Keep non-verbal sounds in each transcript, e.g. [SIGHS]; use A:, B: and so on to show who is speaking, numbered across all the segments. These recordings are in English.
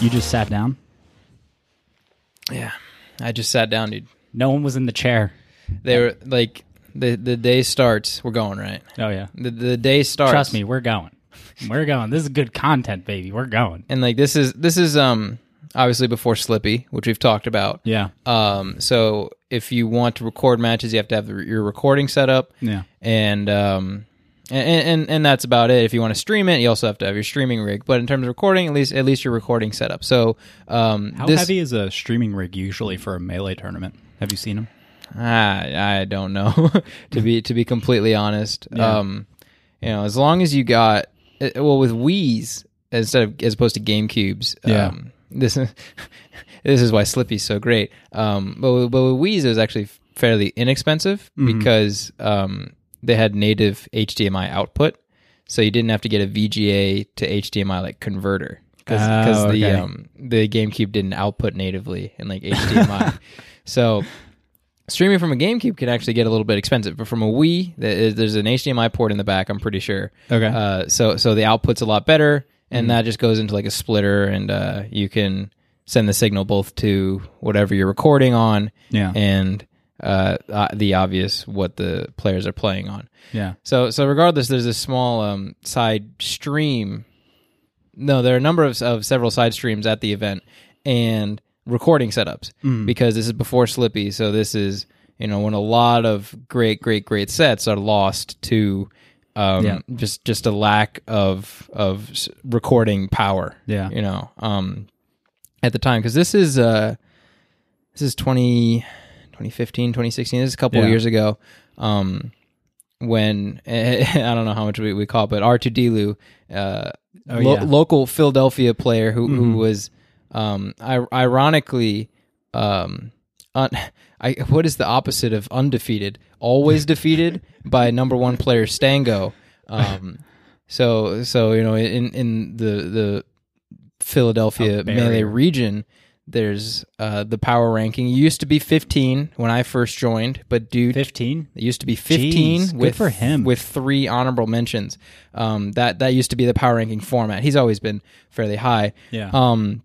A: You just sat down.
B: Yeah, I just sat down, dude.
A: No one was in the chair.
B: They were like, the the day starts. We're going right.
A: Oh yeah.
B: The the day starts.
A: Trust me, we're going. We're going. This is good content, baby. We're going.
B: And like this is this is um obviously before Slippy, which we've talked about.
A: Yeah.
B: Um. So if you want to record matches, you have to have the, your recording set up.
A: Yeah.
B: And um. And, and and that's about it. If you want to stream it, you also have to have your streaming rig. But in terms of recording, at least at least your recording setup. So um,
C: How
B: this,
C: heavy is a streaming rig usually for a melee tournament? Have you seen them?
B: I I don't know [LAUGHS] to be to be completely honest. Um, you know, as long as you got eh, well with Wii's instead of as opposed to GameCubes.
C: Yeah.
B: Um, this is [LAUGHS] this is why Slippy's so great. Um, but with- but with Wii's it was actually fairly inexpensive because um they had native HDMI output, so you didn't have to get a VGA to HDMI like converter because
A: Oh,
B: the
A: okay.
B: um the GameCube didn't output natively in like HDMI. so streaming from a GameCube can actually get a little bit expensive, but from a Wii, th- there's an HDMI port in the back. I'm pretty sure.
C: Okay.
B: Uh, so so the output's a lot better, and that just goes into like a splitter, and uh, you can send the signal both to whatever you're recording on,
C: Yeah.
B: and uh, uh, the obvious what the players are playing on.
C: Yeah.
B: So so regardless, there's a small um, side stream. No, there are a number of, of several side streams at the event and recording setups
C: Mm.
B: because this is before Slippy. So this is you know when a lot of great great great sets are lost to um,
A: Yeah.
B: just just a lack of of s- recording power.
C: Yeah.
B: you know um, at the time because this is uh, this is 20, 2015, 2016. This is a couple of
C: Yeah.
B: years ago. Um, when [LAUGHS] I don't know how much we, we call it, but R two D Lou, uh, lo-
C: yeah.
B: local Philadelphia player who who was um, I- ironically um, un- [LAUGHS] I, what is the opposite of undefeated? Always defeated by number one player Stango. Um, so so you know in in the the Philadelphia melee region. There's uh, the power ranking. It used to be 15 when I first joined, but due
A: Fifteen.
B: it used to be 15
A: Jeez, good
B: with
A: for him.
B: with three honorable mentions. Um, that that used to be the power ranking format. He's always been fairly high.
C: Yeah.
B: Um,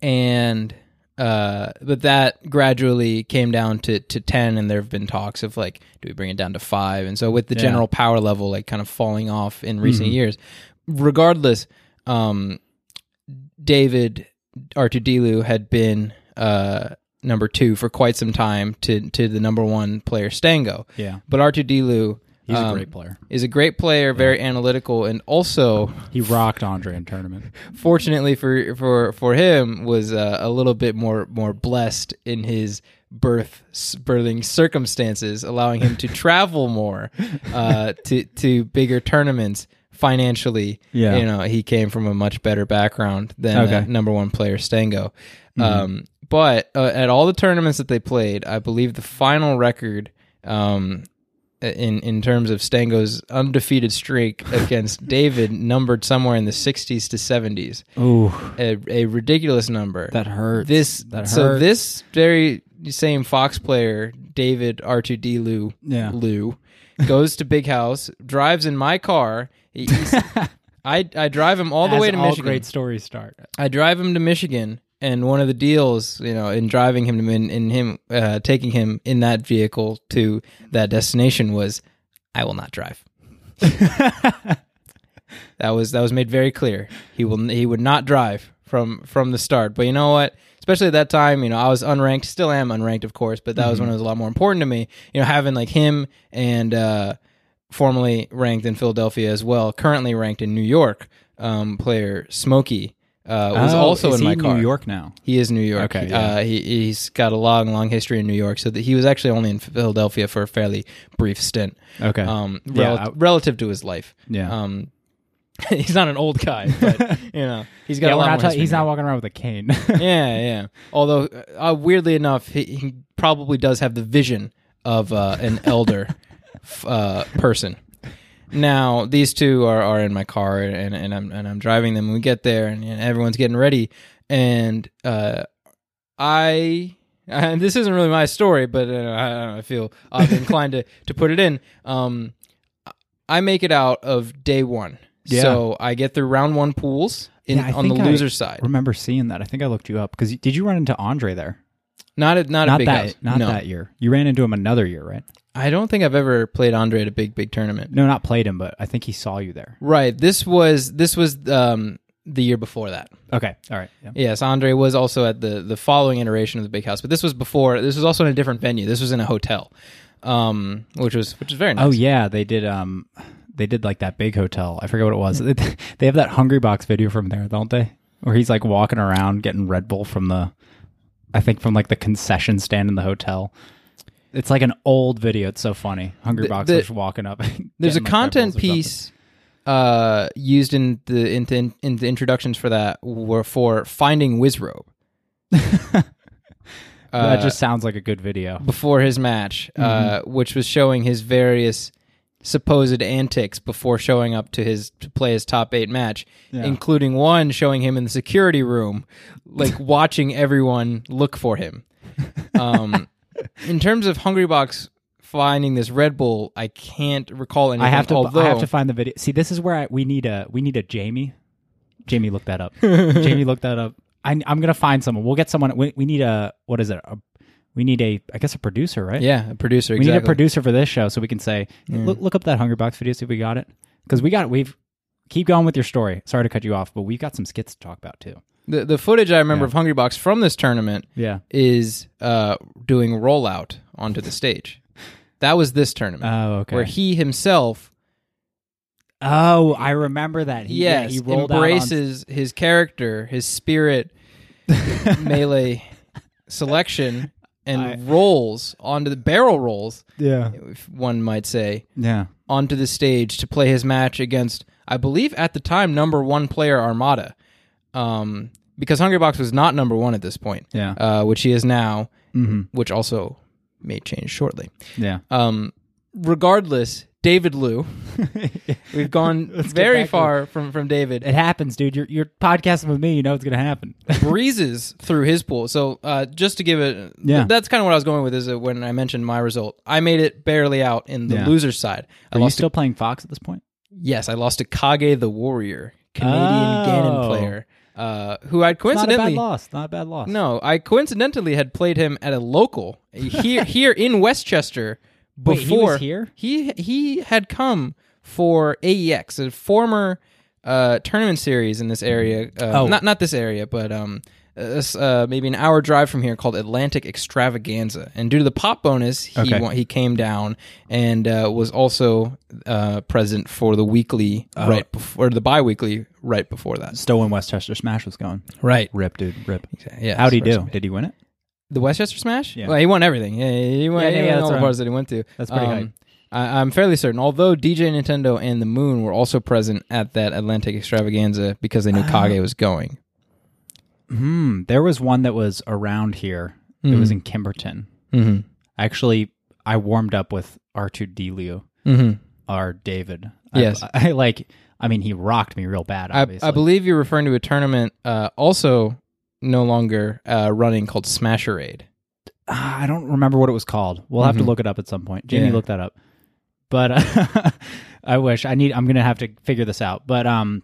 B: and uh, but that gradually came down to to ten, and there have been talks of like, do we bring it down to five? And so with the general power level like kind of falling off in recent
C: Mm-hmm.
B: years, regardless, um, David Artudilu had been uh number two for quite some time to to the number one player Stango.
C: Yeah.
B: but Artudilu.
C: He's a
B: um,
C: great player.
B: Is a great player, very analytical, and also
A: He rocked Andre in tournament.
B: fortunately for for for him was uh, a little bit more more blessed in his birth birthing circumstances allowing him to travel more uh to to bigger tournaments financially
C: Yeah.
B: you know he came from a much better background than uh,
C: Okay. Hmm.
B: number one player stango um but uh, at all the tournaments that they played i believe the final record um in in terms of Stango's
C: [LAUGHS]
B: undefeated streak against David numbered somewhere in the 60s to 70s,
A: Ooh,
B: a, a ridiculous number.
C: That hurts.
B: this
C: that
B: so
C: hurts.
B: this very same Fox player David R2D Lou
C: Yeah.
B: Lou goes to Big House, drives in my car.
C: [LAUGHS]
B: He- he's- I I drive him all the way to
A: all
B: Michigan.
A: great stories start.
B: I drive him to Michigan, and one of the deals, you know, in driving him to in, in him uh, taking him in that vehicle to that destination was, I will not drive. that was that was made very clear. He will he would not drive from from the start. But you know what? Especially at that time, you know, I was unranked, still am unranked, of course. But that was when
C: Mm-hmm.
B: it was a lot more important to me. You know, having like him and. uh formerly ranked in Philadelphia as well, currently ranked in New York. Um, player Smokey uh, was
C: Oh,
B: also
C: is
B: in
C: he
B: my car.
C: New York now.
B: He is New York.
C: Okay,
B: uh, he, he's got a long, long history in New York. So that he was actually only in Philadelphia for a fairly brief stint.
C: Okay.
B: Um,
C: Yeah,
B: rel-
C: I-
B: relative to his life.
C: Yeah.
B: Um, [LAUGHS] he's not an old guy, but you know he's got
A: Yeah,
B: a
A: we're
B: lot.
A: not ta-
B: more
A: he's
B: history
A: not walking around with a cane.
B: [LAUGHS] yeah, yeah. Although, uh, weirdly enough, he, he probably does have the vision of uh, an elder f- [LAUGHS] uh, person. Now, these two are, are in my car, and, and I'm and I'm driving them. And we get there, and, and everyone's getting ready, and uh, I. [LAUGHS] And this isn't really my story, but uh, I, I don't know, I feel i
D: [LAUGHS]
B: inclined to, to put it in. Um, I make it out of day one,
C: Yeah.
B: so I get through round one pools in,
D: Yeah, I
B: on the
D: think I
B: loser side.
D: Remember seeing that? I think I looked you up because did you run into Andre there?
B: Not a, not, a
D: Not
B: big
D: that
B: house.
D: not
B: no.
D: that year. You ran into him another year, right?
B: I don't think I've ever played Andre at a big big tournament.
D: No, not played him, but I think he saw you there.
B: Right. This was this was um, the year before that.
D: Okay, all right. Yeah.
B: Yes, Andre was also at the the following iteration of the big house, but this was before. This was also in a different venue. This was in a hotel, um, which was which is very nice.
D: Oh yeah, they did. Um, they did like that big hotel. I forget what it was. [LAUGHS] they have that Hungry Box video from there, don't they? Where he's like walking around getting Red Bull from the, I think from like the concession stand in the hotel. It's like an old video. It's so funny. Hungry
B: The-
D: Box
B: the-
D: was walking up. [LAUGHS]
B: There's a
D: getting, like, Red Bulls
B: content
D: or something.
B: piece uh, used in the in, in, in the introductions for that were for finding Wizrobe. uh,
D: that just sounds like a good video.
B: before his match, uh,
D: Mm-hmm.
B: which was showing his various supposed antics before showing up to his to play his top eight match, including one showing him in the security room,
D: [LAUGHS]
B: like watching everyone look for him.
D: [LAUGHS]
B: Um, in terms of Hungry Box finding this Red Bull, I can't recall anything.
D: I have to.
B: Mm-hmm. Although,
D: I have to find the video. See, this is where I, we need a we need a Jamie. Jamie, look that
B: [LAUGHS]
D: up. Jamie, look that up. I, I'm gonna find someone. We'll get someone. We, we need a what is it? A, we need a I guess a producer, right?
B: yeah, a producer.
D: We
B: exactly.
D: need a producer for this show so we can say look, look up that Hungry Box video see if we got it because we got we've keep going with your story. Sorry to cut you off, but we've got some skits to talk about too.
B: The the footage I remember of Hungry Box from this tournament
D: Yeah.
B: is uh, doing rollout onto the stage. That was this tournament.
D: Oh, okay.
B: where he himself
D: oh, I remember that. He, yeah,
B: yes
D: he rolled out
B: embraces his character, his
D: [LAUGHS]
B: spirit melee selection and
D: I-
B: rolls onto the barrel rolls,
D: on, yeah,
B: if one might say,
D: yeah.
B: onto the stage to play his match against I believe at the time number 1 player Armada. Um because Hungrybox was not number 1 at this point.
D: Yeah.
B: Uh which he is now,
D: Mhm.
B: which also may change shortly.
D: Yeah.
B: Um, regardless,
D: [LAUGHS]
B: David Liu, we've gone very
D: back to-
B: far from, from David,
D: It happens, dude. You're you're podcasting with me, you know it's gonna happen. [LAUGHS]
B: breezes through his pool. So uh, just to give it,
D: Yeah.
B: th- that's kind of what I was going with is that when I mentioned my result, I made it barely out in the
D: Yeah.
B: loser's side. I
D: Are you
B: lost
D: still playing Fox at this point?
B: to, yes, I lost to Kage the Warrior, Canadian Ganon
D: Oh.
B: player, uh, who I
D: It's Not a bad
B: coincidentally...
D: loss. Not a bad loss.
B: No, I coincidentally had played him at a local
D: [LAUGHS]
B: here here in Westchester before
D: Wait, he was here?
B: He he had come for AEX, a former uh, tournament series in this area. Uh,
D: Oh.
B: not not this area, but um, uh, s- uh, maybe an hour drive from here called Atlantic Extravaganza. And due to the pop bonus, he
D: Okay.
B: wa- he came down and uh, was also uh, present for the weekly
D: Oh.
B: right before the bi-weekly right before that.
D: Still when Westchester Smash was going.
B: Right.
D: Rip, dude. Rip.
B: Yeah.
D: How'd he
B: that's
D: do? Did he win it?
B: the Westchester Smash?
D: Yeah.
B: Well, he won everything. Yeah, he won,
D: Yeah,
B: he
D: yeah,
B: won
D: yeah, that's
B: all the
D: right.
B: bars that he went to. Um,
D: That's pretty hype.
B: I, I'm fairly certain. Although DJ Nintendo and the Moon were also present at that Atlantic Extravaganza because they knew
D: Ah.
B: Kage was going.
D: Hmm. There was one that was around here. It was in Kimberton.
B: Mm-hmm.
D: Actually, I warmed up with R2 Deliu,
B: Mm-hmm.
D: R David.
B: Yes.
D: I, I like, I mean, he rocked me real bad,
B: I,
D: obviously.
B: I believe you're referring to a tournament uh, also no longer uh, running called Smasherade.
D: Ah, I don't remember what it was called. We'll have to
C: Mm-hmm.
B: Mhm.
D: look it up at some point. Jamie,
B: Yeah.
D: look that up. But [LAUGHS] uh, I wish I need. I'm gonna have to figure this out. But um,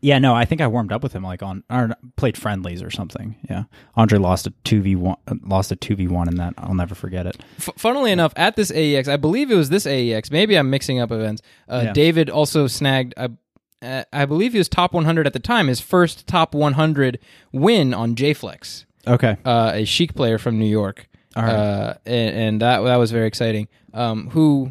D: yeah, no, I think I warmed up with him like on or played friendlies or something. Yeah, Andre lost a two v one, lost a two v one in that. I'll never forget it.
B: F- funnily enough, at this AEX, I believe it was this AEX. Maybe I'm mixing up events. Uh,
D: Yeah.
B: David also snagged. I, uh, I believe he was top 100 at the time. His first top 100 win on JFlex.
D: Okay,
B: uh, a chic player from New York,
D: All right.
B: uh, and, and that that was very exciting. Um, who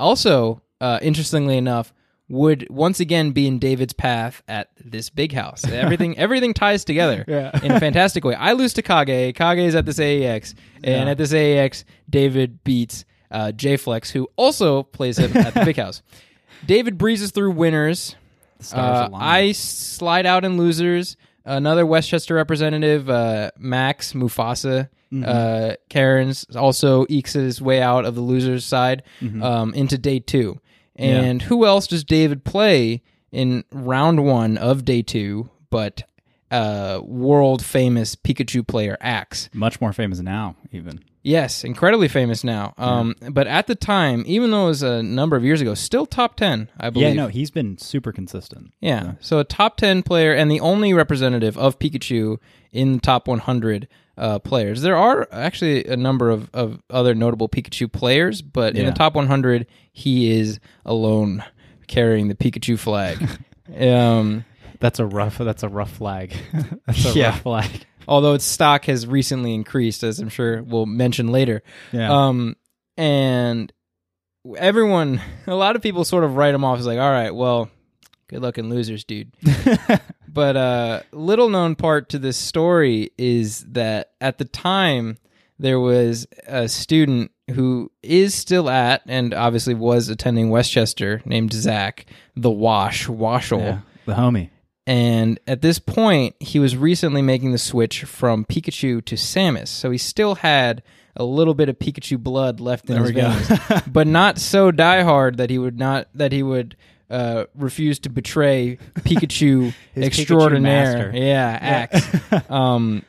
B: also, uh, interestingly enough, would once again be in David's path at this big
D: [LAUGHS]
B: house. Everything everything ties together
D: Yeah.
B: in a fantastic way. I lose to Kage. Kage is at this AEX, and
D: Yeah.
B: at this AEX, David beats uh, JFlex, who also plays him at
D: [LAUGHS]
B: the big house. David breezes through winners.
D: The stars
B: Uh,
D: aligned.
B: I slide out in losers. Another Westchester representative, uh, Max Mufasa. Uh, Karen's also ekes his way out of the losers side um, into day two. And who else does David play in round one of day two? But uh, world famous Pikachu player Axe.
D: much more famous now even.
B: Yes, incredibly famous now. Um, But at the time, even though it was a number of years ago, still top 10, I believe.
C: Yeah, no, he's been super consistent.
B: Yeah. So a top 10 player and the only representative of Pikachu in the top 100 uh, players. There are actually a number of, of other notable Pikachu players, but in the
C: Yeah.
B: top 100, he is alone carrying the
C: [LAUGHS]
B: Pikachu flag. um,
C: That's a rough. That's a rough flag. [LAUGHS] that's a
B: Yeah.
C: rough flag.
B: although its stock has recently increased, as I'm sure we'll mention later.
C: Yeah. [LAUGHS]
B: Um, and everyone, [LAUGHS] a lot of people sort of write him off as like, all right, well, good luck in losers, dude. but uh, little known part to this story is that at the time there was a student who is still at and obviously was attending Westchester named Zach the Wash Washel.
C: Yeah. The homie.
B: And at this point, he was recently making the switch from Pikachu to Samus. So he still had a little bit of Pikachu blood left in
C: [LAUGHS]
B: his veins, but not so diehard that he would not that he would uh, refuse to betray
C: [LAUGHS] Pikachu
B: Pikachu [LAUGHS] extraordinaire.
C: master.
B: yeah,
C: [LAUGHS]
B: acts. um,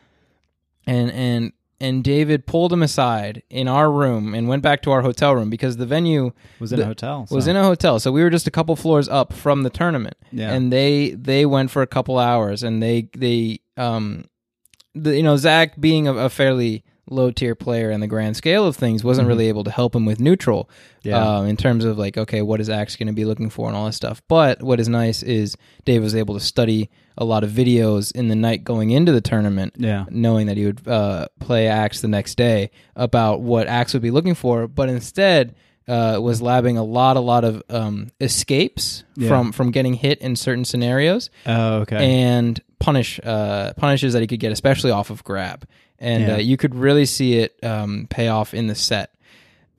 B: and and and David pulled him aside in our room and went back to our hotel room because the venue
C: Was in a hotel.
B: was
C: so-
B: in a hotel, so we were just a couple floors up from the tournament.
C: Yeah.
B: And they they went for a couple hours, and they they um, the, you know Zach being a, a fairly low tier player in the grand scale of things wasn't really able to help him with neutral.
C: Mm-hmm. Yeah.
B: Um, in terms of like okay, what is Axe going to be looking for and all that stuff. But what is nice is Dave was able to study a lot of videos in the night going into the tournament
C: Yeah.
B: knowing that he would uh, play Axe the next day about what Axe would be looking for, but instead uh, was labbing a lot, a lot of um, escapes
C: Yeah.
B: from from getting hit in certain scenarios
C: Oh, okay.
B: and punish uh, punishes that he could get, especially off of grab, and
C: Yeah.
B: uh, you could really see it um, pay off in the set.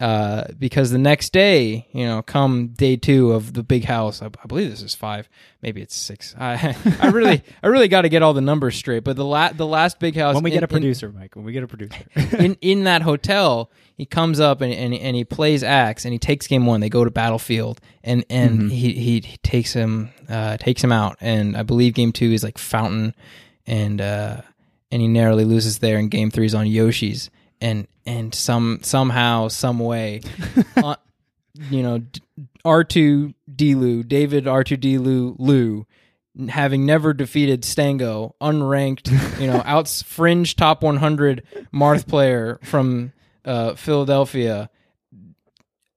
B: Uh, because the next day, you know, come day two of the big house, I, I believe this is five, maybe it's six. I, [LAUGHS] I really, I really got to get all the numbers straight. But the la- the last big house
C: when we
B: in-
C: get a
B: in-
C: producer, Mike. When we get a
B: [LAUGHS]
C: producer.
B: in in that hotel, he comes up and, and, and he plays Axe and he takes game one. They go to Battlefield and and he, he he takes him uh, takes him out. And I believe game two is like Fountain, and uh, and he narrowly loses there. And game three is on Yoshi's. And and some somehow some way, [LAUGHS] uh, you know, R two D Lou David R two D Lou Lou having never defeated Stango, unranked,
C: [LAUGHS]
B: you know, out fringe top 100 Marth player from uh, Philadelphia,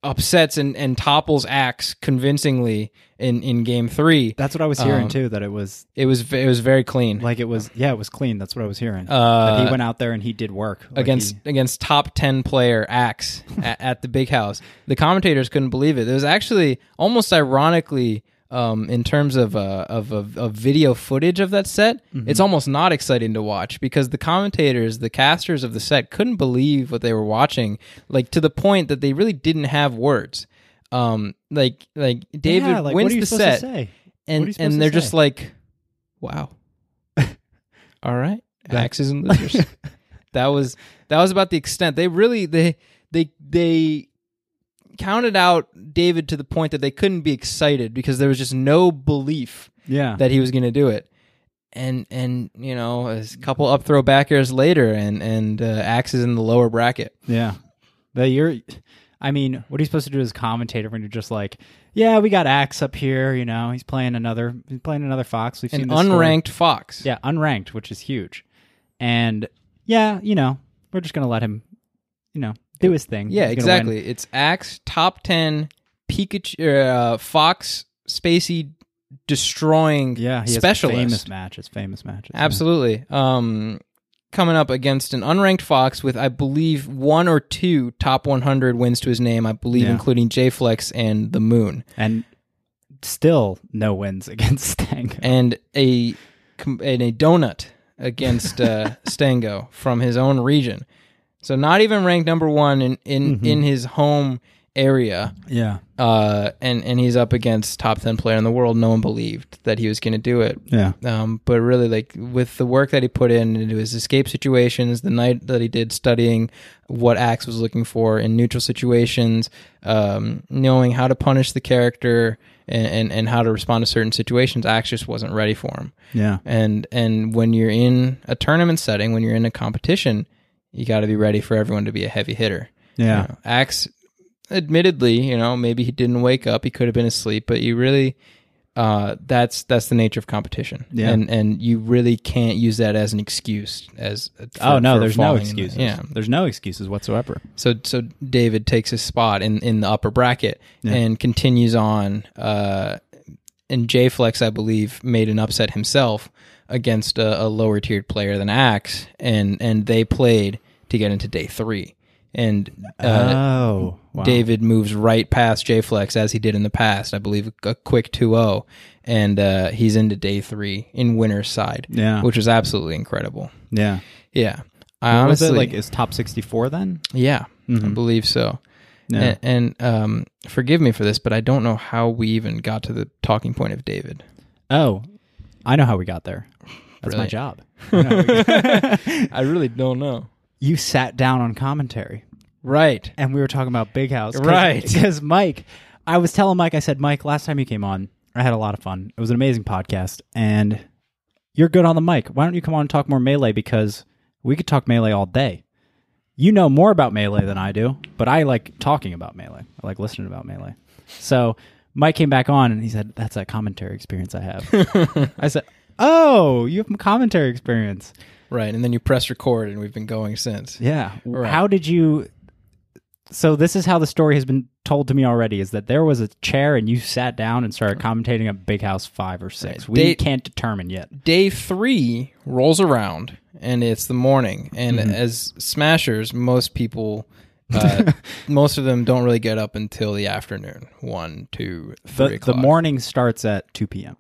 B: upsets and, and topples Axe convincingly in, in game three.
C: That's what I was hearing
B: Um,
C: too. That it was
B: It was ve- it was very clean
C: like it was. Yeah, it was clean. That's what I was hearing.
B: Uh,
C: that he went out there and he did work Like,
B: against
C: he-
B: against top 10 player Axe
C: [LAUGHS]
B: at, at the big house. The commentators couldn't believe it. There was actually almost ironically. Um, in terms of uh, of, of, of video footage of that set,
C: Mm-hmm.
B: it's almost not exciting to watch because the commentators, the casters of the set, couldn't believe what they were watching. Like to the point that they really didn't have words. Um, like like David
C: Yeah, like,
B: wins
C: what are you
B: the
C: supposed
B: set,
C: To say? What are you
B: and
C: supposed to
B: and they're just
C: say?
B: like, [LAUGHS] wow. All right, axes [LAUGHS] and losers. that was that was about the extent. They really they they they counted out David to the point that they couldn't be excited because there was just no belief
C: yeah.
B: that he was going to do it. And and you know, a couple up throw back airs later, and and uh, axes in the lower bracket.
C: Yeah. That you're I mean, what are you supposed to do as a commentator when you're just like, Yeah, we got Axe up here, you know, he's playing another he's playing another Fox. We've
B: An
C: seen this story."
B: unranked fox.
C: Yeah, unranked, which is huge. And yeah, you know, we're just gonna let him, you know, do his thing.
B: Yeah,
C: He's gonna win.
B: exactly. It's Axe top ten Pikachu uh, Fox Spacey destroying
C: Yeah, he has
B: specialist.
C: famous matches, famous matches. yeah.
B: Absolutely. Um, coming up against an unranked Fox with I believe one or two top 100 wins to his name. I believe
C: Yeah.
B: including J Flex and the Moon
C: And still no
D: [LAUGHS]
C: wins against Stank.
B: and a com- and a donut against
C: [LAUGHS]
B: uh, Stango from his own region. So not even ranked number one in in,
C: Mm-hmm.
B: in his home area.
C: Yeah.
B: uh, and and he's up against top ten player in the world. No one believed that he was going to do it.
C: Yeah.
B: Um, but really, like with the work that he put in into his escape situations, the night that he did studying what Axe was looking for in neutral situations, um, knowing how to punish the character and, and and how to respond to certain situations, Axe just wasn't ready for him
C: Yeah.
B: and and when you're in a tournament setting when you're in a competition you got to be ready for everyone to be a heavy hitter.
D: Yeah.
B: You know, Axe, admittedly, you know, maybe he didn't wake up. He could have been asleep, but you really, uh, that's that's the nature of competition.
D: Yeah.
B: And and you really can't use that as an excuse. As
D: oh
B: for-
D: no,
B: for
D: there's no
B: falling in the-
D: excuses.
B: Yeah.
D: There's no excuses whatsoever.
B: So so David takes his spot in in the upper bracket
D: Yeah.
B: and continues on. Uh, and J Flex, I believe, made an upset himself against a, a lower tiered player than Axe, and and they played to get into day three. And uh,
D: oh, wow.
B: David moves right past J Flex as he did in the past, I believe, a quick 2-0, and uh, he's into day three in winner's side,
D: Yeah.
B: which was absolutely incredible.
D: yeah.
B: Yeah, I honestly Mm-hmm.
D: was it like is top 64 then?
B: yeah, I
D: Mhm.
B: believe so.
D: Yeah.
B: And, and um, forgive me for this, but I don't know how we even got to the talking point of David.
D: Oh, I know how we got there. That's my
B: Really?
D: job.
B: I really don't know.
D: you sat down on commentary
B: Right.
D: and we were talking about Big House.
B: Right.
D: Because Mike, I was telling Mike, I said, Mike, last time you came on, I had a lot of fun. It was an amazing podcast and you're good on the mic. Why don't you come on and talk more Melee? Because we could talk Melee all day. You know more about Melee than I do, but I like talking about Melee. I like listening about Melee. So Mike came back on and he said, That's that commentary experience I have.
B: [LAUGHS]
D: I said, Oh, you have commentary experience.
B: Right. And then you press record, and we've been going since.
D: Yeah. W-
B: Right.
D: How did you? So this is how the story has been told to me already: is that there was a chair and you sat down and started commentating on Big House five or six.
B: Right.
D: We
B: They-
D: can't determine yet.
B: Day three rolls around, and it's the morning. And
D: Mm-hmm.
B: as smashers, most people. uh,
D: [LAUGHS]
B: most of them don't really get up until the afternoon. One, two, three
D: The, the
B: o'clock.
D: morning starts at two p.m.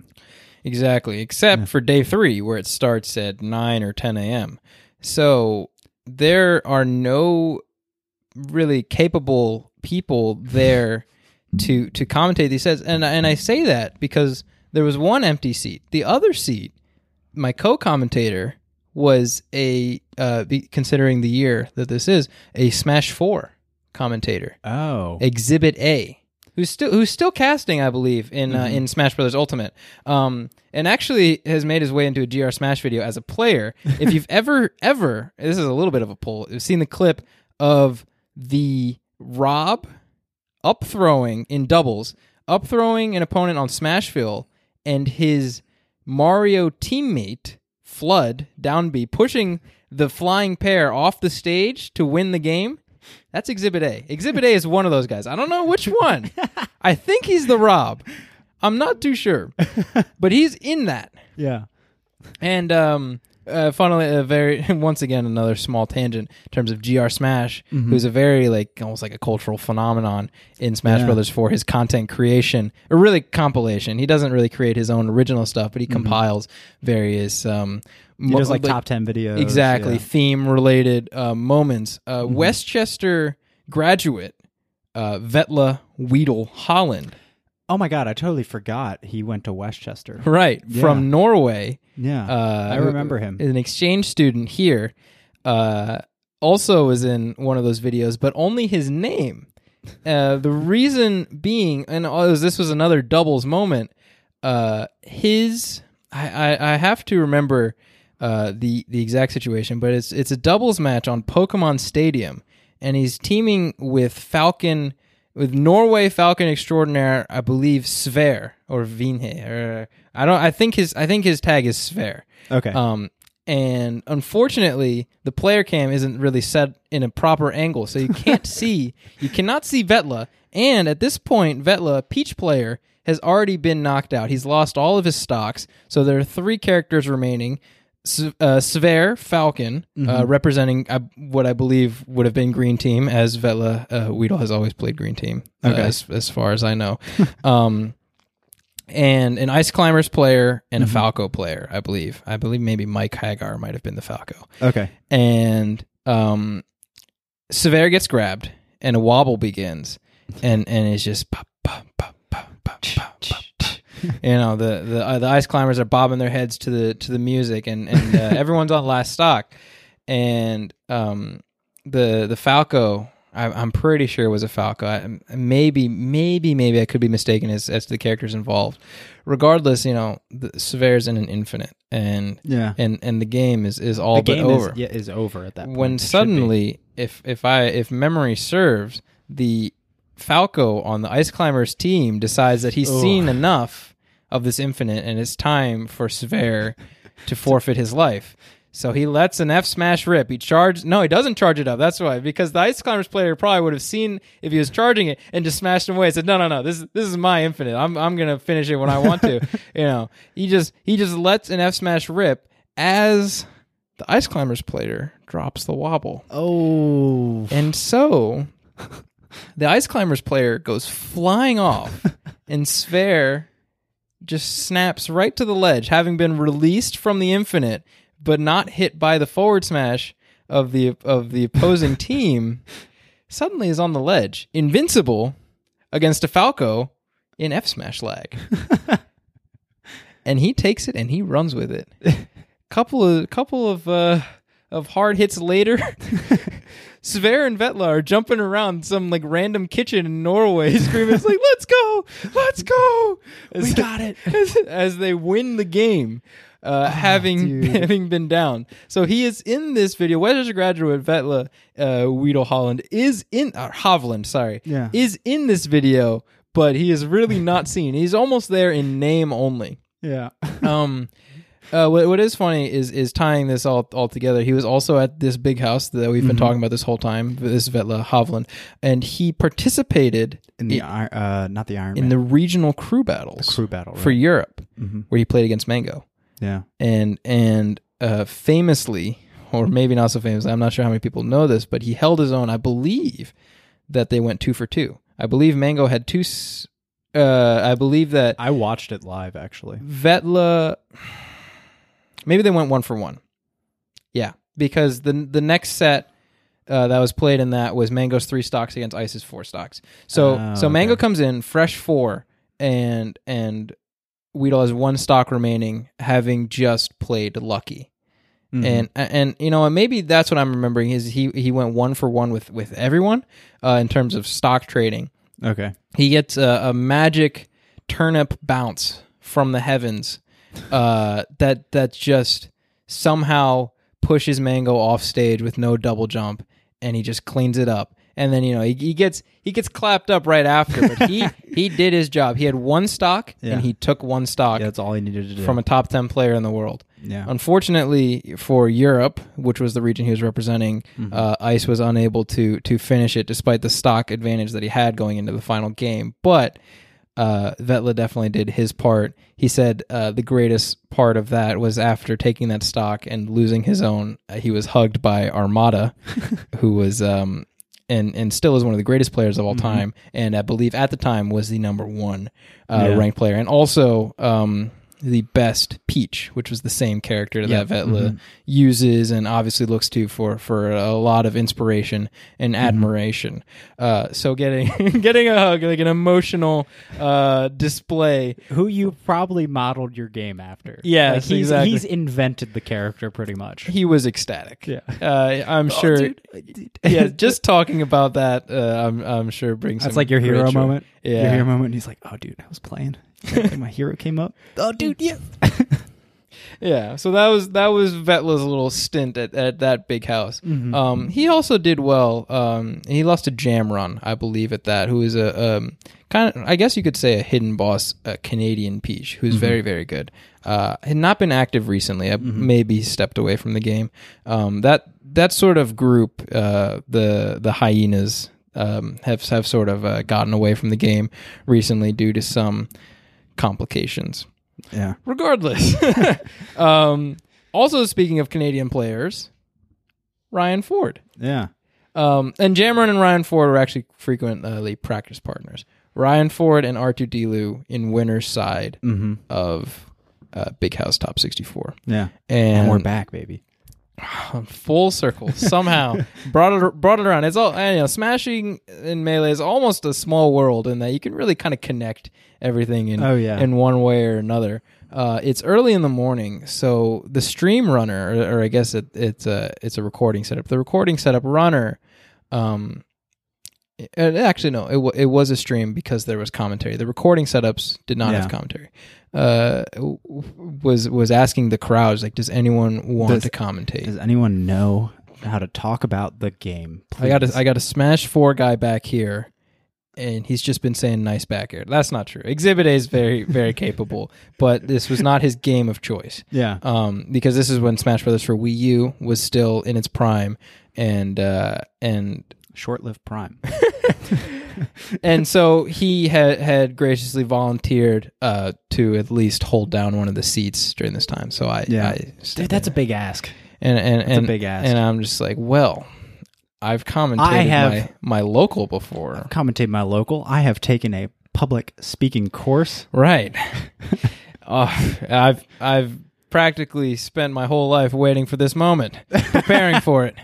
B: Exactly, except for day three, where it starts at 9 or 10 a.m. So there are no really capable people there to to commentate these sets. And, and I say that because there was one empty seat. The other seat, my co commentator, was a, uh, be, considering the year that this is, a Smash 4 commentator.
D: Oh,
B: Exhibit A, who's still who's still casting, I believe, in uh, in Smash Brothers Ultimate, um, and actually has made his way into a GR Smash video as a [LAUGHS] player. If you've ever ever, this is a little bit of a pull. You've seen the clip of the Rob up throwing in doubles, up throwing an opponent on Smashville, and his Mario teammate Flood down B pushing the flying pair off the stage to win the game. That's Exhibit A. Exhibit A is one of those guys. I don't know which one. I think he's the Rob. I'm not too sure, but he's in that.
D: yeah.
B: And um, uh, funnily, a very [LAUGHS] once again another small tangent in terms of Gr Smash,
D: Mm-hmm.
B: who's a very like almost like a cultural phenomenon in Smash
D: Yeah.
B: Brothers for his content creation or really compilation. He doesn't really create his own original stuff, but he compiles various. Um,
D: Mm-hmm. He
B: mo-
D: does like, top ten videos.
B: exactly
D: yeah. Mm-hmm.
B: theme related uh, moments. Uh, Westchester graduate uh, Vetla Weedle Holland,
D: Oh my god, I totally forgot he went to Westchester.
B: right from Norway.
D: Yeah,
B: Uh,
D: I remember him.
B: Is an exchange student here. Uh, also was in one of those videos, but only his name. Uh, the reason being, and all this- this was another doubles moment. Uh, his, I, I, I have to remember uh, the the exact situation, but it's it's a doubles match on Pokemon Stadium, and he's teaming with Falcon, with Norway Falcon extraordinaire, I believe Sver or Vinhe, or I don't, I think his I think his tag is Sver.
D: okay.
B: Um, and unfortunately, the player cam isn't really set in a proper angle, so you can't see. You cannot see Vetla. And at this point, Vetla, Peach player, has already been knocked out. He's lost all of his stocks, so there are three characters remaining. S- uh, Sver Falcon, uh, representing uh, what I believe would have been Green Team, as Vetla uh, Weedle has always played Green Team, uh,
D: Okay.
B: as, as far as I know. um, and an ice climbers player and a falco player i believe i believe maybe mike hagar might have been the falco
D: okay.
B: and um Sever gets grabbed and a wobble begins and and it's just pop pop pop pop pop pop pop, pop. you know the the, uh, the ice climbers are bobbing their heads to the to the music and
C: [LAUGHS]
B: and uh, everyone's on last stock and um the the falco I, I'm pretty sure it was a Falco. I, maybe, maybe, maybe I could be mistaken as, as to the characters involved. Regardless, you know, the Sever's in an infinite, and
C: Yeah.
B: and and the game is is all
C: the
B: but
C: game
B: over.
C: Is, yeah, is over at that point.
B: when
C: It should be.
B: suddenly, if if I if memory serves, the Falco on the Ice Climbers team decides that he's
C: Ugh.
B: seen enough of this infinite, and it's time for Sever to forfeit his life. So he lets an F smash rip. He charges. No, he doesn't charge it up. That's why, because the Ice Climbers player probably would have seen if he was charging it and just smashed him away. and said, "No, no, no. This is this is my infinite. I'm I'm gonna finish it when I
C: [LAUGHS]
B: want to." you know, he just he just lets an F smash rip as the Ice Climbers player drops the wobble.
C: oh,
B: And so the Ice Climbers player goes flying off, and Sphere just snaps right to the ledge, having been released from the infinite, but not hit by the forward smash of the of the opposing team. Suddenly is on the ledge, invincible against a Falco in F smash lag. and he takes it and he runs with it. Couple of couple of uh of hard hits later, Sver and Vetla are jumping around some like random kitchen in Norway, [LAUGHS] screaming, "It's like let's go, let's go, as, we got it!" As, as they win the game, uh, having
C: Ah, dude.
B: [LAUGHS] having been down. So he is in this video. West graduate Vetla uh, Weedle Holland is in or Hovland, sorry,
C: Yeah.
B: is in this video, but he is really
C: [LAUGHS]
B: not seen. He's almost there in name only
C: yeah.
D: [LAUGHS]
B: um uh, what, what is funny is is tying this all all together. He was also at this big house that we've
C: Mm-hmm.
B: been talking about this whole time. This Vetla Hovland, and he participated
C: In the ir- uh, not the Iron
B: in
C: Man
B: the regional crew battles
C: crew battle.
B: for
C: right?
B: Europe,
D: Mm-hmm.
C: Mhm.
B: where he played against Mango,
C: yeah.
B: and and uh, famously, or maybe not so famously, I'm not sure how many people know this, but he held his own. I believe that they went two for two. I believe Mango had two. s- Uh, I believe that
C: I watched it live actually.
B: Vetla. Maybe they went one for one. Yeah, because the the next set uh, that was played in that was Mango's three stocks against Ice's four stocks. So
C: Oh,
B: so Mango
C: okay.
B: comes in fresh four and and Weedle has one stock remaining, having just played lucky.
C: Mhm.
B: And and you know and maybe that's what I'm remembering is he he went one for one with with everyone uh, in terms of stock trading
C: okay,
B: he gets a, a magic turnip bounce from the heavens uh, that that just somehow pushes Mango off stage with no double jump, and he just cleans it up. And then you know he, he gets he gets clapped up right after,
C: [LAUGHS]
B: but he he did his job. He had one stock
C: Yeah.
B: and he took one stock
C: yeah, that's all he needed to do.
B: from a top ten player in the world.
C: yeah,
B: Unfortunately for Europe, which was the region he was representing, uh, Ice was unable to to finish it despite the stock advantage that he had going into the final game. But uh, Vetla definitely did his part. He said uh, the greatest part of that was after taking that stock and losing his own, uh, he was hugged by Armada, who was. Um, and, and still is one of the greatest players of all
C: Mm-hmm.
B: time, and I believe at the time was the number one uh,
C: Yeah.
B: ranked player, and also um, the best Peach, which was the same character
A: Yeah.
B: that Vetla
C: Mm-hmm.
B: uses and obviously looks to for for a lot of inspiration and
C: Mm-hmm.
B: admiration. Uh, so getting [LAUGHS] getting a hug, like an emotional uh, display.
A: Who you probably modeled your game after.
B: Yes,
A: he's,
B: exactly.
A: he's invented the character pretty much.
B: He was ecstatic.
A: Yeah.
B: uh,
C: Oh,
B: I'm sure.
C: [LAUGHS]
B: [LAUGHS] yeah, just talking about that, uh, I'm I'm sure brings.
C: That's
B: some
C: like your
B: great
C: hero
B: joy.
C: moment. Your
B: Yeah.
C: hero moment. And he's like, oh, dude, I was playing. And my hero came up. [LAUGHS] Oh, dude, yeah.
B: [LAUGHS] Yeah, so that was that was Vetla's little stint at, at that big house.
C: Mm-hmm.
B: Um, he also did well. Um, he lost to Jamron, I believe, at that. Who is a um, kind of, I guess you could say, a hidden boss, a Canadian peach,
C: Mm-hmm.
B: who's very very good. Uh, had not been active recently. I
C: Mm-hmm.
B: maybe stepped away from the game. Um, that that sort of group, uh, the the hyenas, um, have have sort of uh, gotten away from the game recently due to some complications
C: Yeah.
B: regardless. [LAUGHS] um, also, speaking of Canadian players, Ryan Ford.
C: Yeah.
B: Um, and Jamron and Ryan Ford are actually frequently practice partners. Ryan Ford and R2 Delu in winner's side
C: Mm-hmm.
B: of uh, Big House Top 64.
C: Yeah.
B: And,
C: And we're back, baby.
B: [LAUGHS] full circle
C: [LAUGHS]
B: somehow brought it brought it around. It's all I know. Smashing in melee is almost a small world in that you can really kind of connect everything in
C: Oh, yeah.
B: in one way or another. Uh, it's early in the morning, so the stream runner, or, or I guess it, it's a it's a recording setup. The recording setup runner um, Uh, actually, no, it, wa it was a stream because there was commentary. The recording setups did not have
C: Yeah.
B: commentary. Uh, w- w- was was asking the crowds like, does anyone want
C: Does-
B: to commentate?
C: Does anyone know how to talk about the game?
B: I got
C: please?
B: a, I got a smash four guy back here, and he's just been saying nice back air. That's not true. Exhibit A is
C: [LAUGHS]
B: very very capable, but this was not his game of choice.
C: yeah.
B: Um, because this is when Smash Brothers for Wii U was still in its prime, and uh, and
C: Short-lived [LAUGHS] prime.
B: and so he had had graciously volunteered uh, to at least hold down one of the seats during this time. So I
C: Yeah.
B: I
C: Dude,
B: stepped
C: that's a
B: in.
C: big ask.
B: and and
C: a
B: and,
C: big ask.
B: and I'm just like, well, I've commentated
C: have-
B: my, my local before,
C: Commentate my local. I have taken a public speaking course.
B: right? [LAUGHS] uh, I've I've practically spent my whole life waiting for this moment,
C: [LAUGHS]
B: preparing for it.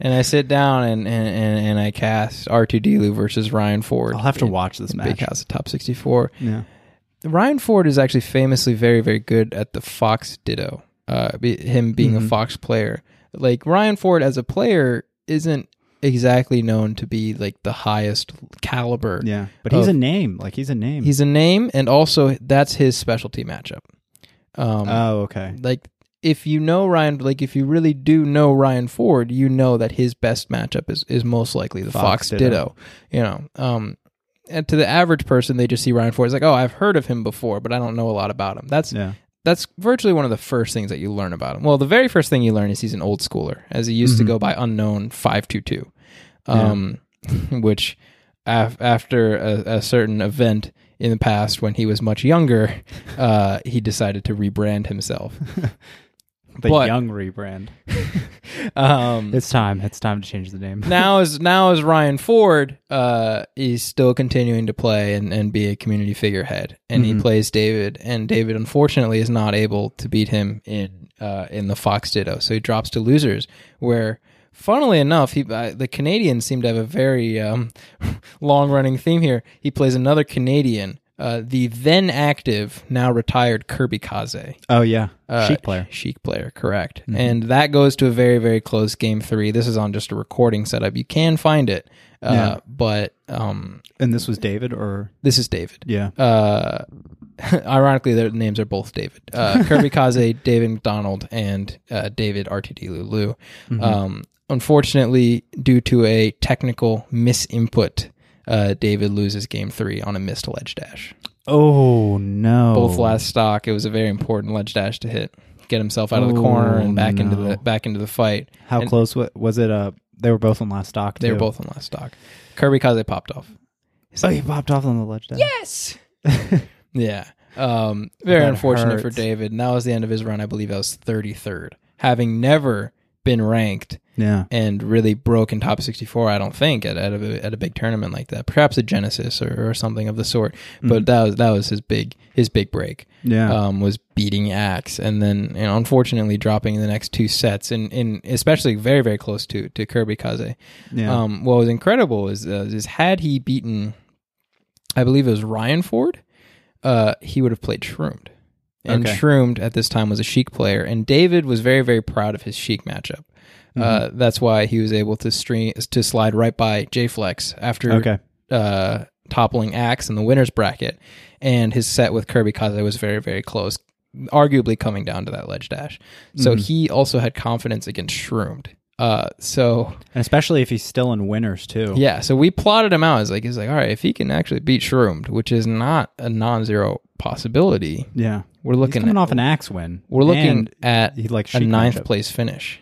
B: And I sit down and, and, and, and I cast R two D versus Ryan Ford.
C: I'll have to
B: in
C: watch this
B: Big
C: match.
B: House of Top sixty four.
C: Yeah.
B: Ryan Ford is actually famously very, very good at the Fox Ditto. Uh, be, him being a
C: Mhm.
B: Fox player, like Ryan Ford as a player isn't exactly known to be like the highest caliber.
C: Yeah. But he's
B: Of-
C: a name. Like he's a name.
B: He's a name, and also that's his specialty matchup. Um,
C: Oh, okay.
B: like if you know Ryan, like if you really do know Ryan Ford, you know that his best matchup is is most likely the Fox,
C: Fox
B: Ditto.
C: Ditto.
B: You know, um, and to the average person, they just see Ryan Ford. It's like, oh, I've heard of him before, but I don't know a lot about him. That's
C: Yeah.
B: that's virtually one of the first things that you learn about him. Well, the very first thing you learn is he's an old schooler, as he used to
C: Mhm.
B: go by unknown five two two, um, [LAUGHS] which af- after a, a certain event in the past when he was much younger, [LAUGHS] uh, he decided to rebrand himself.
C: The
B: But-
C: young rebrand.
B: Um,
C: It's time. It's time to change the name.
B: now as now as Ryan Ford, uh, he's still continuing to play and, and be a community figurehead, and he
C: Mhm.
B: plays David, and David unfortunately is not able to beat him in uh, in the Fox Ditto, so he drops to losers. Where, funnily enough, he uh, the Canadians seem to have a very um, [LAUGHS] long running theme here. He plays another Canadian. Uh, the then active, now retired Kirby Kaze.
C: Oh yeah.
B: Uh,
C: Chic player. Mm-hmm.
B: Chic player, correct. And that goes to a very, very close game three. This is on just a recording setup. You can find it, uh,
C: Yeah.
B: but um,
C: And this was David or
B: this is David.
C: yeah.
B: Uh, [LAUGHS] ironically, their names are both David.
C: [LAUGHS]
B: Uh, Kirby Kaze, David McDonald, and uh, David RTD Lulu.
C: Mm-hmm.
B: Um, unfortunately, due to a technical misinput, uh, David loses game three on a missed ledge dash.
C: Oh no.
B: Both last stock. It was a very important ledge dash to hit. Get himself out of the
C: Oh,
B: corner and back into
C: no.
B: the back into the fight.
C: How
B: and-
C: close wa- was it? Uh, they were both on last stock.
B: They were
C: too.
B: both on last stock. Kirby Kaze popped off.
C: Oh, he popped off on the ledge. Yeah. [LAUGHS]
B: Yes. yeah. Um, very
C: That
B: unfortunate for
C: hurts.
B: David. And that was the end of his run. I believe that was 33rd. Having never been ranked
C: Yeah.
B: and really broken top 64, I don't think, at, at, a, at a big tournament like that. Perhaps a Genesis or, or something of the sort.
C: Mm-hmm.
B: But that was, that was his big his big break.
C: Yeah.
B: um, was beating Axe, and then you know, unfortunately dropping in the next two sets, and in especially very very close to to Kirby Kaze.
C: yeah.
B: Um, what was incredible is uh, is had he beaten, I believe it was Ryan Ford, uh, he would have played Shroomed. And
C: Okay.
B: Shroomed at this time was a Sheik player, and David was very very proud of his Sheik matchup.
C: Mm-hmm.
B: Uh, that's why he was able to stream to slide right by J Flex after
C: okay.
B: uh, toppling Axe in the winners bracket, and his set with Kirby Kaze was very, very close, arguably coming down to that ledge dash. So
C: Mm-hmm.
B: he also had confidence against Shroomed. Uh, so
C: And especially if he's still in winners too.
B: yeah, so we plotted him out. It's like he's like, all right, if he can actually beat Shroomed, which is not a non-zero possibility,
C: Yeah.
B: we're
C: He's
B: looking
C: coming
B: at,
C: off an axe win.
B: we're looking
C: And
B: at
C: he like
B: a
C: chic
B: ninth
C: matchup.
B: place finish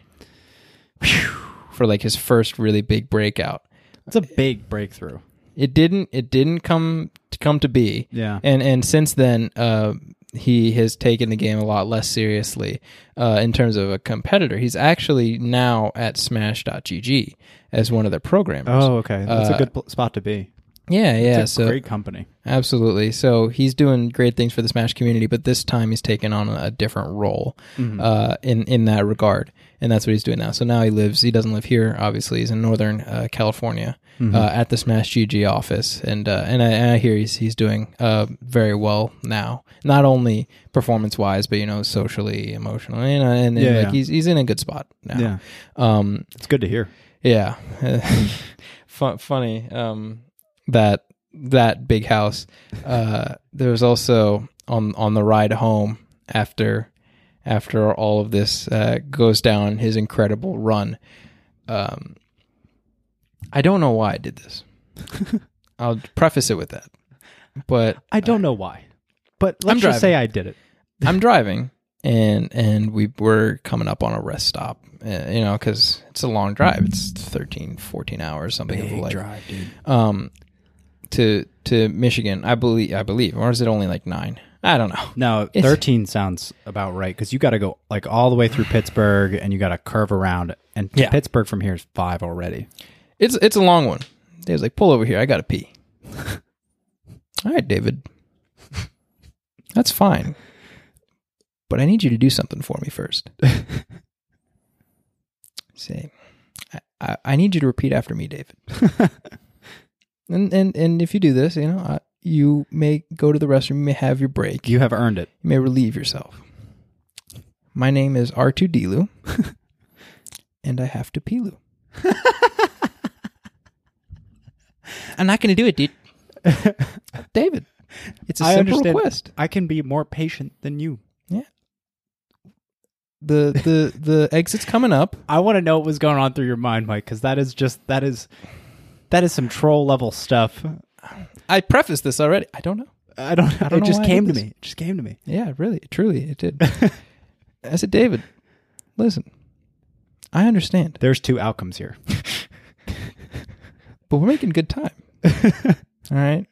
B: for like his first really big breakout.
C: It's a big breakthrough.
B: It didn't. It didn't come to come to be.
C: Yeah.
B: and and since then uh, he has taken the game a lot less seriously uh, in terms of a competitor. He's actually now at Smash.gg as one of their programmers.
C: Oh, okay. That's
B: Uh,
C: a good pl- spot to be.
B: yeah, yeah.
C: It's a
B: so
C: great company.
B: absolutely, so he's doing great things for the Smash community, but this time he's taken on a different role
C: Hmm.
D: Mm-hmm.
B: uh, in in that regard, and that's what he's doing now. So now he lives. He doesn't live here, obviously. He's in Northern uh, California.
D: Mm-hmm.
B: Uh,
C: Mm-hmm.
B: at the Smash GG office, and uh, and, I, and I hear he's he's doing uh, very well now, not only performance wise, but you know socially, emotionally, and, uh, and, and
C: Yeah,
B: like
C: yeah.
B: he's he's in a good spot now.
C: Yeah.
B: Um,
C: It's good to hear.
B: yeah. [LAUGHS] fun, funny um, that that big house. Uh, there was also on on the ride home after after all of this uh, goes down, his incredible run. Um, I don't know why I did [LAUGHS] this. I'll preface it with that, but
D: I don't know why, but let's
B: I'm
D: just say I did it.
B: I'm driving and and we were coming up on a rest stop, uh, you know, because it's a long drive. It's 13, 14 hours, something of the like.
D: drive, dude.
B: Um, to to Michigan, I believe. I believe, or is it only like nine? I don't know. [LAUGHS]
D: No, thirteen sounds about right because you got to go like all the way through Pittsburgh and you got to curve around, and
B: Yeah.
D: Pittsburgh from here is five already.
B: It's it's a long one. Dave's like, pull over here. I gotta pee. [LAUGHS] All right, David. [LAUGHS] That's fine. But I need you to do something for me first. [LAUGHS] Say, I, I, I need you to repeat after me, David. and, and and if you do this, you know, I, you may go to the restroom. You may have your break.
D: You have earned it.
B: You may relieve yourself. My name is R2 Delu, [LAUGHS] and I have to Pilu. I'm not going to do it, dude. [LAUGHS] David, it's a
D: I
B: simple
D: understand.
B: request.
D: I can be more patient than you.
B: The, the, the exit's coming up.
D: I want to know what was going on through your mind, Mike, because that is just that is that is some troll level stuff.
B: I prefaced this already. I don't know.
D: I don't. I
B: don't
D: don't
B: know
D: it just
B: why I
D: came
B: did
D: to
B: this.
D: me. It just came to me.
B: Yeah, really, truly,
D: [LAUGHS]
B: it did. I said, David, listen, I understand.
D: There's two outcomes here.
B: but we're making good time. all right.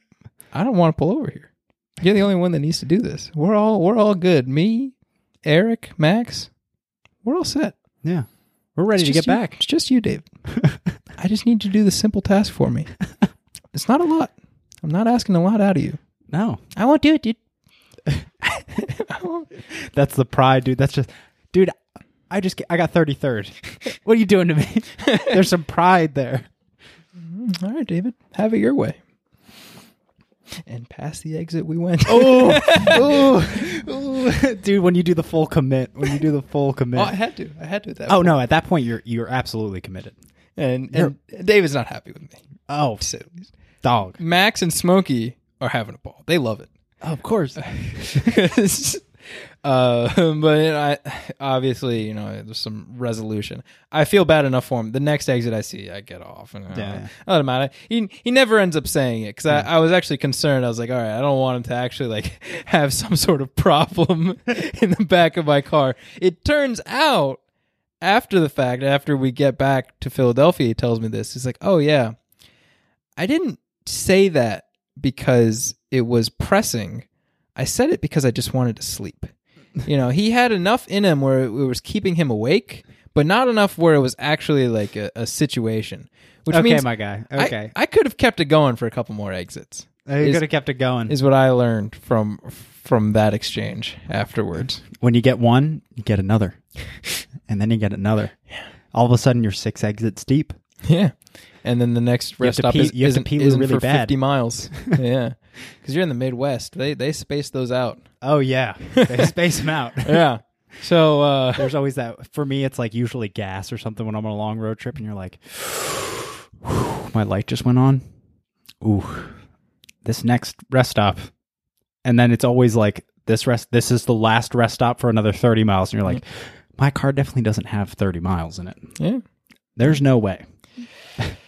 B: I don't want to pull over here. You're the only one that needs to do this. We're all we're all good. Me, Eric, Max, we're all set.
D: [LAUGHS] Yeah, we're ready
B: It's
D: to
B: just
D: get
B: you-
D: back.
B: It's just you, Dave. I just need you to do the simple task for me. It's not a lot. I'm not asking a lot out of you.
D: No,
B: I won't do it, dude.
D: that's the pride, dude. That's just, dude. I just get, I got thirty third. [LAUGHS] what are you doing to me? [LAUGHS] There's some pride [LAUGHS] there.
B: All right, David. Have it your way. And past the exit we went.
D: Oh, [LAUGHS] dude. When you do the full commit, when you do the full
B: Oh, [LAUGHS] I
D: commit.
B: had to. I had to at that.
D: Oh
B: point.
D: no! At that point, you're you're absolutely committed.
B: And, and David's not happy with me.
D: Oh,
B: So at least.
D: dog.
B: Max and Smokey are having a ball. They love it.
D: Oh, of course.
B: [LAUGHS] uh, but I obviously, you know, there's some resolution. I feel bad enough for him. The next exit I see, I get off and uh,
D: Yeah.
B: I let him out. He he never ends up saying it because I, I was actually concerned. I was like, all right, I don't want him to actually like [LAUGHS] have some sort of problem [LAUGHS] in the back of my car. It turns out after the fact, after we get back to Philadelphia, he tells me this. He's like, oh yeah. I didn't say that because it was pressing. I said it because I just wanted
D: [LAUGHS]
B: to sleep. You know, he had enough in him where it was keeping him awake, but not enough where it was actually like a, a situation. Which
D: okay,
B: means
D: my guy.
B: I-
D: Okay,
B: I, could have kept it going for a couple more exits.
D: you
B: is-
D: could have kept it going.
B: Is what I learned from from that exchange
D: [LAUGHS]
B: afterwards.
D: when you get one, you get [LAUGHS] another, and then you get another. All of a sudden, you're six exits deep.
B: Yeah. And then the next
D: You have
B: rest
D: to
B: stop
D: pee-
B: is,
D: you have to
B: isn't,
D: pee
B: isn't
D: really
B: for
D: bad. [LAUGHS]
B: 50 miles. yeah. Because you're in the Midwest. They they space those out.
D: Oh yeah, they space them out.
B: Yeah. [LAUGHS] So uh
D: There's always that. For me, it's like usually gas or something when I'm on a long road trip, and you're like, [SIGHS] my light just went on. Ooh, this next rest stop, and then it's always like this rest. This is the last rest stop for another 30 miles, and you're like,
B: Mm-hmm.
D: my car definitely doesn't have 30 miles in it.
B: yeah.
D: There's no way.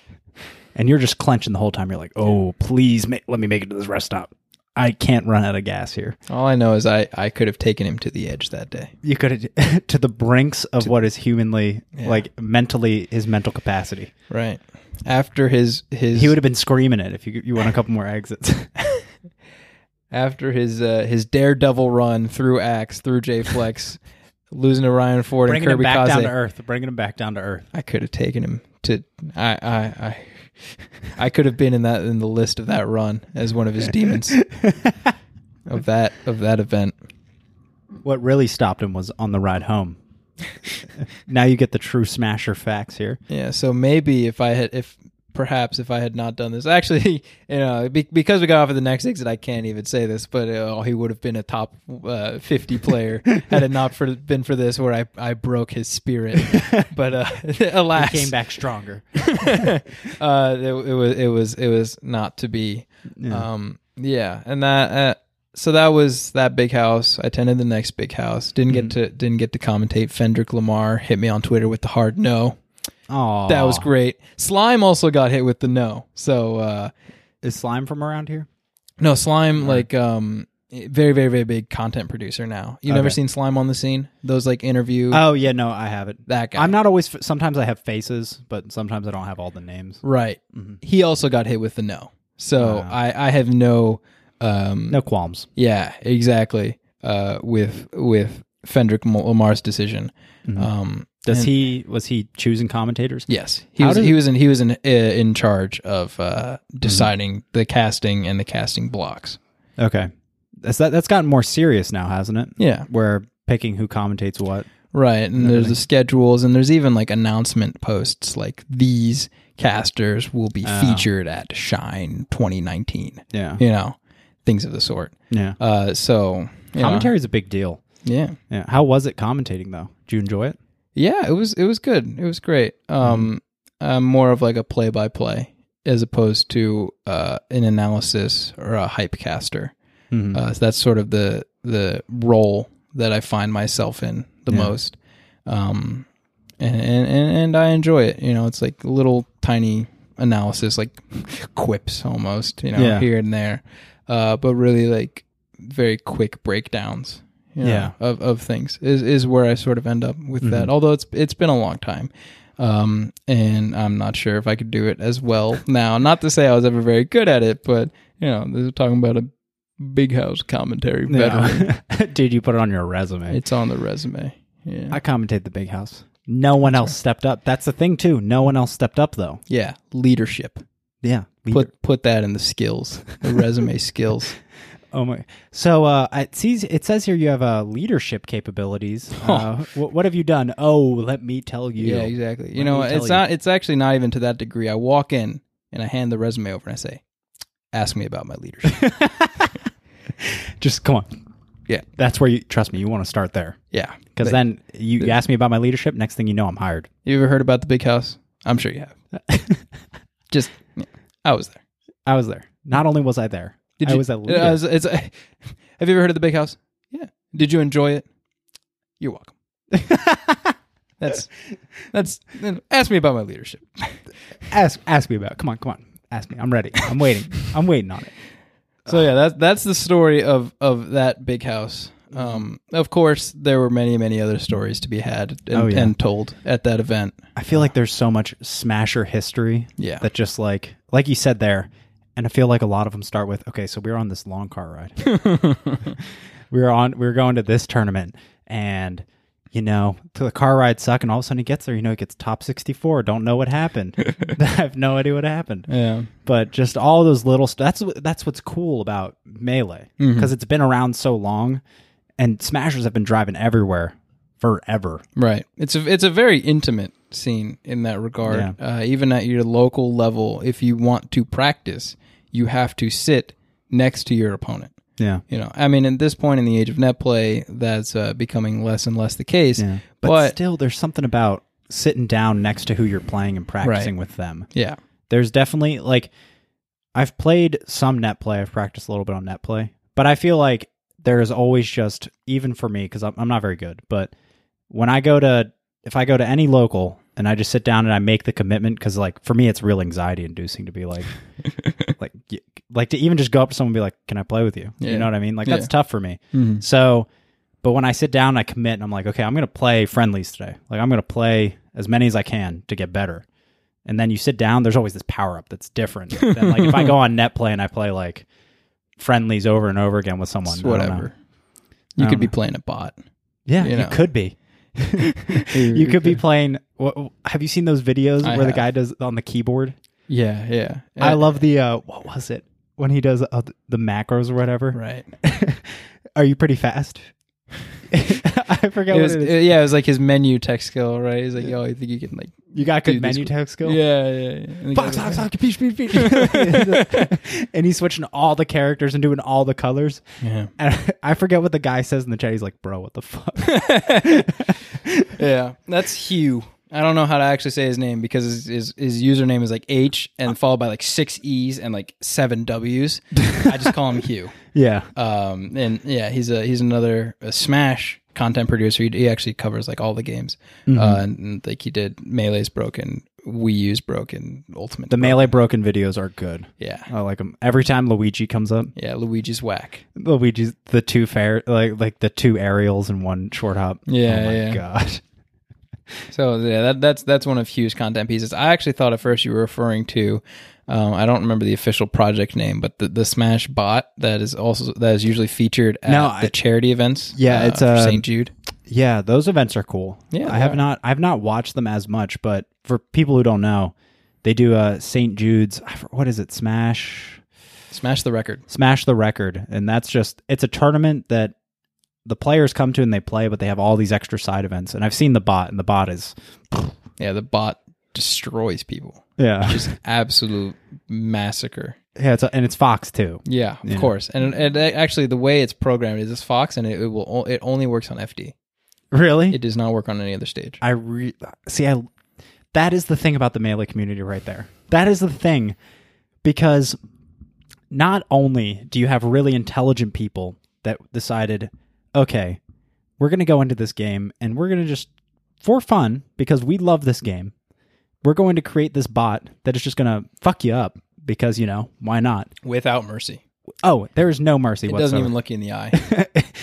D: [LAUGHS] and you're just clenching the whole time. You're like, oh, please ma- let me make it to this rest stop. I can't run out of gas here.
B: All I know is I, I could have taken him to the edge that day.
D: You could [LAUGHS] to the brinks of what is humanly,
B: Yeah.
D: like mentally, his mental capacity.
B: Right. After his his
D: He would have been screaming it if you you want a couple more [LAUGHS] exits.
B: after his uh, his daredevil run through Axe, through J Flex, [LAUGHS] losing to Ryan Ford
D: bringing
B: and
D: him
B: Kirby
D: back down
B: Kaze,
D: to earth. Bringing him back down to earth.
B: I could have taken him to I I I [LAUGHS] I could have been in that in the list of that run as one
D: [LAUGHS]
B: of his demons [LAUGHS] of that of that event.
D: What really stopped him was on the ride home. now you get the true smasher facts here.
B: Yeah, so maybe if I had if perhaps if I had not done this. Actually, [LAUGHS] you know, be- because we got off at the next exit, I can't even say this, but uh, he would have been a top uh, 50
E: [LAUGHS]
B: player had it not for, been for this, where I, I broke
E: [LAUGHS]
B: his spirit. but uh, [LAUGHS] alas,
E: He came back
D: [LAUGHS]
E: stronger.
B: uh, it, it was it was it was not to be.
D: Yeah.
B: Um, yeah, and that uh, so that was that big house. I attended the next big house. Didn't
E: Mm.
B: get to didn't get to commentate. Fendrick Lamar hit me on Twitter with the hard no.
D: Oh,
B: That was great. Slime also got hit with the no. So uh,
D: Is slime from around here?
B: no slime like um very very very big content producer now. You've never
D: Okay.
B: seen slime on the scene? Those like interview
D: Oh yeah, no, I have it.
B: that guy.
D: I'm not always. f- Sometimes I have faces, but sometimes I don't have all the names.
B: right. He also got hit with the no. So
D: Mm-hmm. Wow.
B: I I have no um
D: No qualms.
B: Yeah, exactly. Uh, with with Fendrick Mo- Lamar's decision.
D: Mm-hmm.
B: Um,
D: Does
B: and-
D: he was he choosing commentators?
B: Yes, he
D: How Mm-hmm.
B: was.
D: does-
B: he was in. He was in uh, in charge of uh, deciding the casting and the casting blocks.
D: Okay, that's that, that's gotten more serious now, hasn't it?
B: Yeah,
D: Where picking who commentates what.
B: right. And there's the schedules, and there's even like announcement posts like these casters will be
D: Oh.
B: featured at Shine 2019.
D: Yeah,
B: You know, things of the sort.
D: yeah.
B: Uh, so you know,
D: Commentary is a big deal.
B: yeah.
D: Yeah. How was it commentating though? Did you enjoy it?
B: Yeah, it was it was good. It was great. Um,
D: Mm-hmm.
B: I'm more of like a play by play as opposed to uh, an analysis or a hype caster.
D: Mhm.
B: Uh, so that's sort of the the role that I find myself in the
D: Yeah.
B: most. Um, and, and and and I enjoy it. You know, it's like little tiny analysis, like [LAUGHS] quips almost. You know,
D: Yeah.
B: here and there, uh, but really like very quick breakdowns. you know,
D: Yeah. Mm-hmm.
B: of of things is is where I sort of end up with that. Although it's it's been a long time. Um, and I'm not sure if I could do it as well now. Not to say I was ever very good at it, but you know, they're talking about a big house commentary veteran.
D: Yeah. [LAUGHS] Dude, you put it on your resume.
B: Uh, It's on the resume. Yeah.
D: I commentate the big house. No one else stepped up. That's the thing too. No one else stepped up though.
B: yeah. Leadership.
D: Yeah.
B: Put put that in the skills. The [LAUGHS] resume skills.
D: oh my. So uh, it sees it says here you have uh, leadership
B: [LAUGHS]
D: capabilities. Uh, what, what have you done? Oh, let me tell you.
B: Oh. Yeah, exactly. You
D: Let
B: know,
D: me tell
B: it's
D: you.
B: not it's actually not even to that degree. I walk in and I hand the resume over and I say, Ask me about my leadership. [LAUGHS]
D: Just come on.
B: Yeah.
D: That's where you trust me. You want to start there
B: yeah.
D: because
B: They-
D: then you, you ask me about my leadership. Next thing you know, I'm hired.
B: You ever heard about the big house? I'm sure you have. [LAUGHS] Just, yeah, I was there.
D: I was there. Not only was I there,
B: Did
D: I
B: you-
D: was a leader.
B: I was- it's- [LAUGHS] have you ever heard of the big house? Yeah. Did you enjoy it? You're welcome. [LAUGHS] that's that's. Ask me about my leadership.
D: ask ask me about. It. Come on, come on. Ask me. I'm ready. I'm
B: [LAUGHS]
D: waiting. I'm waiting on it.
B: So yeah, that's that's the story of of that big house. Um, of course, there were many many other stories to be had and,
D: Oh, yeah.
B: and told at that event.
D: I feel like there's so much smasher history.
B: Yeah.
D: That just like like you said there, and I feel like a lot of them start with okay, so we were on this long car ride.
B: [LAUGHS]
D: we were on we were going to this tournament, and you know to the car ride suck, and all of a sudden he gets there. You know he gets top sixty four. Don't know what happened. [LAUGHS] I have no idea what happened.
B: Yeah.
D: but just all those little stuff that's what- that's what's cool about melee because it's been around so long and smashers have been driving everywhere forever
B: Right. It's a it's a very intimate scene in that regard. Uh, even at your local level, if you want to practice, you have to sit next to your opponent.
D: yeah
B: You know, I mean, at this point in the age of net play, that's uh, becoming less and less the case.
D: yeah but,
B: But,
D: still there's something about sitting down next to who you're playing and practicing with them
B: yeah,
D: there's definitely like I've played some net play. I've practiced a little bit on net play, but I feel like there is always just even for me because I'm, I'm not very good. But when I go to if I go to any local and I just sit down and I make the commitment because like for me it's real anxiety inducing to be
B: [LAUGHS]
D: like like y- like to even just go up to someone and be like, can I play with you?
B: Yeah.
D: You know what I mean? Like
B: Yeah.
D: that's tough for me.
B: Mhm.
D: So, but when I sit down, I commit and I'm like, okay, I'm going to play friendlies today. Like I'm going to play as many as I can to get better. And then you sit down, there's always this power up that's different. than like if I
B: [LAUGHS]
D: go on net play and I play like friendlies over and over again with someone,
B: it's
D: I don't know. Um,
B: whatever. You
D: I
B: could
D: don't
B: be
D: know.
B: playing a bot.
D: Yeah,
B: You
D: you,
B: know.
D: could be. [LAUGHS] You could be playing. What, have you seen those videos
B: I
D: where the
B: have.
D: guy does on the keyboard?
B: [LAUGHS] Yeah, yeah.
D: I
B: Uh,
D: love the uh, what was it when he does [LAUGHS] uh, the macros or whatever.
B: right.
D: Are you pretty fast? [LAUGHS] I forgot
B: It was,
D: what it is.
B: uh, yeah, it was like his menu tech skill, right? He's like, yo, you think you can like,
D: you got good
B: dude, this-
D: menu tech skill.
B: yeah, yeah, yeah. And the
D: Fox,
B: guy was
D: fox,
B: like,
D: fox, peach, peach, peach. [LAUGHS] and he's switching all the characters and doing all the colors.
B: Yeah.
D: And [LAUGHS] I forget what the guy says in the chat. He's like, "Bro, what the
B: [LAUGHS]
D: fuck?"
B: Yeah, that's Hugh. I don't know how to actually say his name because his, his, his username is like H
D: Uh,
B: and followed by like six E's and like seven W's. I just call
D: [LAUGHS]
B: him Hugh.
D: yeah,
B: Um, and yeah, he's a he's another a Smash content producer. He, he actually covers like all the games.
D: Mm-hmm.
B: Uh, and, and, like he did Melee's broken, Wii U's broken, Ultimate.
D: the
B: Broken.
D: melee broken videos are good.
B: Yeah,
D: I like them. Every time Luigi comes up,
B: yeah. Luigi's whack.
D: Luigi's the two fair like like the two aerials and one short hop.
B: Yeah,
D: oh my
B: yeah.
D: god.
B: So yeah, that, that's that's one of Hugh's content pieces. I actually thought at first you were referring to, um, I don't remember the official project name, but the, the Smash bot that is also that is usually featured at
D: No,
B: the
D: I-
B: charity events.
D: Yeah,
B: uh,
D: it's,
B: for
D: uh,
B: St. Jude.
D: Yeah, those events are cool.
B: Yeah,
D: I
B: they
D: have
B: are.
D: not I've not watched them as much, but for people who don't know, they do uh St. Jude's I for- what is it? Smash
B: Smash the record.
D: Smash the Record, and that's just it's a tournament that the players come to and they play, but they have all these extra side events. And I've seen the bot, and the bot is
B: Yeah, the bot destroys people.
D: yeah,
B: Just absolute massacre.
D: yeah, it's a, and it's Fox too.
B: Yeah, of
D: Yeah.
B: course. And and a- actually, the way it's programmed is it's Fox, and it, it will o- it only works on FD.
D: Really?
B: It does not work on any other stage.
D: I re- see. I that is the thing about the melee community right there. That is the thing because not only do you have really intelligent people that decided, okay, we're going to go into this game and we're going to just for fun because we love this game. We're going to create this bot that is just going to fuck you up because you know why not?
B: Without mercy,
D: Oh, there is no mercy
B: it doesn't
D: whatsoever. [LAUGHS]
B: even look you in the eye.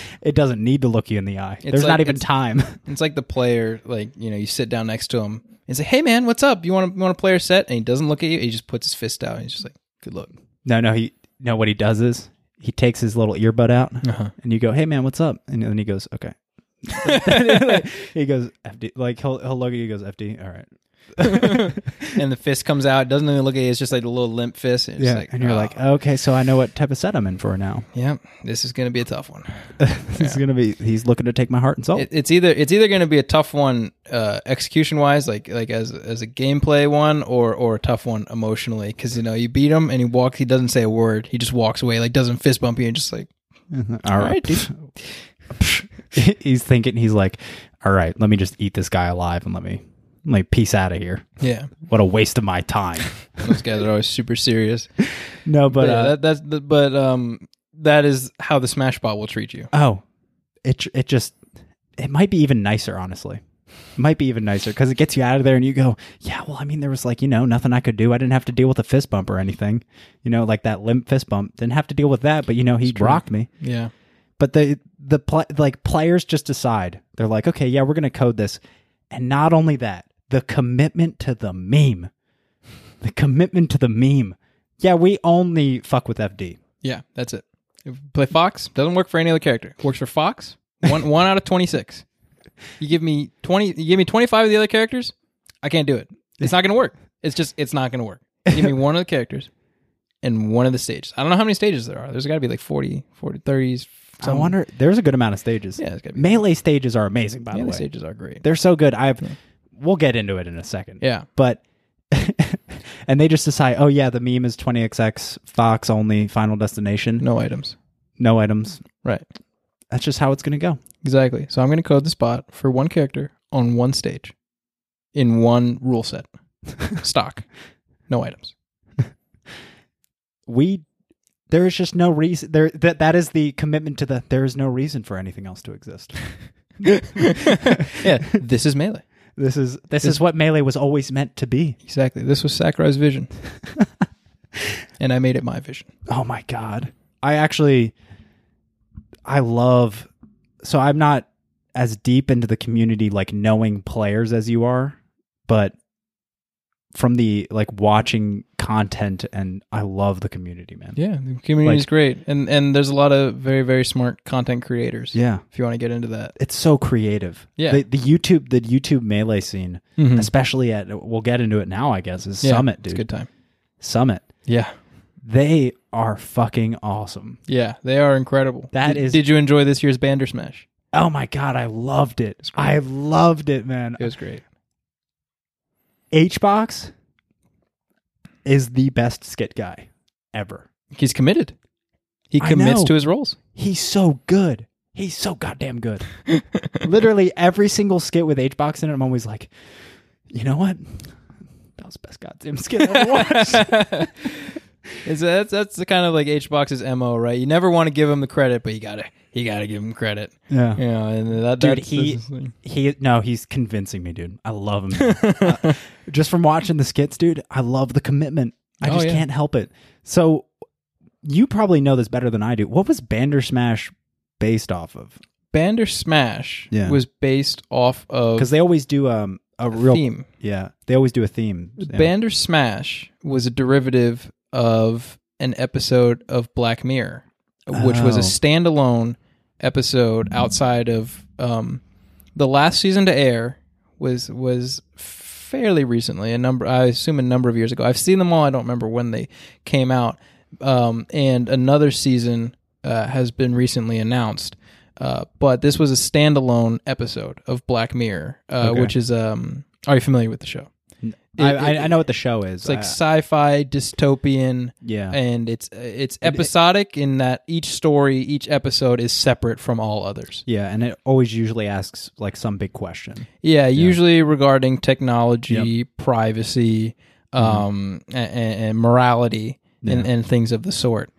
B: [LAUGHS]
D: it doesn't need to look you in the eye. There's
B: like-
D: not even
B: it's-
D: time. [LAUGHS]
B: It's like the player, like you know, you sit down next to him and say, "Hey, man, what's up? You want to want a player set?" And he doesn't look at you. He just puts his fist out. And he's just like, "Good luck."
D: No, no, he no. What he does is he takes his little earbud out, and you go, "Hey, man, what's up?" And then he goes, [LAUGHS] "Okay." he goes, "FD." Like he'll he'll look at you. He goes, "FD." All right.
B: And the fist comes out. Doesn't even look at you. It's just like a little limp fist. And, it's just like,
D: and you're
B: "Oh,
D: like, "Okay, so I know what type of set I'm in for now.
B: "Yeah, this is gonna be a tough one."
D: This is gonna be. He's looking to take my heart and soul."
B: It, it's either it's either gonna be a tough one uh, execution wise, like like as as a gameplay one, or or a tough one emotionally, because you know you beat him and he walks. He doesn't say a word. He just walks away. Like doesn't fist bump you and just like,
D: [LAUGHS] all right. [LAUGHS] he's thinking. He's like, "All right, let me just eat this guy alive and let me let me peace out of here.
B: yeah.
D: What a waste of my time."
B: Those guys are always super serious.
D: [LAUGHS] no, but
B: yeah,
D: uh,
B: that, that's the, but um that is how the smash bot will treat you
D: Oh, it it just it might be even nicer, honestly. It might be even nicer because it gets you out of there and you go, yeah. Well, I mean, there was like you know nothing I could do. I didn't have to deal with a fist bump or anything. You know, like that limp fist bump. Didn't have to deal with that, but you know he rocked me.
B: yeah
D: But the the pl- like players just decide they're like, okay, yeah, we're gonna code this, and not only that, the commitment to the meme, the commitment to the meme. Yeah, we only fuck with FD.
B: yeah that's it If you play fox doesn't work for any other character works for fox one one out of 26 you give me 20 you give me 25 of the other characters i can't do it it's not gonna work it's just it's not gonna work give me one of the characters and one of the stages i don't know how many stages there are there's gotta be like 40 40 30s
D: I wonder. There's a good amount of stages.
B: Um, yeah it's gotta be
D: Melee stages are amazing, by
B: yeah,
D: the
B: the
D: way.
B: stages are great
D: They're so good. I've we'll get into it in a second.
B: yeah
D: But [LAUGHS] and they just decide, oh yeah, the meme is 20xx Fox only final destination.
B: no items
D: No items.
B: right
D: That's just how it's going to go.
B: Exactly. So I'm going to code the spot for one character on one stage in one rule
D: [LAUGHS]
B: set. Stock. No items.
D: We there is just no reason there that that is the commitment to the there is no reason for anything else to exist. [LAUGHS]
B: [LAUGHS] yeah, this is melee.
D: This is this is what melee was always meant to be.
B: Exactly. This was Sakurai's [LAUGHS] vision. and I made it my vision.
D: Oh my god. I actually I love so I'm not as deep into the community like knowing players as you are, but from the like watching content and I love the community, man.
B: Yeah, the community is
D: Like-
B: great. And and there's a lot of very very smart content creators.
D: Yeah.
B: If you want to get into that.
D: It's so creative.
B: Yeah.
D: The, the YouTube the YouTube melee scene,
B: Mhm.
D: especially at we'll get into it now, I guess, is
B: Yeah,
D: Summit,
B: It's
D: dude.
B: a good time.
D: Summit.
B: Yeah.
D: They are fucking awesome.
B: Yeah, they are incredible.
D: That
B: That is. did,
D: is-
B: Did you enjoy this year's Bandersmash?
D: Oh my god, I loved it. I loved it, man.
B: It was great.
D: H box is the best skit guy ever.
B: He's committed. He
D: I
B: commits
D: know.
B: to his roles. [LAUGHS]
D: He's so good. He's so goddamn good. Literally every single skit with H box in it, I'm always like, you know what? That was the best goddamn skit I ever
B: [LAUGHS]
D: watched.
B: It's- that's that's the kind of like H box's mo, right? You never want to give him the credit, but you gotta you gotta give him credit.
D: yeah.
B: You know, and that
D: Dude,
B: that's,
D: he-
B: that's his thing.
D: He no, he's convincing me, dude. I love him.
B: [LAUGHS]
D: Uh, just from watching the skits, dude, I love the commitment. I
B: Oh,
D: just
B: yeah.
D: can't help it. So you probably know this better than I do. What was Bandersmash based off of?
B: Bandersmash
D: Yeah.
B: was based off of
D: Because they always do um a real
B: theme.
D: yeah. They always do a theme. Yeah.
B: Bandersmash was a derivative of an episode of Black Mirror, which was a
D: Oh. Mm-hmm.
B: standalone episode outside of um, the last season to air was was fairly recently a number I assume a number of years ago. I've seen them all. I don't remember when they came out. Um, and another season uh, has been recently announced. Uh, but this was a standalone episode of Black Mirror, uh,
D: Okay.
B: which is um, are you familiar with the show?
D: I,
B: it-
D: I,
B: it-
D: I know what the show is.
B: It's like
D: I-
B: sci-fi dystopian,
D: yeah.
B: and it's it's episodic in that each story, each episode is separate from all others.
D: yeah, and it always usually asks like some big question.
B: Yeah, usually regarding technology, privacy,
D: Mm-hmm.
B: um, a- a- and, morality, and, and things of the sort.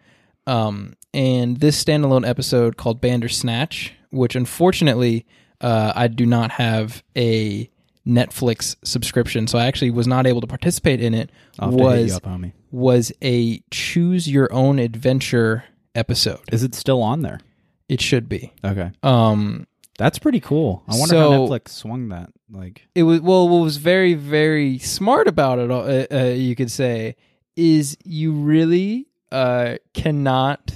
B: Um, and this standalone episode called Bandersnatch, which unfortunately uh, I do not have a Netflix subscription, so I actually was not able to participate in it.
D: I'll have to hit you
B: was
D: up, homie.
B: was a choose your own adventure episode.
D: Is it still on there?
B: It should be.
D: Okay.
B: Um,
D: That's pretty cool. I wonder how
B: So-
D: Netflix swung that. Like
B: it was well. What was very very smart about it, uh, uh, you could say, is you really uh, cannot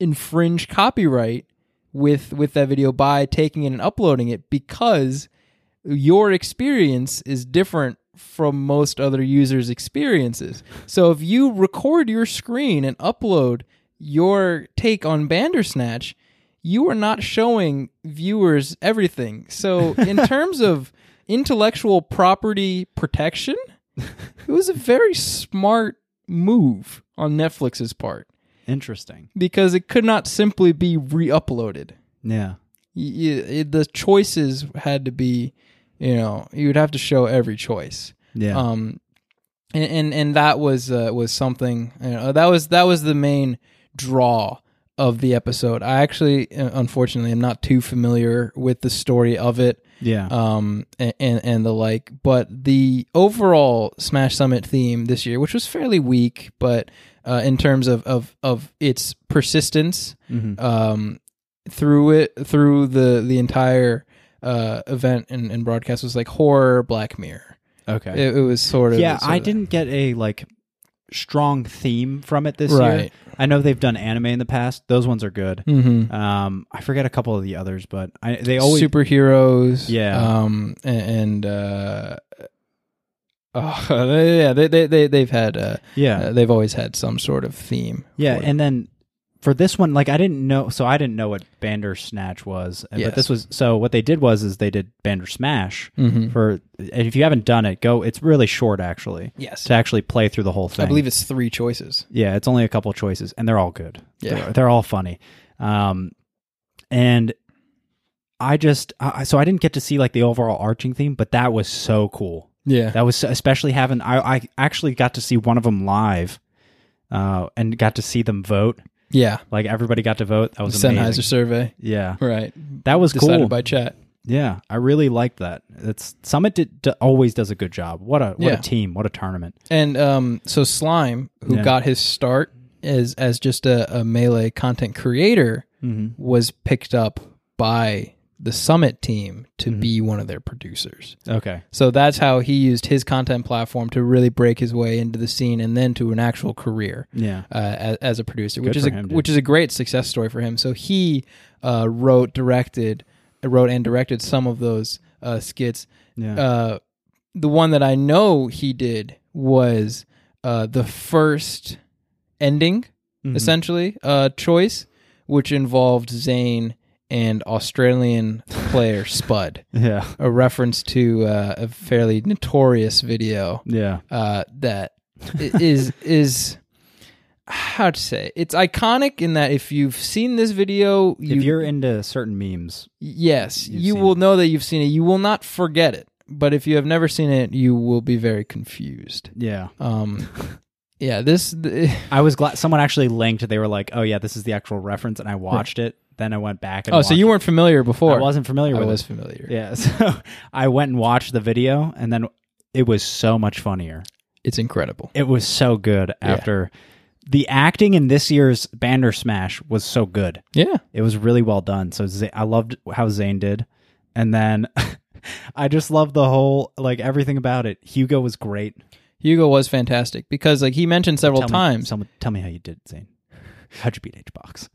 B: infringe copyright with with that video by taking it and uploading it because your experience is different from most other users' experiences. So if you record your screen and upload your take on Bandersnatch, you are not showing viewers everything. So in terms of intellectual property protection, it was a very smart move on Netflix's part
D: interesting.
B: because it could not simply be re-uploaded.
D: Yeah.
B: Y- y- it- the choices had to be, you know, you would have to show every choice.
D: Yeah.
B: Um, and and, and that was uh, was something. You know, that was that was the main draw of the episode. I actually, uh, unfortunately, am not too familiar with the story of it
D: yeah.
B: um and, and and the like but the overall smash summit theme this year which was fairly weak but uh in terms of of of its persistence
D: Mhm.
B: um through it through the the entire uh event and, and broadcast was like horror black mirror
D: Okay.
B: it, it was sort of
D: yeah,
B: sort
D: I
B: of-
D: didn't get a like strong theme from it this year.
B: Right.
D: I know they've done anime in the past; those ones are good.
B: Mhm.
D: Um, I forget a couple of the others, but I they always
B: superheroes
D: Yeah.
B: um and, and uh oh, [LAUGHS] yeah they, they they they've had uh,
D: yeah
B: uh, they've always had some sort of theme
D: yeah.
B: for it.
D: And then for this one, like I didn't know, so I didn't know what Bandersnatch was, and- but
B: Yes.
D: this was so what they did was is they did Bandersmash
B: Mhm.
D: for, and if you haven't done it, go. It's really short actually
B: Yes.
D: to actually play through the whole thing.
B: I believe it's three choices.
D: Yeah, it's only a couple choices, and they're all good.
B: Yeah.
D: they're, they're all funny. Um, and I just I, I- so I didn't get to see like the overall arching theme, but that was so cool.
B: Yeah.
D: That was so- especially having I, I actually got to see one of them live, uh, and got to see them vote.
B: yeah.
D: Like everybody got to vote. That was
B: Sennheiser
D: amazing.
B: survey.
D: Yeah,
B: Right.
D: that was
B: Decided
D: cool.
B: by chat.
D: yeah, I really liked that. That's Summit did, d- always does a good job. What a what
B: Yeah.
D: a team. What a tournament.
B: And um, so Slime, who
D: Yeah.
B: got his start as as just a, a melee content creator, was picked up by the Summit team to
D: Mm-hmm.
B: be one of their producers.
D: Okay.
B: So that's how he used his content platform to really break his way into the scene and then to an actual career.
D: Yeah.
B: uh, as, as a producer, which
D: Good
B: is a
D: for him, dude.
B: which is a great success story for him. So he uh, wrote, directed, wrote and directed some of those uh, skits.
D: Yeah.
B: Uh, the one that I know he did was uh, the first ending,
D: Mhm.
B: essentially uh, choice, which involved Zane and Australian player Spud,
D: Yeah.
B: a reference to uh, a fairly notorious video
D: Yeah.
B: uh, that i- is is how to say it's iconic in that if you've seen this video,
D: if
B: you
D: you're into certain memes,
B: yes,
D: you've
B: you
D: seen
B: will know that you've seen it. You will not forget it. But if you have never seen it, you will be very confused.
D: yeah. [LAUGHS]
B: Um, yeah, this th-
D: I was glad someone actually linked. They were like, "Oh yeah, this is the actual reference," and I watched it. Then I went back. And
B: [LAUGHS] Oh, so you
D: watched-
B: weren't familiar before?
D: I wasn't familiar
B: I
D: with
B: was
D: it.
B: familiar.
D: Yeah, [LAUGHS] so I went and watched the video, and then it was so much funnier.
B: It's incredible.
D: It was so good after the acting in this year's Bander Smash was so good.
B: Yeah.
D: It was really well done. So Z- I loved how Zayn did, and then [LAUGHS] I just loved the whole like everything about it. Hugo was great.
B: Hugo was fantastic because like he mentioned several
D: Tell me-
B: times
D: someone- tell me how you did, Zayn. How'd you beat H [LAUGHS] box?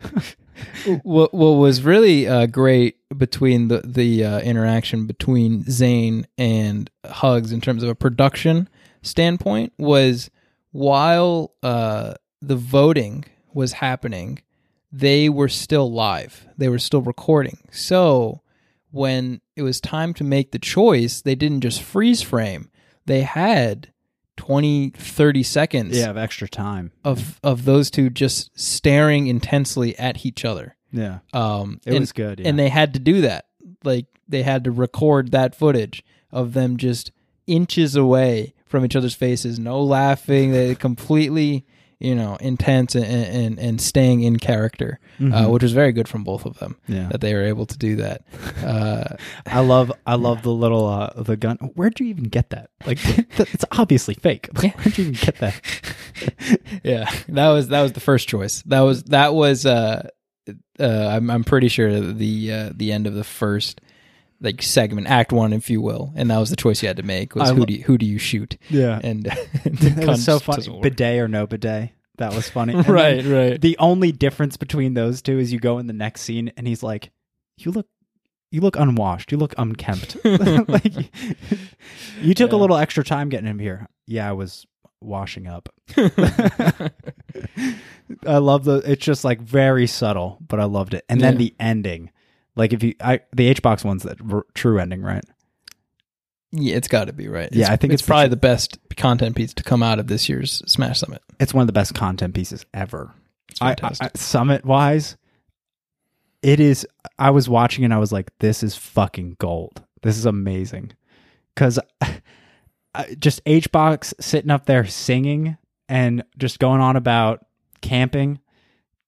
B: what what was really uh, great between the the uh, interaction between Zane and Hugs in terms of a production standpoint was while uh, the voting was happening, they were still live. They were still recording. So when it was time to make the choice, they didn't just freeze frame. They had 20 30 seconds
D: yeah, of extra time.
B: of of those two just staring intensely at each other.
D: Yeah,
B: Um,
D: it
B: and,
D: was good. Yeah.
B: and they had to do that. Like they had to record that footage of them just inches away from each other's faces, no laughing. They completely, you know, intense and and, and staying in character, uh, which was very good from both of them
D: Mm-hmm. yeah.
B: that they were able to do that.
D: [LAUGHS]
B: Uh,
D: I love I love the little uh the gun. Where'd you even get that? Like [LAUGHS] it's obviously fake. [LAUGHS] Like, Where'd you even get that?
B: [LAUGHS] yeah, that was that was the first choice. That was that was. Uh, uh, I'm I'm pretty sure the uh, the end of the first like segment, act one, if you will, and that was the choice you had to make was
D: I
B: who
D: lo-
B: do you, who do you shoot?
D: Yeah.
B: and [LAUGHS]
D: [LAUGHS] It Uh, was so funny. Bidet or no bidet. That was
B: [LAUGHS]
D: funny. And
B: Right,
D: then
B: right.
D: The only difference between those two is you go in the next scene and he's like, You look you look unwashed. You look
B: [LAUGHS]
D: unkempt. [LAUGHS] like you took a
B: Yeah.
D: little extra time getting him here. Yeah, I was washing up. [LAUGHS] I love the. It's just like very subtle, but I loved it. And then
B: Yeah.
D: the ending, like if you, I the H box one's the r- true ending, right?
B: [LAUGHS] yeah, it's got to be right.
D: Yeah, I think
B: it's,
D: it's the
B: probably
D: tr-
B: the best content piece to come out of this year's Smash Summit.
D: It's one of the best content pieces ever.
B: It's
D: I,
B: fantastic.
D: summit wise, it is. I was watching and I was like, this is fucking gold. This is amazing, [LAUGHS] because just H box sitting up there singing and just going on about camping.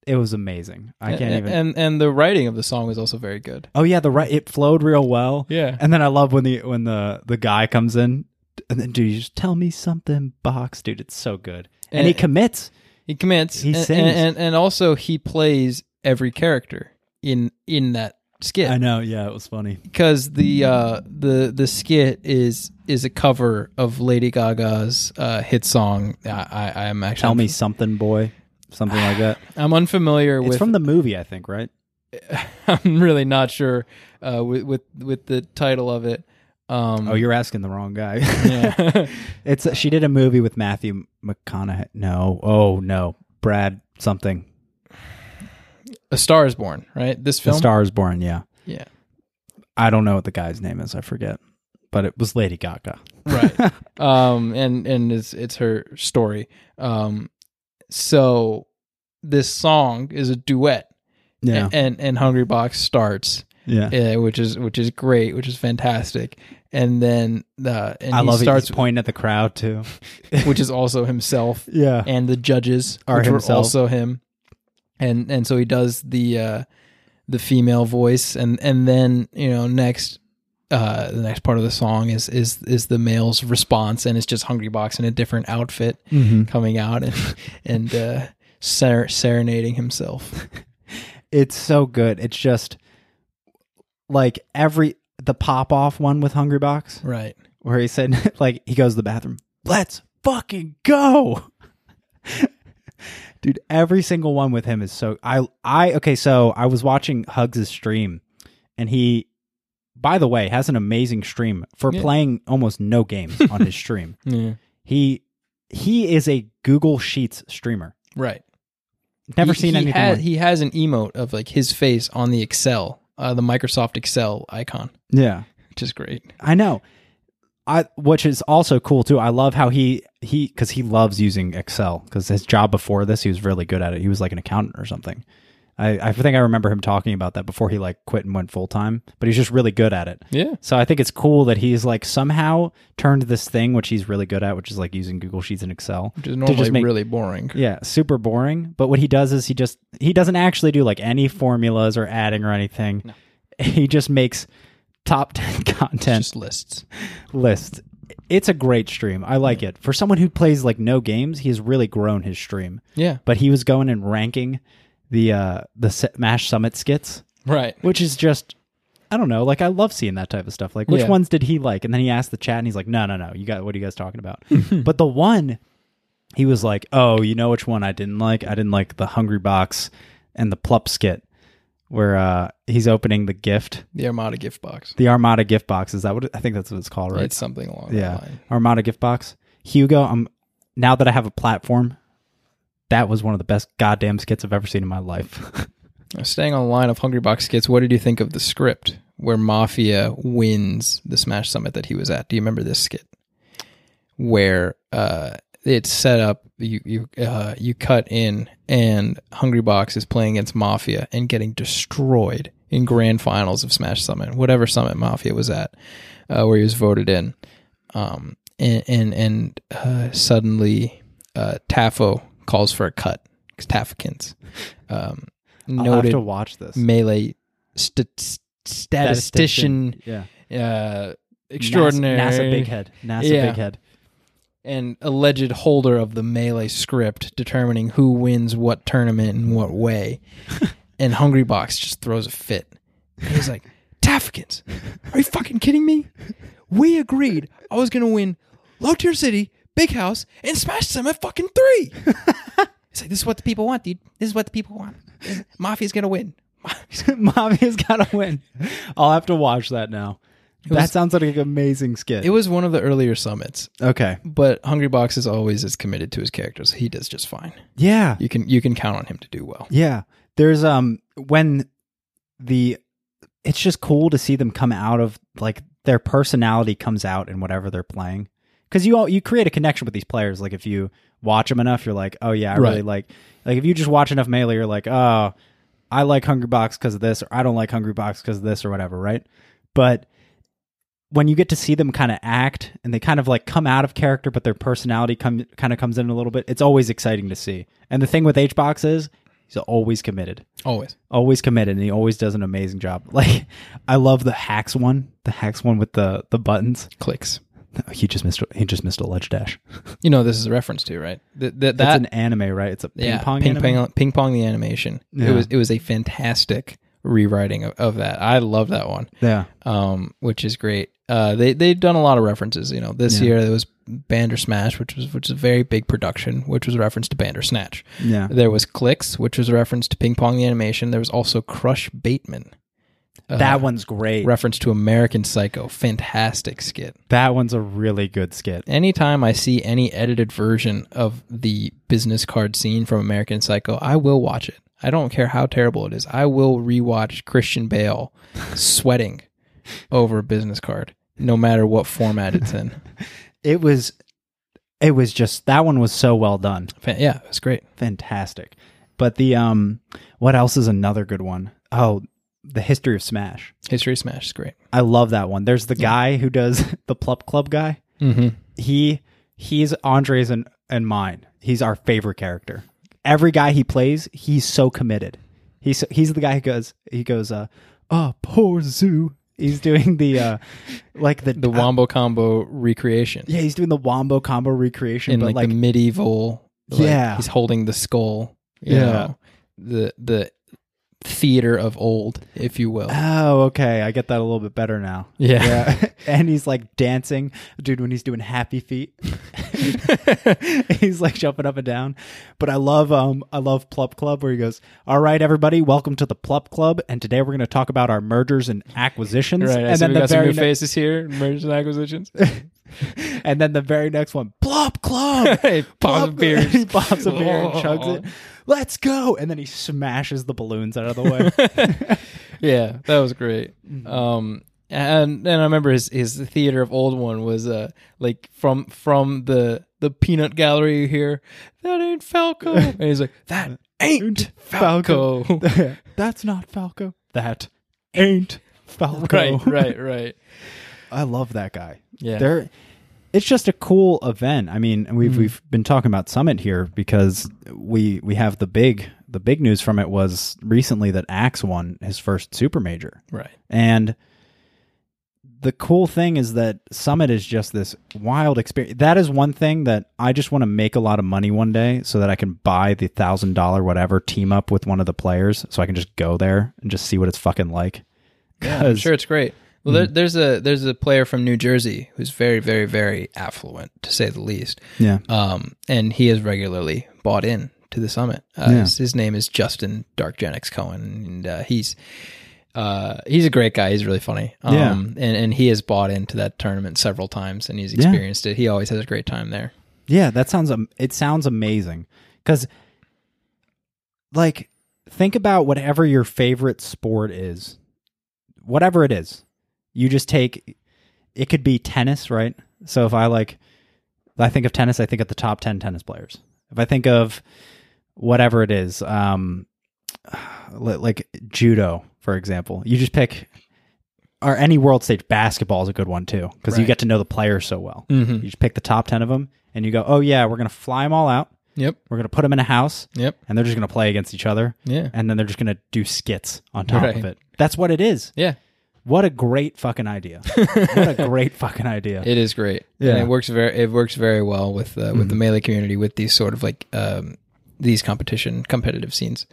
D: It was amazing. I can't
B: and,
D: even.
B: And and the writing of the song was also very good.
D: oh yeah, the right. It flowed real well.
B: Yeah,
D: And then I love when the when the the guy comes in and then dude, you just tell me something, box, dude. It's so good. And, he
B: And-
D: commits.
B: he commits.
D: He
B: and,
D: sings.
B: and, and and also he plays every character in in that skit.
D: I know. Yeah, it was funny.
B: because the uh, the the skit is is a cover of Lady Gaga's uh, hit song. I, I I'm actually
D: Tell me something, boy. Something like that.
B: I'm
D: [SIGHS]
B: unfamiliar
D: It's
B: with.
D: from the movie, I think, right?
B: [LAUGHS] I'm really not sure uh, with, with with the title of it. Um,
D: Oh, you're asking the wrong guy.
B: [LAUGHS] yeah.
D: [LAUGHS] it's she did a movie with Matthew McConaughey. No, oh no, Brad something.
B: a Star Is Born, right? This
D: The
B: film.
D: Star is Born. Yeah,
B: Yeah.
D: I don't know what the guy's name is. I forget, but it was Lady Gaga.
B: right
D: [LAUGHS]
B: um and and it's it's her story um so this song is a duet
D: Yeah,
B: and and hungry box starts
D: yeah.
B: uh, which is which is great which is fantastic and then uh and
D: I
B: he
D: love [LAUGHS]
B: starts
D: it. He's pointing at the crowd too.
B: which is also himself
D: Yeah.
B: and the judges
D: Are
B: which were
D: himself.
B: also him and and so he does the uh the female voice and and then you know next uh the next part of the song is is is the male's response and it's just hungry box in a different outfit
D: Mm-hmm.
B: coming out [LAUGHS] and and uh ser- serenading himself
D: It's so good. It's just like every the pop off one with Hungry Box
B: right
D: where he said [LAUGHS] like he goes to the bathroom. Let's fucking go. [LAUGHS] Dude, every single one with him is so I I okay, so I was watching Hugs' stream and he by the way has an amazing stream for
B: Yeah.
D: playing almost no
B: [LAUGHS]
D: games on his stream.
B: yeah
D: He he is a Google Sheets streamer.
B: right
D: Never
B: He-
D: seen
B: he
D: anything
B: ha-
D: like
B: he has an emote of like his face on the excel uh, the Microsoft Excel icon,
D: Yeah.
B: which is great.
D: I know. I which is also cool too. I love how he he because he loves using Excel because his job before this he was really good at it. He was like an accountant or something. I, I think I remember him talking about that before he like quit and went full time, but he's just really good at it.
B: Yeah.
D: So I think it's cool that he's like somehow turned this thing which he's really good at, which is like using Google Sheets and Excel.
B: Which is
D: to
B: normally
D: just make-
B: really boring.
D: yeah, super boring. But what he does is he just he doesn't actually do like any formulas or adding or anything. He just makes top [LAUGHS] ten
B: It's
D: content
B: just lists.
D: list. It's a great stream. I like it. For someone who plays like no games, he has really grown his stream.
B: Yeah.
D: But he was going and ranking the uh the S- Mash Summit skits,
B: Right.
D: which is just I don't know, like I love seeing that type of stuff. Like which
B: Yeah.
D: ones did he like? And then he asked the chat and he's like, "No, no, no. You got what are you guys talking about?" but the one he was like, "Oh, you know which one I didn't like? I didn't like the Hungry Box and the Plup skit where uh he's opening the gift,
B: The Armada gift box.
D: the Armada gift box. Is that what it- I think that's what it's called, right?
B: It's something along
D: yeah
B: that line.
D: armada gift box hugo i'm now that i have a platform that was one of the best goddamn skits i've ever seen in my life [LAUGHS]
B: Staying on the line of Hungry Box Skits, what did you think of the script where Mafia wins the Smash Summit that he was at? Do you remember this skit? Where uh, it's set up, you you uh, you cut in, and Hungry Box is playing against Mafia and getting destroyed in grand finals of Smash Summit, whatever summit Mafia was at, uh, where he was voted in, um, and and, and uh, suddenly uh, Taffo calls for a cut because Taffkins. Um,
D: i'll have
B: noted
D: to watch this
B: melee st- st- statistician
D: yeah
B: uh, extraordinary
D: nasa, nasa big head nasa
B: Yeah.
D: big head [LAUGHS]
B: and alleged holder of the melee script determining who wins what tournament in what way and hungry box just throws a fit he's like Tafkins, are you fucking kidding me we agreed i was gonna win low tier city big house and smash summit fucking three it's like this is what the people want dude this is what the people want This- mafia's gonna win
D: mommy's gotta win i'll have to watch that now that
B: was-
D: sounds like an amazing skit
B: it was one of the earlier summits
D: okay
B: but Hungry Box is always as committed to his characters. He does just fine.
D: yeah
B: You can you can count on him to do well.
D: Yeah. There's um when the it's just cool to see them come out of like their personality comes out in whatever they're playing. Cuz you all you create a connection with these players like if you watch them enough you're like, "Oh yeah, I really
B: Right.
D: like." Like if you just watch enough melee you're like, "Oh, I like Hungry Box cuz of this or I don't like Hungry Box cuz of this or whatever, right?" But when you get to see them kind of act and they kind of like come out of character but their personality come kind of comes in a little bit, it's always exciting to see. And the thing with H Box is he's always committed
B: Always.
D: always committed and he always does an amazing job [LAUGHS] like i love the hacks one the hacks one with the the buttons [LAUGHS]
B: Clicks.
D: he just missed he just missed a ledge dash
B: You know this is a reference to, right? Th- th-
D: that's
B: that
D: an anime right it's a ping
B: yeah,
D: pong
B: ping
D: anime?
B: pong ping pong the animation.
D: Yeah.
B: It was it was a fantastic rewriting of, of that. I love that one.
D: yeah
B: Um, which is great. Uh, they they've done a lot of references. You know, this year there was Bandersmash, which was which is a very big production, which was a reference to Bandersnatch.
D: yeah
B: There was Clicks, which was a reference to Ping Pong the animation. There was also Crush Bateman. Uh,
D: that one's great
B: reference to American Psycho. Fantastic skit.
D: that one's a really good skit
B: Anytime I see any edited version of the business card scene from American Psycho, I will watch it. I don't care how terrible it is. I will rewatch
D: [LAUGHS]
B: Christian Bale sweating over a business card, no matter what format
D: [LAUGHS]
B: it's in.
D: it was it was just that one was so well done
B: Fan- yeah, it's great.
D: fantastic but the um what else is another good one? Oh, the history of smash
B: History of Smash is great.
D: i love that one there's the guy who does [LAUGHS] the plup club guy
B: Mm-hmm.
D: he he's Andre's and and mine. He's our favorite character. Every guy he plays, he's so committed. He's he's the guy who goes he goes uh oh poor zoo. He's doing the
B: [LAUGHS]
D: uh like the
B: The Wombo Combo recreation
D: Uh, yeah he's doing the wombo combo recreation
B: in
D: but
B: like,
D: like,
B: the medieval. like,
D: Yeah.
B: he's holding the skull. You
D: Yeah.
B: know, the the theater of old, if you will.
D: oh okay I get that a little bit better now.
B: Yeah. [LAUGHS]
D: Yeah. and he's like dancing, dude, when he's doing happy feet. [LAUGHS] he's like jumping up and down. But I love um I love Plup Club where he goes, All right, everybody, welcome to the Plup Club. And today we're gonna talk about our mergers and acquisitions.
B: Right.
D: and
B: so we got some new
D: ne- [LAUGHS]
B: faces here, mergers and acquisitions.
D: and then the very next one, plop club.
B: Hey, [LAUGHS] pops
D: Plop,
B: beers.
D: [LAUGHS] he pops a beer and
B: Oh.
D: chugs
B: [LAUGHS]
D: it. Let's go! And then he smashes the balloons out of the
B: [LAUGHS]
D: way.
B: yeah, that was great.
D: Mm-hmm.
B: Um, and and I remember his his theater of old one was uh like from from the the peanut gallery you hear that ain't
D: [LAUGHS]
B: Falco and he's like that ain't Falco,
D: That's not Falco. That ain't [LAUGHS] Falco.
B: [LAUGHS] right right right
D: I love that guy.
B: yeah Mm-hmm.
D: There it's just a cool event. I mean, and we've we've been talking about Summit here because we we have the big the big news from it was recently that Axe won his first super major.
B: right
D: And the cool thing is that Summit is just this wild experience. That is one thing that I just want to make a lot of money one day so that I can buy the thousand dollar whatever team up with one of the players so I can just go there and just see what it's fucking like.
B: yeah, I'm sure it's great. Well,
D: Mm.
B: there, there's a there's a player from New Jersey who's very very very affluent to say the least.
D: Yeah.
B: Um, and he has regularly bought in to the summit. Uh, his, his name is Justin Darkgenix Cohen, and uh, he's uh, he's a great guy. He's really funny. Um,
D: Yeah.
B: and and he has bought into that tournament several times, and he's experienced it. He always has a great time there.
D: Yeah, that sounds um, it sounds amazing cuz like think about whatever your favorite sport is. Whatever it is. You just take it could be tennis, right? So if I like I think of tennis, I think of the top 10 tennis players. If I think of whatever it is, um li- like judo, for example, you just pick or any world stage basketball is a good one too because you
B: Right.
D: get to know the players so well.
B: Mm-hmm.
D: You just pick the top 10 of them and you go, oh, yeah, we're going to fly them all out.
B: Yep.
D: We're going to put them in a house
B: Yep.
D: and they're just going to play against each other.
B: Yeah.
D: And then they're just going to do skits on top
B: Right.
D: of it. That's what it is.
B: Yeah.
D: What a great fucking idea. [LAUGHS] what a great fucking idea.
B: It is great.
D: Yeah.
B: And it works very it works very well with uh, with the melee community with these sort of like um these competition competitive scenes.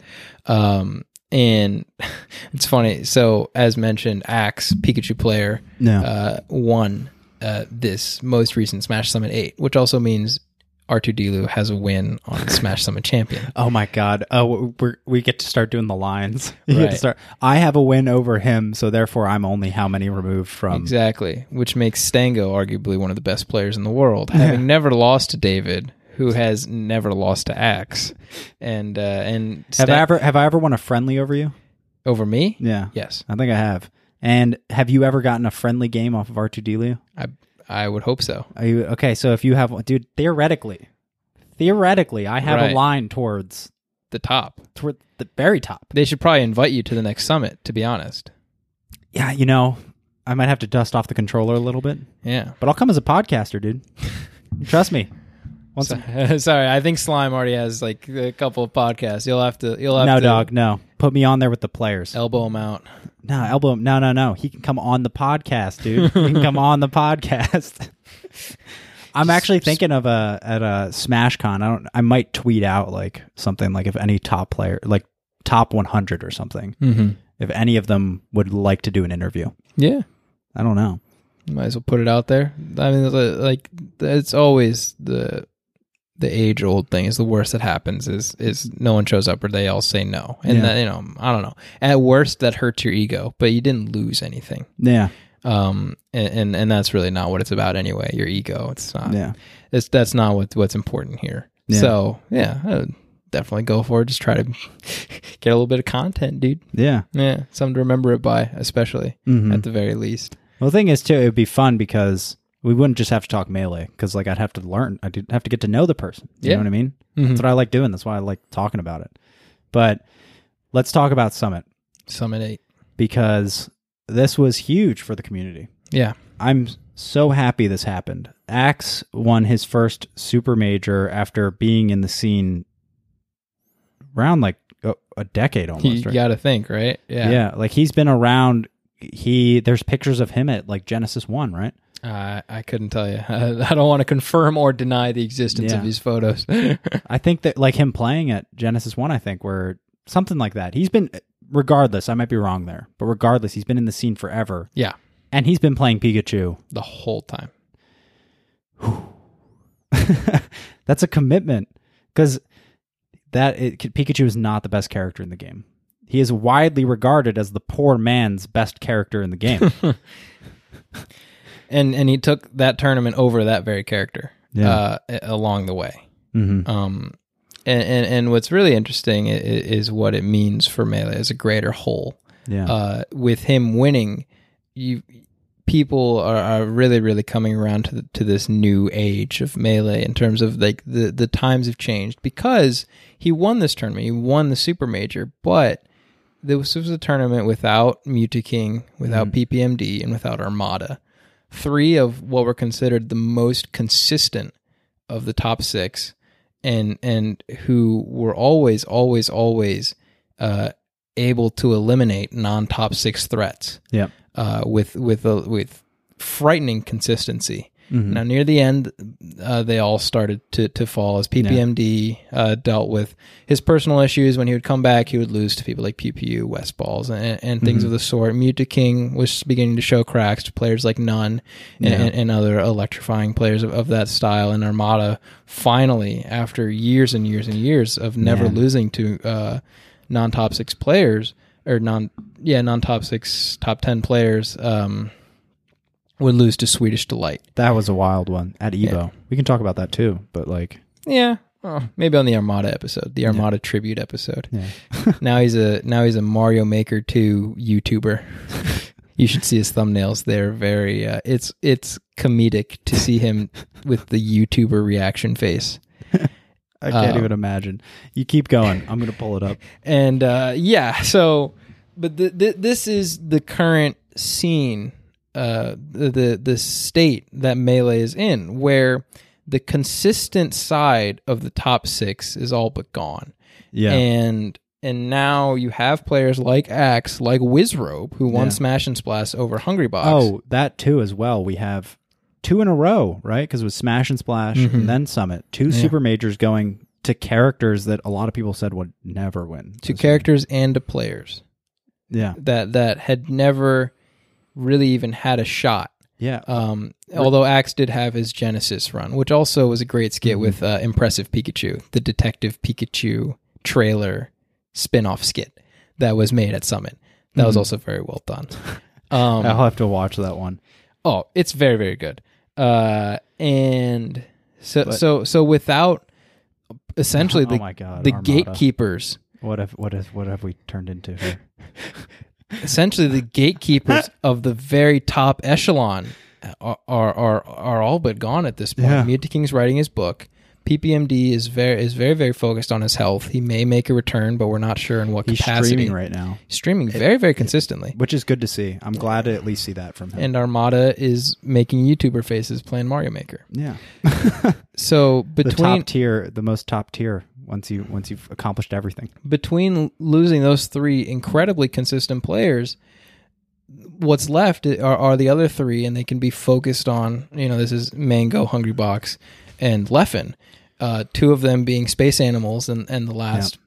B: Um and [LAUGHS] it's funny. So as mentioned, Axe Pikachu player
D: no.
B: uh won uh this most recent Smash Summit 8, which also means R2D2 has a win on Smash Summit Champion.
D: Oh my God! Oh, we we get to start doing the lines. [LAUGHS] You get to
B: Right.
D: start. I have a win over him, so therefore I'm only how many removed from.
B: Exactly, which makes Stango arguably one of the best players in the world, having never lost to David, who has never lost to Axe, and uh, and
D: Have
B: Stan-
D: I ever have I ever won a friendly over you?
B: over me?
D: Yeah,
B: Yes,
D: I think I have. And have you ever gotten a friendly game off of R two D Liu?
B: I I would hope so.
D: Are you okay? So if you have, dude, theoretically, theoretically, I have
B: Right.
D: a line towards
B: The top.
D: toward the very top.
B: They should probably invite you to the next summit. To be honest,
D: Yeah, you know, I might have to dust off the controller a little bit,
B: yeah.
D: but I'll come as a podcaster, dude.
B: [LAUGHS]
D: Trust me. Once [LAUGHS]
B: So- [LAUGHS] sorry, I think Slime already has like a couple of podcasts. You'll have to you'll have
D: no,
B: to
D: dog, no. Put me on there with the players.
B: elbow him out.
D: no, elbow. him. No, no, no. He can come on the podcast, dude. he can
B: [LAUGHS]
D: come on the podcast. I'm actually thinking of a at a SmashCon. I don't. I might tweet out like something like if any top player, like top 100 or something.
B: Mm-hmm.
D: if any of them would like to do an interview.
B: Yeah.
D: I don't know.
B: might as well put it out there. I mean, li- like it's always the the age old thing is the worst that happens is is no one shows up or they all say no, and
D: Yeah.
B: that you know I don't know. At worst, that hurts your ego, but you didn't lose anything.
D: Yeah,
B: Um, and and, and that's really not what it's about anyway. Your ego, it's not.
D: yeah,
B: It's that's not what what's important here.
D: Yeah.
B: So yeah, I would definitely go for it. Just try to [LAUGHS] get a little bit of content, dude.
D: yeah.
B: Yeah, something to remember it by, especially
D: Mhm.
B: at the very least.
D: Well, the thing is, too, it would be fun because we wouldn't just have to talk melee because, like, I'd have to learn. I'd have to get to know the person. You
B: Yeah.
D: know what I mean?
B: Mhm.
D: That's what I like doing. That's why I like talking about it. But let's talk about Summit
B: Summit eight.
D: because this was huge for the community.
B: Yeah.
D: I'm so happy this happened. Axe won his first super major after being in the scene around like a, a decade almost.
B: you
D: right?
B: got to think, right?
D: Yeah. like he's been around. He there's pictures of him at like Genesis One, right?
B: Uh, I couldn't tell you. [LAUGHS] I, don't want to confirm or deny the existence
D: Yeah.
B: of these photos. [LAUGHS]
D: I think that like him playing at Genesis One, I think where something like that. He's been regardless. I might be wrong there, but regardless, he's been in the scene forever,
B: yeah,
D: and he's been playing Pikachu. [LAUGHS]
B: the whole time.
D: That's a commitment because that it, Pikachu is not the best character in the game. He is
B: [LAUGHS]
D: widely regarded as the poor man's best character in the game.
B: and and he took that tournament over that very character
D: Yeah.
B: uh, a- along the way.
D: Mm-hmm.
B: Um, and, and and what's really interesting is, is what it means for melee as a greater whole.
D: Yeah.
B: Uh, with him winning, you people are, are really really coming around to the, to this new age of melee in terms of like the the times have changed because he won this tournament. He won the super major, but there was, this was a tournament without Mutaking, without PPMD, and without Armada. Three of what were considered the most consistent of the top six, and and who were always, always, always uh, able to eliminate non-top six threats
D: Yep.
B: uh, with with a, with frightening consistency.
D: Mm-hmm.
B: Now near the end, uh, they all started to to fall as PPMD uh, dealt with his personal issues. When he would come back, he would lose to people like PPU, West Balls, and, and things of the sort. Muta King was beginning to show cracks to players like Nunn and,
D: Yeah.
B: and, and other electrifying players of, of that style. And Armada finally, after years and years and years of never
D: Man.
B: losing to uh, non top six players or non yeah non top six top ten players. Um, would lose to Swedish delight.
D: That was a wild one at Evo. We can talk about that too, but like,
B: Yeah. Oh, maybe on the Armada episode, the Armada tribute episode.
D: yeah.
B: Now he's a now he's a Mario Maker 2 YouTuber. you should see his thumbnails. They're very uh, it's it's comedic to see him with the YouTuber reaction face.
D: [LAUGHS] I can't
B: Uh,
D: even imagine. You keep going. I'm gonna pull it up.
B: And uh, yeah, so but th- th- this is the current scene uh the, the the state that melee is in where the consistent side of the top 6 is all but gone.
D: Yeah.
B: [LAUGHS] And and now you have players like Axe, like Wizrobe, who won
D: Yeah.
B: Smash and Splash over Hungry Box.
D: oh, that too as well. We have two in a row, right? Because it was Smash and Splash
B: Mm-hmm.
D: and then Summit. Two super majors going to characters that a lot of people said would never win.
B: to characters and to players
D: Yeah.
B: that that had never really even had a shot.
D: Yeah.
B: Um, although Axe did have his Genesis run, which also was a great
D: Mm-hmm.
B: skit with uh, Impressive Pikachu, the Detective Pikachu trailer spin-off skit that was made at Summit. That
D: Mm-hmm.
B: was also very well done. [LAUGHS] Um,
D: I'll have to watch that one.
B: Oh, it's very very good. Uh, and so so so without essentially
D: [LAUGHS] Oh
B: the
D: my God,
B: the
D: Armada.
B: gatekeepers,
D: What have what have what have we turned into
B: [LAUGHS]
D: here?
B: essentially
D: [LAUGHS]
B: the gatekeepers of the very top echelon are are are, are all but gone at this point.
D: Yeah.
B: Muta King's writing his book. PPMD is very is very very focused on his health. He may make a return, but we're not sure in what
D: He's
B: capacity.
D: streaming right now,
B: Streaming very very consistently.
D: which is good to see. I'm glad to at least see that from him.
B: And Armada is making YouTuber faces playing Mario Maker.
D: yeah.
B: So
D: the
B: between
D: top tier, the most top tier. Once you once you've accomplished everything,
B: between losing those three incredibly consistent players, what's left are, are the other three, and they can be focused on. You know, this is Mango, Hungry Box, and Leffen. Uh, two of them being space animals, and and the last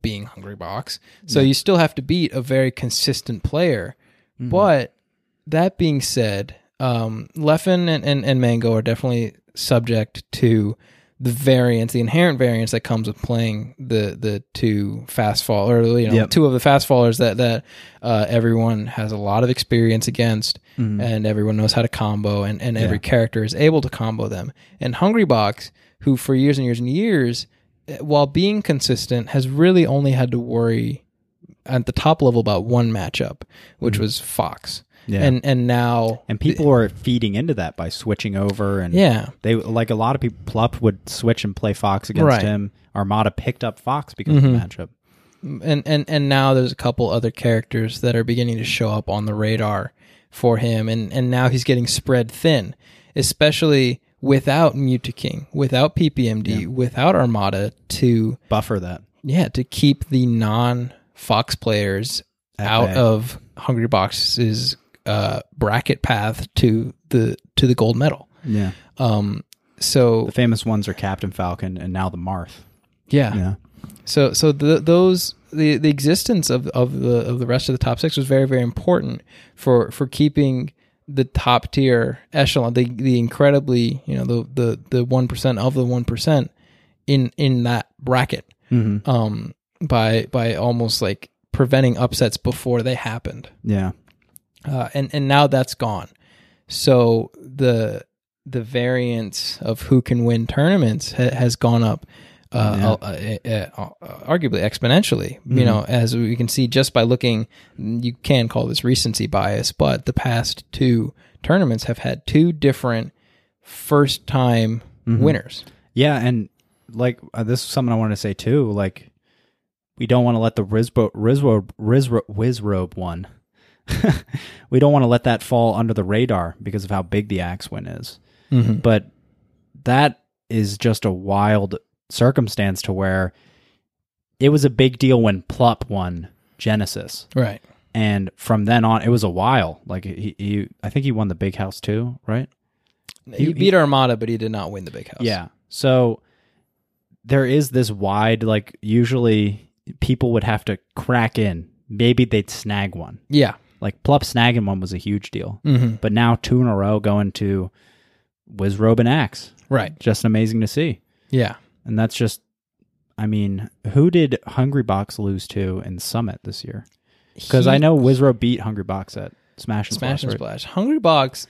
B: being Hungry Box. So you still have to beat a very consistent player. But that being said, um, Leffen and, and, and Mango are definitely subject to the variance, the inherent variance that comes with playing the the two fast fall or you know
D: Yep.
B: two of the fast fallers that that uh, everyone has a lot of experience against, and everyone knows how to combo, and and every character is able to combo them. And Hungry Box, who for years and years and years, eh, while being consistent, has really only had to worry at the top level about one matchup, which was Fox.
D: Mm. Yeah.
B: And and now
D: and people are feeding into that by switching over and
B: yeah.
D: They like a lot of people. Plup would switch and play Fox against
B: Right.
D: him. Armada picked up Fox because of the matchup.
B: and and and now there's a couple other characters that are beginning to show up on the radar for him and and now he's getting spread thin especially without Mutaking without PPMD without Armada to
D: Buffer that.
B: yeah to keep the non Fox players out
D: bay.
B: of Hungry Box's uh, bracket path to the to the gold medal
D: Yeah.
B: um so
D: The famous ones are Captain Falcon and now the Marth. Yeah.
B: So so the, those the the existence of of the of the rest of the top six was very very important for for keeping the top tier echelon the the incredibly you know the the the one percent of the one percent in in that bracket
D: Mm-hmm.
B: um by by almost like preventing upsets before they happened
D: Yeah.
B: uh, and and now that's gone. So the the variance of who can win tournaments ha- has gone up, uh, uh, uh, uh, arguably exponentially. You know, as we can see just by looking, you can call this recency bias, but the past two tournaments have had two different first time winners.
D: Yeah, and like uh, this is something I wanted to say too. Like, we don't want to let the Rizbo, Rizro, Rizro, Wizrobe one. [LAUGHS] we don't want to let that fall under the radar because of how big the axe win is.
B: Mm-hmm.
D: But that is just a wild circumstance to where it was a big deal when Plup won Genesis,
B: Right.
D: and from then on, it was a while. Like he, he I think he won the Big House too, right?
B: He, beat Armada, but he did not win the big house.
D: Yeah. So there is this wide, like, usually people would have to crack in. Maybe they'd snag one.
B: Yeah.
D: Like, Plup snagging one was a huge deal.
B: Mhm.
D: But now two in a row going to Wiz Robin Axe.
B: Right.
D: Just amazing to see.
B: Yeah.
D: And that's just, I mean, who did Hungry Box lose to in Summit this year? Because I
B: He-
D: know Wizro beat Hungry Box at Smash and
B: Smash
D: Smash.
B: and Splash. Hungry Box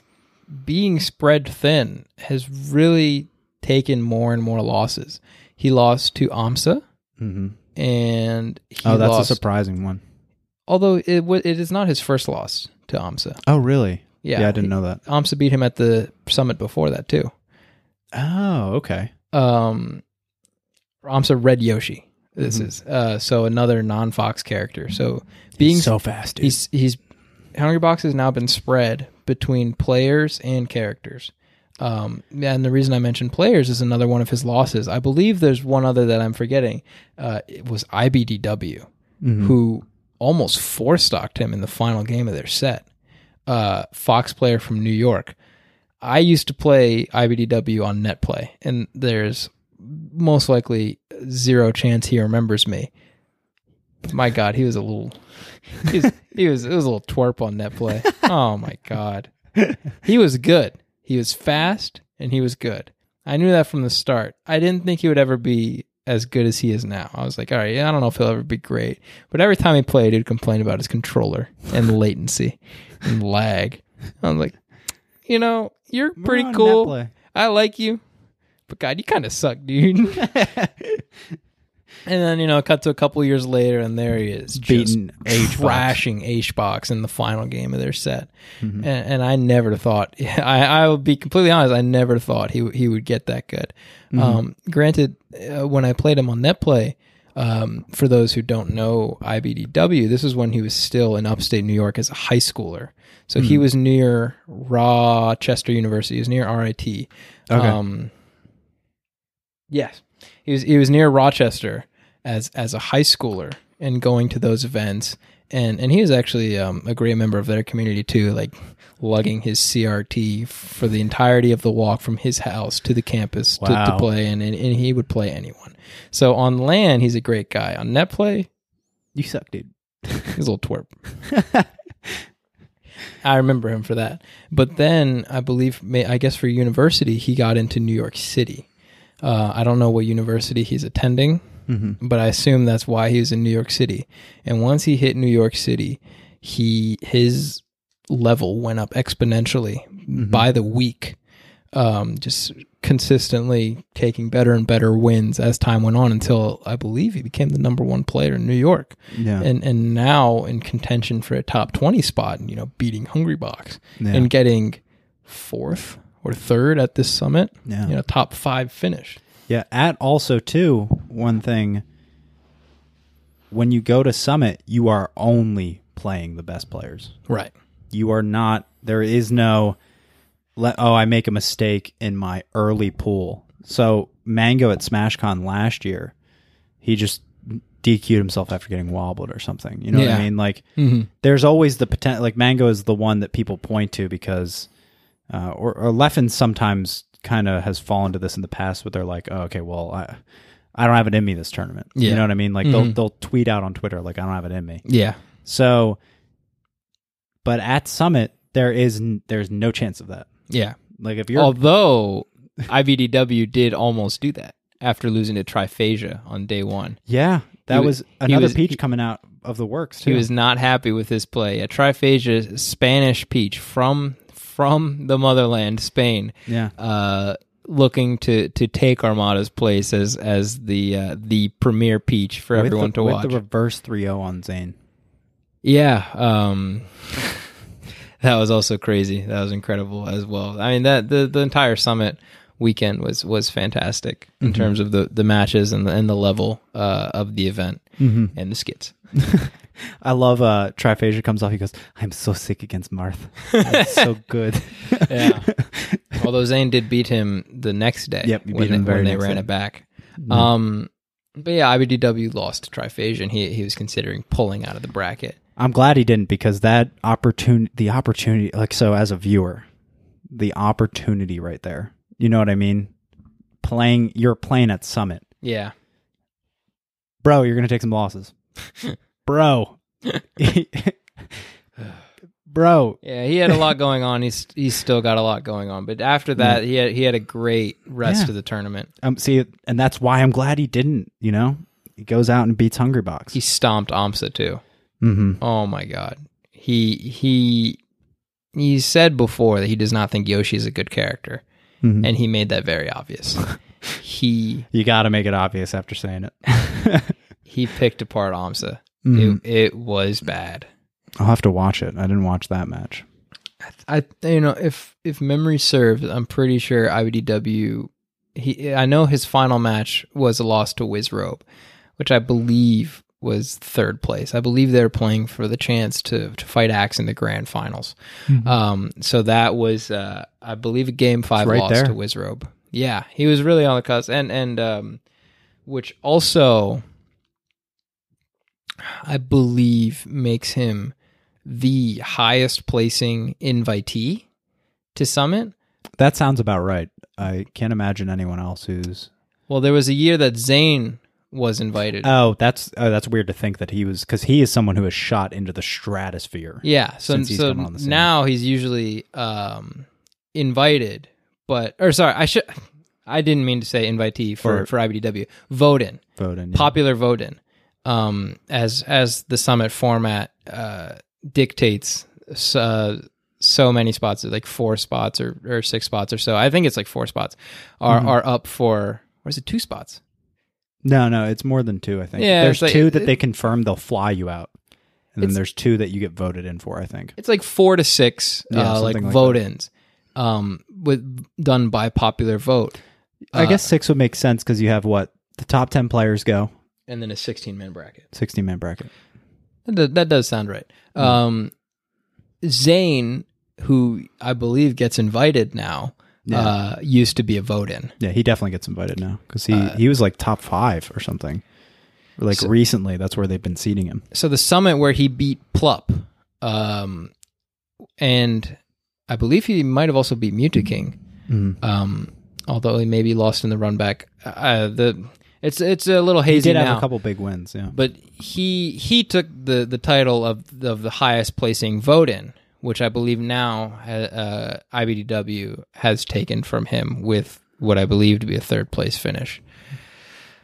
B: being spread thin has really taken more and more losses. He lost to Amsa
D: hmm
B: and he
D: Oh, that's
B: lost
D: a surprising one.
B: although it wa it is not his first loss to Amsa.
D: Oh, really?
B: Yeah.
D: I didn't know that.
B: Amsa beat him at the summit before that too.
D: Oh, okay.
B: Um Amsa Red Yoshi. This
D: Mm-hmm.
B: is uh so another non-Fox character. So being
D: so fast, dude.
B: he's he's Hungry Box has now been spread between players and characters. Um, and the reason I mentioned players is another one of his losses. I believe there's one other that I'm forgetting. Uh, it was IBDW, who almost four stocked him in the final game of their set. Uh, Fox player from New York. I used to play IBDW on NetPlay, and there's most likely zero chance he remembers me. My God, he was a little he was, he was it was a little twerp on net play. Oh my god, he was good. He was fast and he was good. I knew that from the start. I didn't think he would ever be as good as he is now. I was like, all right, yeah, I don't know if he'll ever be great. But every time he played, he'd complain about his controller and latency and lag. I was like, you know, you're pretty
D: on
B: cool.
D: NetPlay.
B: I like you, but God, you kind of suck,
D: [LAUGHS]
B: dude. [LAUGHS] and then you know, cut to a couple years later, and there he is, just
D: Beating H-Box.
B: trashing H box in the final game of their set.
D: Mm-hmm.
B: And, and I never thought. [LAUGHS] I, I will be completely honest. I never thought he w- he would get that good.
D: Mm-hmm.
B: Um, granted, uh, when I played him on NetPlay. Um, for those who don't know IBDW, this is when he was still in upstate New York as a high schooler. So he was near Rochester University, he was near RIT.
D: Okay.
B: Um, yes, he was. He was near Rochester as as a high schooler and going to those events, and and he was actually um, a great member of their community too, like lugging his CRT for the entirety of the walk from his house to the campus to, to
C: Wow.
B: play, and, and and he would play anyone. So on land, he's a great guy. On net play,
D: You suck, dude.
B: He's a little twerp. I remember him for that. But then I believe, ma- I guess for university, he got into New York City. Uh, I don't know what university he's attending,
D: Mm-hmm.
B: but I assume that's why he was in New York City. And once he hit New York City, he his level went up exponentially
D: Mm-hmm.
B: by the week um, just consistently taking better and better wins as time went on until I believe he became the number one player in New York.
D: Yeah.
B: And and now in contention for a top twenty spot and you know, beating Hungry Box
D: Yeah.
B: and getting fourth or third at this summit.
D: Yeah.
B: You know, top five finish.
D: Yeah. At also too, one thing when you go to Summit, you are only playing the best players.
B: Right.
D: You are not there is no let oh, I make a mistake in my early pool. So Mango at SmashCon last year, he just DQ'd himself after getting wobbled or something. You know what
B: Yeah.
D: I mean? Like
B: Mm-hmm.
D: there's always the potential like Mango is the one that people point to because uh, or, or Leffen sometimes kind of has fallen to this in the past where they're like, oh, okay, well, I, I don't have it in me this tournament. You
B: Yeah. Mm-hmm.
D: know what I mean? Like they'll they'll tweet out on Twitter like, I don't have it in me.
B: Yeah.
D: So, but at Summit there is n- there's no chance of that.
B: Yeah.
D: Like if you're
B: Although IBDW did almost do that after losing to Triphasia on day one.
D: yeah, that
B: he was-
D: was,
B: he
D: another
B: was-
D: peach
B: he-
D: coming out of the works too.
B: He was not happy with his play. A Triphasia Spanish peach from from the motherland, Spain,
D: Yeah.
B: uh, looking to to take Armada's place as as the uh, the premier peach for everyone
D: with the,
B: to watch.
D: With the reverse 3-0 on Zane.
B: Yeah, um, [LAUGHS] that was also crazy. That was incredible as well. I mean that the, the entire summit weekend was was fantastic in
D: Mm-hmm.
B: terms of the, the matches and the, and the level uh, of the event
D: Mm-hmm.
B: and the skits.
D: [LAUGHS] I love uh Triphasia comes off. He goes, "I'm so sick against Marth. That's
B: [LAUGHS]
D: so good."
B: Yeah. Although Zayn did beat him the next day.
D: Yep, he
B: when
D: beat
B: they,
D: him very
B: when they
D: next
B: ran
D: day. Mm-hmm.
B: it back. Um, but yeah, IBDW lost to Triphasian. he he was considering pulling out of the bracket.
D: [LAUGHS] I'm glad he didn't because that opportunity, the opportunity, like so as a viewer, the opportunity right there. You know what I mean? Playing, you're playing at Summit,
B: Yeah.
D: bro. You're gonna take some
B: [LAUGHS]
D: losses,
B: [SIGHS]
D: bro. bro,
B: Yeah, he had a
D: [LAUGHS]
B: lot going on. He's he's still got a lot going on. But after that, he had he had a great rest
D: Yeah.
B: of the tournament.
D: um, see, and that's why I'm glad he didn't. You know, he goes out and beats Hungrybox.
B: He stomped Omsa too.
D: mm-hmm.
B: Oh my god. He he he said before that he does not think Yoshi is a good character,
D: Mhm.
B: and he made that very obvious. he
D: You got to make it obvious after saying it. [LAUGHS]
B: he picked apart Omsa.
D: Mhm.
B: It it was bad.
D: I'll have to watch it. I didn't watch that match.
B: I you know if if memory serves, I'm pretty sure IBDW. He I know his final match was a loss to Wizrobe, which I believe was third place. I believe they're playing for the chance to to fight Axe in the grand finals.
D: Mm-hmm.
B: Um, so that was uh, I believe a game five
D: right
B: loss
D: there.
B: to Wizrobe. Yeah, he was really on the cusp, and and um, which also I believe makes him the highest placing invitee to Summit.
D: That sounds about right. I can't imagine anyone else who's.
B: Well, there was a year that Zane was invited.
D: Oh, that's oh, that's weird to think that he was because he is someone who has shot into the stratosphere.
B: yeah, so
D: since he's
B: so
D: come on the scene.
B: now he's usually um, invited, but or sorry, I should I didn't mean to say invitee
D: For-
B: for for IBDW. Vote in.
D: Foden, yeah.
B: popular voting um, as as the summit format uh, dictates so, uh, so many spots like four spots or, or six spots or so i think it's like four spots are
D: Mm-hmm.
B: are up for or is it two spots
D: No, no, it's more than two. I think.
B: Yeah,
D: there's
B: it's like-
D: two that they confirm they'll fly you out, and then
B: It's-
D: there's two that you get voted in for. I think.
B: it's like four to six
D: Yeah,
B: uh, like,
D: something like
B: vote ins um, with done by popular vote
D: I
B: Uh,
D: guess six would make sense because you have what the top ten players go
B: and then a 16 man bracket
D: sixteen man bracket.
B: That, do- that does sound right.
D: Mm.
B: Um, Zane, who I believe gets invited now, uh, used to be a vote in.
D: Yeah, he definitely gets invited now because he
B: Uh,
D: he was like top five or something. Like recently, that's where they've been seating him.
B: So the summit where he beat Plup, um, and I believe he might have also beat Muta King,
D: Mm-hmm.
B: um, although he maybe lost in the run back. Uh, the it's it's a little
D: He
B: hazy
D: did
B: now.
D: have a couple big wins. Yeah.
B: but he he took the the title of of the highest placing vote in, which I believe now uh, IBDW has taken from him with what I believe to be a third place finish,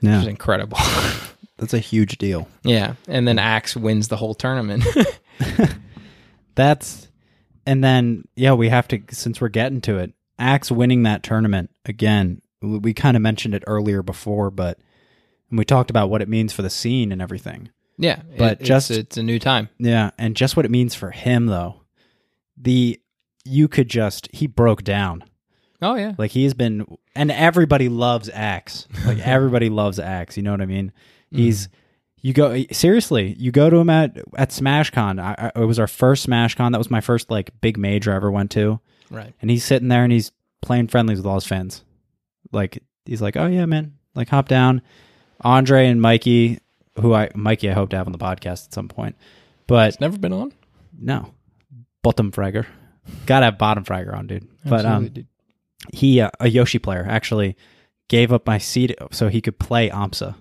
B: which is
D: Yeah,
B: incredible. [LAUGHS]
D: that's a huge deal.
B: yeah, and then Axe wins the whole tournament. [LAUGHS]
D: That's and then yeah, we have to since we're getting to it. Axe winning that tournament again. We, we kind of mentioned it earlier before, but and we talked about what it means for the scene and everything.
B: yeah,
D: But
B: it's-
D: just-
B: it's, a new time.
D: Yeah, and just what it means for him though. The you could just he broke down.
B: Oh yeah,
D: Like he's been, and everybody loves Axe. Like everybody loves Axe. You know what I mean? He's you go seriously. You go to him at at SmashCon. I, I, it was our first SmashCon. That was my first like big major I ever went to.
B: right.
D: And he's sitting there and he's playing friendlies with all his fans. Like he's like, oh yeah, man. Like hop down. Andre and Mikey, who I Mikey I hope to have on the podcast at some point, but
B: Never been on.
D: no, bottom fragger. Gotta have bottom fragger on, dude. But um,
B: Absolutely, dude.
D: he uh, a Yoshi player actually gave up my seat so he could play Amsa.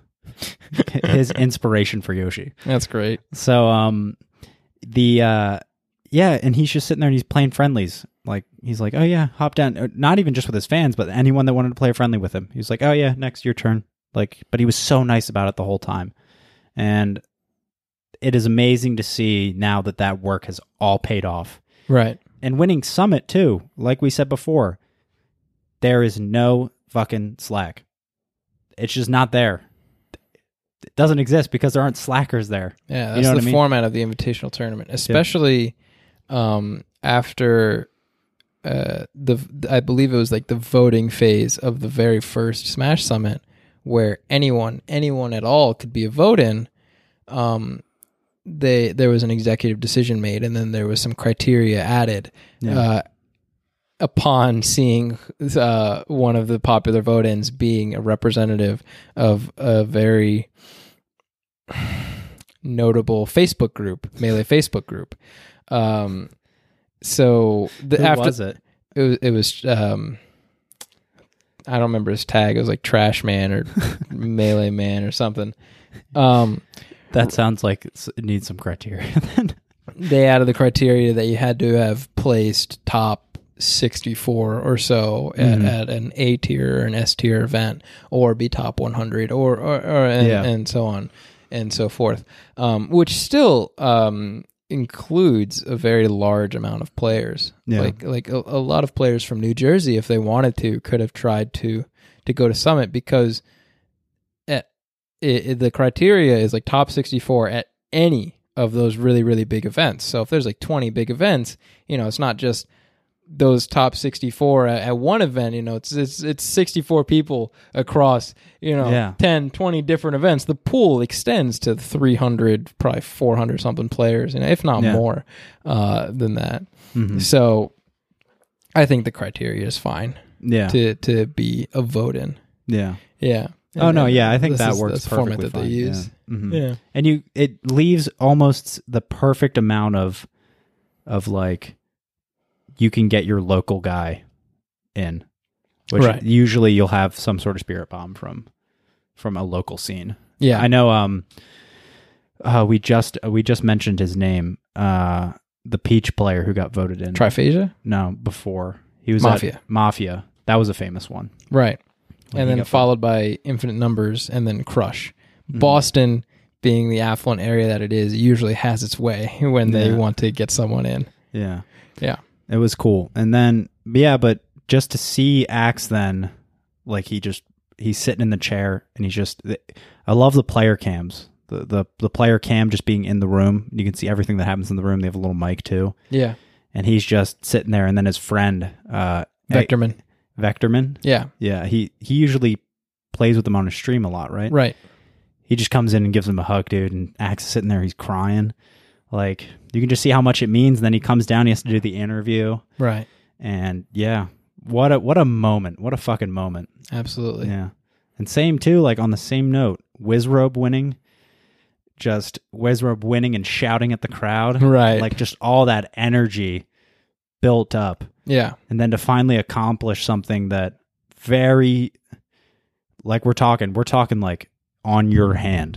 D: [LAUGHS] his inspiration for Yoshi.
B: that's great.
D: So um the uh yeah, and he's just sitting there and he's playing friendlies. Like he's like, "Oh yeah, hop down." Uh, Not even just with his fans, but anyone that wanted to play a friendly with him. He was like, "Oh yeah, next your turn." Like, but he was so nice about it the whole time. And it is amazing to see now that that work has all paid off
B: Right.
D: and winning Summit too. Like we said before, there is no fucking slack. It's just not there. It doesn't exist because there aren't slackers there.
B: Yeah, that's
D: know what
B: the
D: I mean?
B: format of the invitational tournament, especially um, after uh, the I believe it was like the voting phase of the very first Smash Summit, where anyone anyone at all could be a vote in. Um, they there was an executive decision made, and then there was some criteria added. Uh, upon seeing uh, one of the popular vote ins being a representative of a very notable Facebook group, melee Facebook group. Um, so the,
D: Who
B: after
D: was it?
B: it was, it was um, I don't remember his tag. It was like Trash
D: [LAUGHS]
B: Man or Melee Man or something. Um,
D: That sounds like it's- it needs some criteria. [LAUGHS] Then
B: they added the criteria that you had to have placed top 64 or so at, at an A tier or an S tier event, or be top 100, or or, or and,
D: Yeah.
B: and so on and so forth, um, which still um, includes a very large amount of players.
D: Yeah.
B: Like like a, a lot of players from New Jersey, if they wanted to, could have tried to to go to Summit because at, it, it- the criteria is like top 64 at any of those really really big events. So if there's like 20 big events, you know, it's not just those top 64 at, at one event, you know, it's it's it's 64 people across, you know,
D: Yeah.
B: 10 20 different events. The pool extends to 300 probably 400 something players, you know, if not
D: Yeah.
B: more uh than that.
D: Mhm.
B: So I think the criteria is fine
D: Yeah.
B: to to be a vote in.
D: yeah.
B: Yeah.
D: Oh
B: And
D: no,
B: then
D: yeah, I think
B: this
D: that
B: is-
D: works
B: that's the format
D: perfectly
B: that they
D: fine.
B: use.
D: Yeah. Mhm.
B: Yeah.
D: and you it leaves almost the perfect amount of of like you can get your local guy in which
B: Right.
D: usually you'll have some sort of spirit bomb from from a local scene
B: Yeah.
D: i know um uh we just we just mentioned his name uh the peach player who got voted in
B: Triphasia?
D: no before he was
B: Mafia.
D: at mafia that was a famous one
B: Right. and
D: he
B: then
D: got Hmm.
B: followed by infinite numbers and then crush. Boston being the affluent area that it is, usually has its way [LAUGHS] when they
D: Yeah.
B: want to get someone in.
D: Yeah.
B: Yeah.
D: It was cool. And then yeah, but just to see Axe then like he just he's sitting in the chair and he's just I love the player cams. The the the player cam just being in the room. You can see everything that happens in the room. They have a little mic too.
B: Yeah.
D: And he's just sitting there and then his friend uh
B: Vectorman.
D: A- Vectorman.
B: Yeah.
D: Yeah, he he usually plays with them on his stream a lot, right?
B: Right.
D: he just comes in and gives him a hug, dude, and Axe is sitting there, he's crying. Like you can just see how much it means. And then he comes down, he has to do the interview,
B: Right.
D: and yeah, what a what a moment, what a fucking moment,
B: Absolutely.
D: yeah. And same too, like on the same note, Wizrobe winning, just Wizrobe winning and shouting at the crowd,
B: Right.
D: Like just all that energy built up
B: Yeah.
D: and then to finally accomplish something that very like we're talking we're talking like on your hand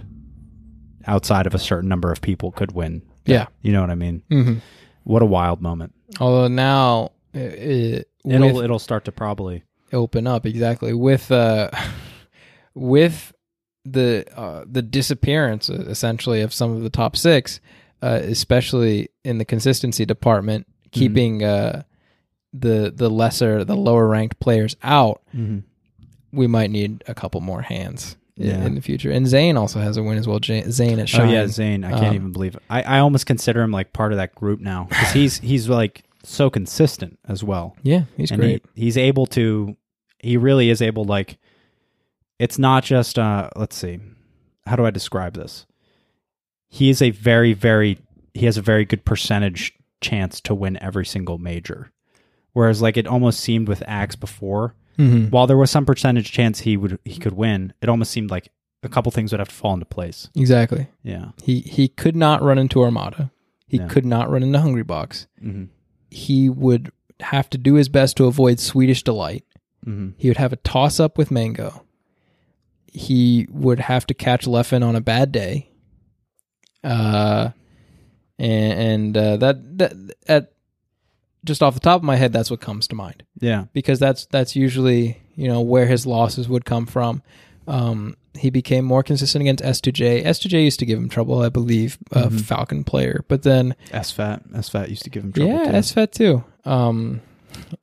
D: outside of a certain number of people could win
B: Yeah.
D: you know what i mean
B: Mhm.
D: what a wild moment
B: Although now uh, it,
D: it'll
B: with-
D: it'll start to probably
B: open up exactly with uh [LAUGHS] with the uh, the disappearance uh, essentially of some of the top 6 uh, especially in the consistency department
D: Mm-hmm.
B: keeping uh the the lesser the lower ranked players out we might need a couple more hands i-
D: Yeah.
B: in, the future and Zane also has a win as well Ja- Zane at
D: oh
B: Shine
D: yeah zane i can't
B: Um,
D: even believe it. i i almost consider him like part of that group now because he's he's like so consistent as well
B: yeah he's
D: and
B: great
D: He, he's able to he really is able like it's not just uh let's see how do i describe this he is a very very he has a very good percentage chance to win every single major whereas like it almost seemed with axe before
B: Mhm.
D: while there was some percentage chance he would he could win it almost seemed like a couple things would have to fall into place
B: exactly
D: yeah
B: he he could not run into Armada he
D: Yeah.
B: could not run into Hungry Box
D: mm-hmm.
B: he would have to do his best to avoid Swedish delight.
D: Mm-hmm.
B: He would have a toss up with Mango. He would have to catch Leffen on a bad day. Uh, and, and uh, that that at just off the top of my head, that's what comes to mind
D: yeah
B: because that's that's usually you know where his losses would come from. Um, he became more consistent against S2J. S2J used to give him trouble, I believe, a Falcon player, but then
D: s fat s fat used to give him trouble
B: yeah,
D: too.
B: SFET too. Um,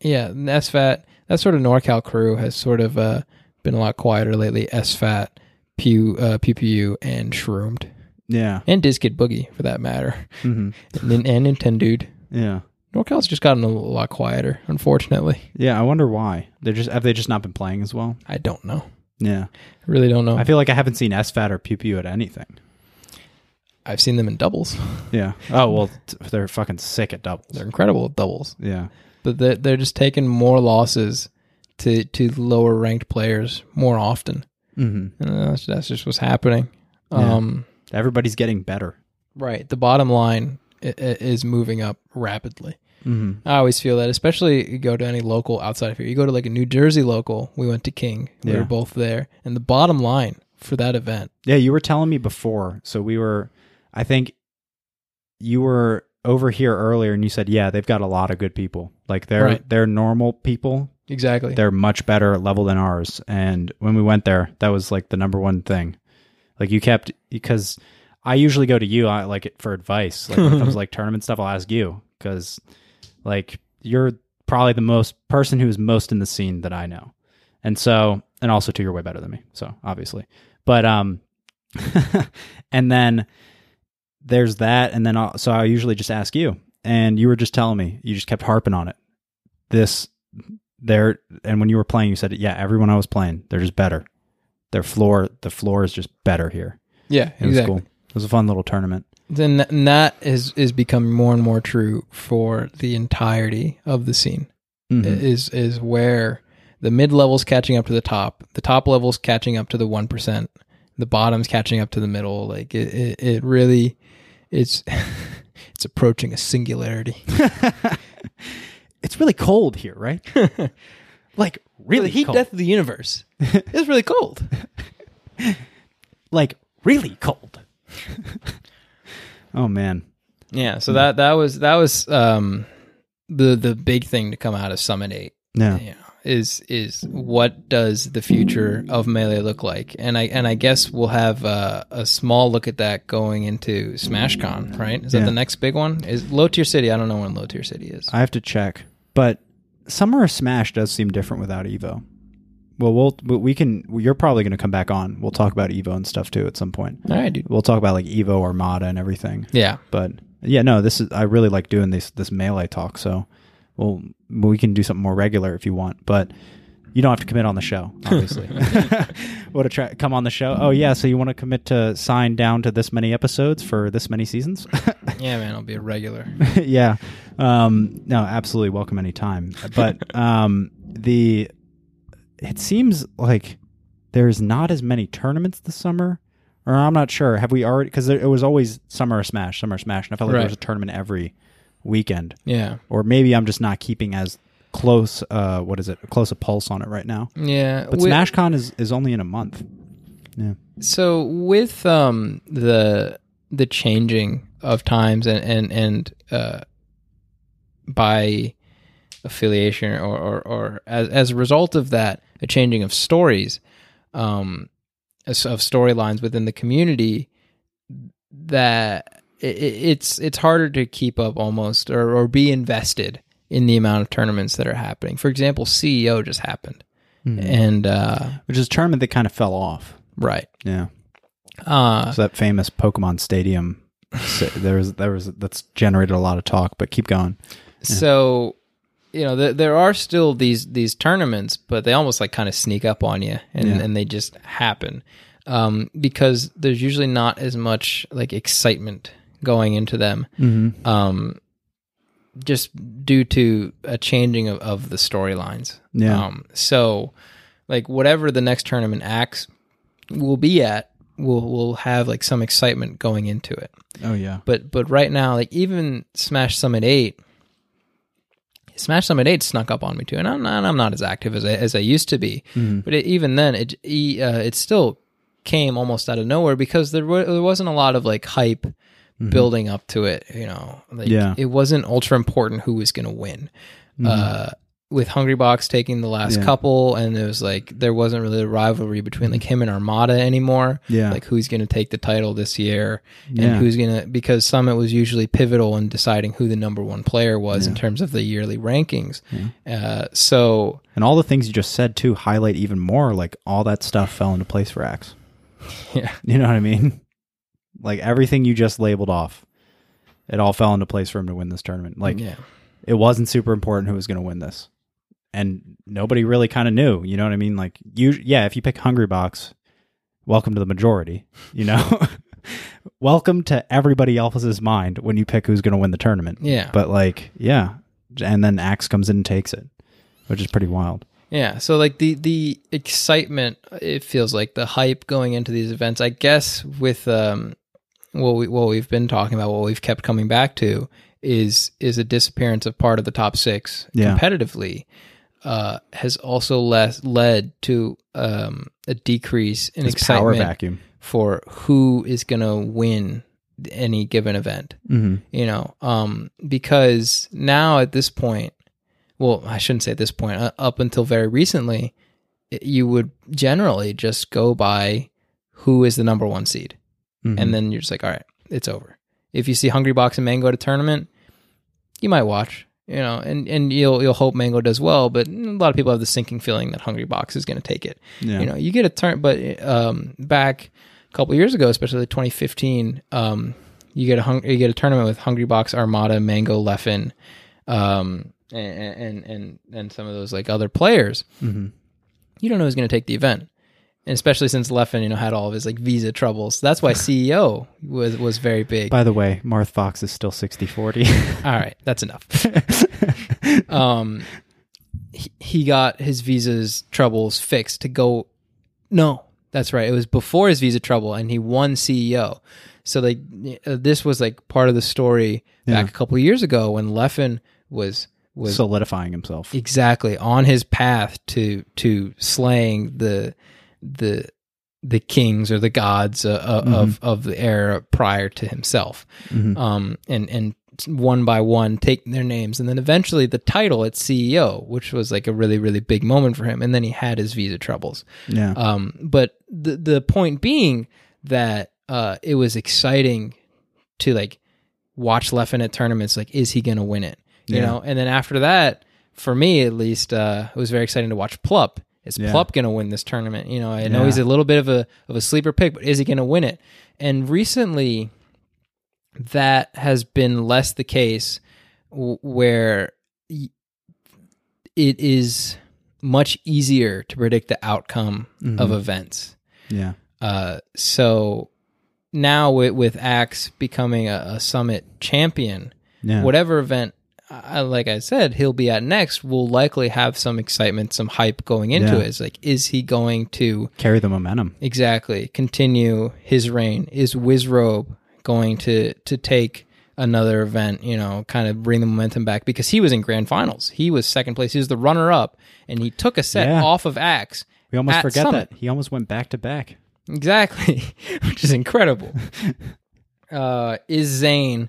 B: yeah, and SFAT, that sort of NorCal crew has sort of uh, been a lot quieter lately. SFAT, Pew, uh, PPU, and Shroomed.
D: Yeah.
B: And Diskit Boogie, for that matter. [LAUGHS]
D: Mm-hmm.
B: And, then- and Nintendude.
D: Yeah.
B: NorCal's just gotten a lot quieter, unfortunately.
D: Yeah. I wonder why. They're just have they just not been playing as well?
B: I don't know.
D: Yeah.
B: I really don't know.
D: I
B: I've,
D: feel like I haven't seen SFAT or PPU at anything.
B: seen them in doubles.
D: Yeah. [LAUGHS] Oh well, t- they're fucking sick at doubles.
B: They're incredible at doubles.
D: yeah.
B: But they're, they're just taking more losses to, to lower ranked players more often.
D: Mm-hmm.
B: And that's, that's just what's happening. Um,
D: Everybody's getting better.
B: Right. The bottom line i- i- is moving up rapidly.
D: Mm-hmm.
B: I always feel that, especially you go to any local outside of here. You go to like a New Jersey local. We went to King. We
D: Yeah.
B: were both there. And the bottom line for that event,
D: Yeah, you were telling me before. So we were, I think you were over here earlier and you said, yeah, they've got a lot of good people. Like they're,
B: Right.
D: they're normal people.
B: exactly.
D: They're much better level than ours. And when we went there, that was like the number one thing. Like you kept, because I usually go to you I, like for advice. Like when it comes to like tournament stuff, I'll ask you because like you're probably the most person who is most in the scene that I know. And so, and also two, you're way better than me. So obviously, but, um, [LAUGHS] and then there's that. And then, I'll, so I usually just ask you and you were just telling me, you just kept harping on it. This, there, and when you were playing, you said, yeah, everyone I was playing, they're just better. Their floor, the floor is just better here.
B: yeah,
D: It was
B: exactly.
D: cool. It was a fun little tournament.
B: Then th- and that is is becoming more and more true for the entirety of the scene.
D: Mhm.
B: Is is where the mid levels catching up to the top, the top levels catching up to the one percent, the bottoms catching up to the middle. Like it, it, it really, it's [LAUGHS] it's approaching a singularity. [LAUGHS]
D: It's really cold here, right? like really
B: the heat
D: cold.
B: death of the [LAUGHS] universe. it's really cold.
D: like really cold. oh man.
B: Yeah, so that that was that was um the the big thing to come out of Summit Eight.
D: Yeah.
B: You know, is is what does the future of melee look like? And I and I guess we'll have uh, a small look at that going into SmashCon, right? Is that
D: Yeah.
B: the next big one? Is Low Tier City? I don't know when Low Tier City is.
D: I have to check. But Summer of Smash does seem different without Evo. Well, we'll we- we can. You're probably going to come back on. We'll talk about Evo and stuff too at some point.
B: All right, dude.
D: We'll talk about like Evo Armada and everything.
B: Yeah,
D: But yeah, no, this is. I really like doing this this melee talk. So, well, we can do something more regular if you want. But you don't have to commit on the show, obviously. [LAUGHS] what a tra- come on the show. Oh yeah, so you want to commit to sign down to this many episodes for this many seasons? [LAUGHS]
B: yeah, man, I'll be a regular.
D: yeah. Um, no, absolutely welcome anytime. But um, the it seems like there's not as many tournaments this summer, or I'm not sure. Have we already? Because it was always summer of smash, summer of smash, and I felt like
B: Right.
D: there was a tournament every weekend.
B: Yeah,
D: Or maybe I'm just not keeping as close. Uh, what is it? Close a pulse on it right now.
B: yeah.
D: But
B: Wi-
D: SmashCon is is only in a month. Yeah.
B: So with um the the changing of times and and and uh, by affiliation or or, or as as a result of that, a changing of stories, um, as- of storylines within the community, that i i- it's it's harder to keep up almost or or be invested in the amount of tournaments that are happening. For example, CEO just happened, and uh,
D: Which is a tournament that kind of fell off.
B: right.
D: Yeah.
B: Uh,
D: So that famous Pokemon Stadium, so there was there was that's generated a lot of talk. But keep going.
B: So, you know, th- there are still these these tournaments, but they almost like kind of sneak up on you, and
D: Yeah.
B: and they just happen um, because there's usually not as much like excitement going into them,
D: Mm-hmm.
B: um, just due to a changing of, of the storylines.
D: Yeah.
B: Um, so, like whatever the next tournament acts will be at, will will have like some excitement going into it
D: Oh yeah.
B: but but right now, like even Smash Summit Eight, Smash Summit Eight snuck up on me too, and I'm not, I'm not as active as I, as I used to be.
D: Mm-hmm.
B: But it, even then, it e- uh, it still came almost out of nowhere because there wa- there wasn't a lot of like hype building up to it. You know, like
D: Mm-hmm. Yeah. Mm-hmm.
B: it wasn't ultra important who was going to win. Uh, with Hungry Box taking the last
D: Yeah.
B: couple, and it was like there wasn't really a rivalry between like him and Armada anymore.
D: Yeah.
B: like who's going to take the title this year, and
D: Yeah.
B: who's going to because Summit was usually pivotal in deciding who the number one player was in terms of the yearly rankings. Uh, so
D: And all the things you just said too highlight even more like all that stuff fell into place for Axe.
B: Yeah.
D: You know what I mean? Like everything you just labeled off, it all fell into place for him to win this tournament. Like
B: yeah,
D: it wasn't super important who was going to win this. And nobody really kind of knew, you know what I mean? Like you yeah, if you pick Hungry Box, welcome to the majority, you know. [LAUGHS] welcome to everybody else's mind when you pick who's going to win the tournament.
B: yeah,
D: But like, yeah, and then Axe comes in and takes it, which is pretty wild.
B: Yeah, so like the the excitement, it feels like the hype going into these events. I guess with um, what we what we've been talking about, what we've kept coming back to is is a disappearance of part of the top six
D: Yeah.
B: competitively uh, has also less led to um, a decrease in
D: This power
B: excitement
D: vacuum.
B: for who is going to win any given event
D: Mm-hmm.
B: you know um because now at this point well i shouldn't say at this point uh, up until very recently it- you would generally just go by who is the number one seed
D: mm-hmm.
B: and then you're just like all right it's over if you see hungry box and mango at a tournament you might watch you know and and you'll you'll hope mango does well but a lot of people have the sinking feeling that hungry box is going to take it
D: yeah.
B: you know you get a turn but um back a couple years ago especially 2015 um you get a hung- you get a tournament with hungry box armada mango leffen um and and and and some of those like other players you don't know who's going to take the event and especially since leffen you know had all of his like visa troubles that's why ceo was was very big
D: By the way, Marth Fox is still 60 [LAUGHS] 40.
B: all right, that's enough. [LAUGHS] um, he, he got his visa's troubles fixed to go. No, that's right. It was before his visa trouble, and he won CEO. So like uh, this was like part of the story back a couple years ago when Leffen was [LAUGHS] was
D: Solidifying himself.
B: exactly on his path to to slaying the the the kings or the gods uh, uh, of of the era prior to himself um and and one by one taking their names and then eventually the title at CEO which was like a really really big moment for him and then he had his visa troubles
D: Yeah.
B: um, but the the point being that uh, it was exciting to like watch Leffen at tournaments. Like, is he going to win it? You
D: Yeah.
B: know. And then after that, for me at least, uh, it was very exciting to watch Plup. Is
D: Yeah.
B: Plup going to win this tournament? You know, I know
D: Yeah.
B: he's a little bit of a of a sleeper pick, but is he going to win it? And recently, that has been less the case, w- where y- it is much easier to predict the outcome of
D: Mm-hmm.
B: events.
D: yeah.
B: Uh, so now with, with Axe becoming a, a summit champion,
D: Yeah.
B: whatever event, I, like I said, he'll be at next will likely have some excitement, some hype going into
D: Yeah.
B: it. It's like, is he going to
D: Carry the momentum.
B: exactly continue his reign? Is Wizrobe going to to take another event? You know, kind of bring the momentum back because he was in grand finals. He was second place. He was the runner up, and he took a set
D: Yeah.
B: off of Axe.
D: We almost
B: at
D: forget
B: Summit.
D: that. He almost went back to back.
B: Exactly, [LAUGHS] which
D: [LAUGHS]
B: is incredible. uh, is Zayn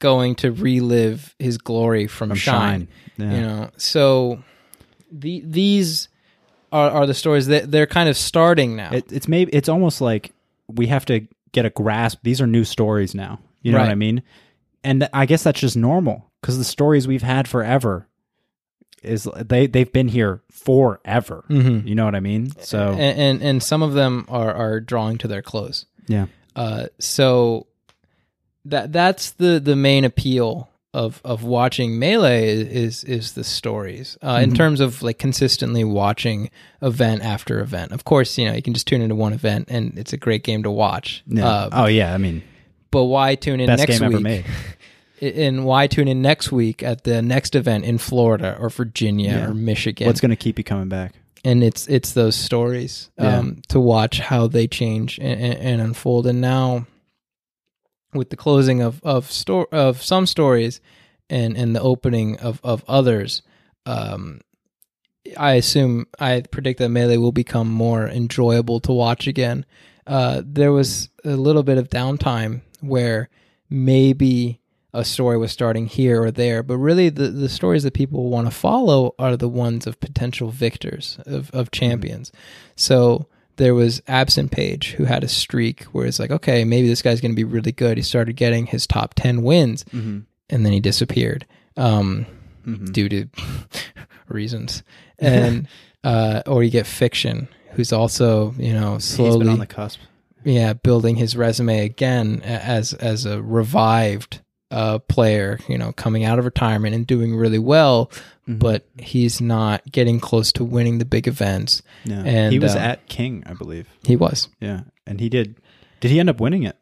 B: going to relive his glory from, Shine?
D: Shine. Yeah.
B: You know, so the these are, are the stories that they're kind of starting now.
D: It, it's maybe it's almost like we have to get a grasp. These are new stories now. You know
B: Right.
D: what I mean? And th- I guess that's just normal because the stories we've had forever is they they've been here forever.
B: Mm-hmm.
D: You know what I mean? So
B: and, and and some of them are are drawing to their close.
D: yeah,
B: Uh, so that that's the the main appeal of of watching melee is is, is the stories uh,
D: Mm-hmm.
B: in terms of like consistently watching event after event. Of course, you know you can just tune into one event and it's a great game to watch.
D: yeah.
B: Uh,
D: oh yeah. I mean,
B: but why tune in
D: best
B: next
D: game
B: week?
D: ever made.
B: And why tune in next week at the next event in Florida or Virginia
D: Yeah.
B: or Michigan?
D: What's going to keep you coming back?
B: and it's it's those stories um, to watch how they change and, and, and unfold. And now, with the closing of of store of some stories, and and the opening of of others, um, I assume I predict that melee will become more enjoyable to watch again. Uh, there was a little bit of downtime where maybe a story was starting here or there, but really the, the stories that people want to follow are the ones of potential victors, of, of champions. So there was Absent Page, who had a streak where it's like, okay, maybe this guy's going to be really good. He started getting his top 10 wins and then he disappeared um,
D: Mm-hmm.
B: due to [LAUGHS] reasons.
D: [LAUGHS]
B: And, uh, or you get Fiction, who's also, you know, slowly
D: He's been on the cusp.
B: yeah, building his resume again a- as as a revived uh, player, you know, coming out of retirement and doing really well,
D: Mm-hmm.
B: but he's not getting close to winning the big events.
D: No.
B: And,
D: he was
B: uh,
D: at King, I believe.
B: He was.
D: Yeah, and he did. Did he end up winning it?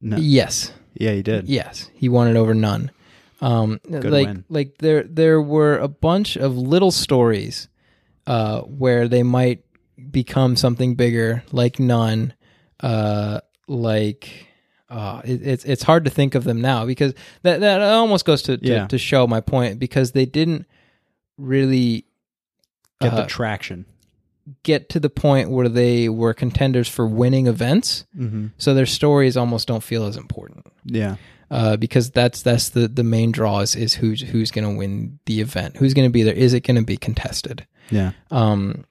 D: No.
B: Yes.
D: Yeah, he did.
B: Yes, he won it over none. Um, like
D: win.
B: like there there were a bunch of little stories uh, where they might become something bigger, like none, uh, like. Uh, it, it's it's hard to think of them now because that that almost goes to to,
D: Yeah.
B: to show my point because they didn't really
D: Get the
B: Uh,
D: traction.
B: get to the point where they were contenders for winning events,
D: Mm-hmm.
B: so their stories almost don't feel as important
D: Yeah.
B: uh, because that's that's the the main draw is, is who's who's going to win the event, who's going to be there, is it going to be contested?
D: Yeah.
B: Um,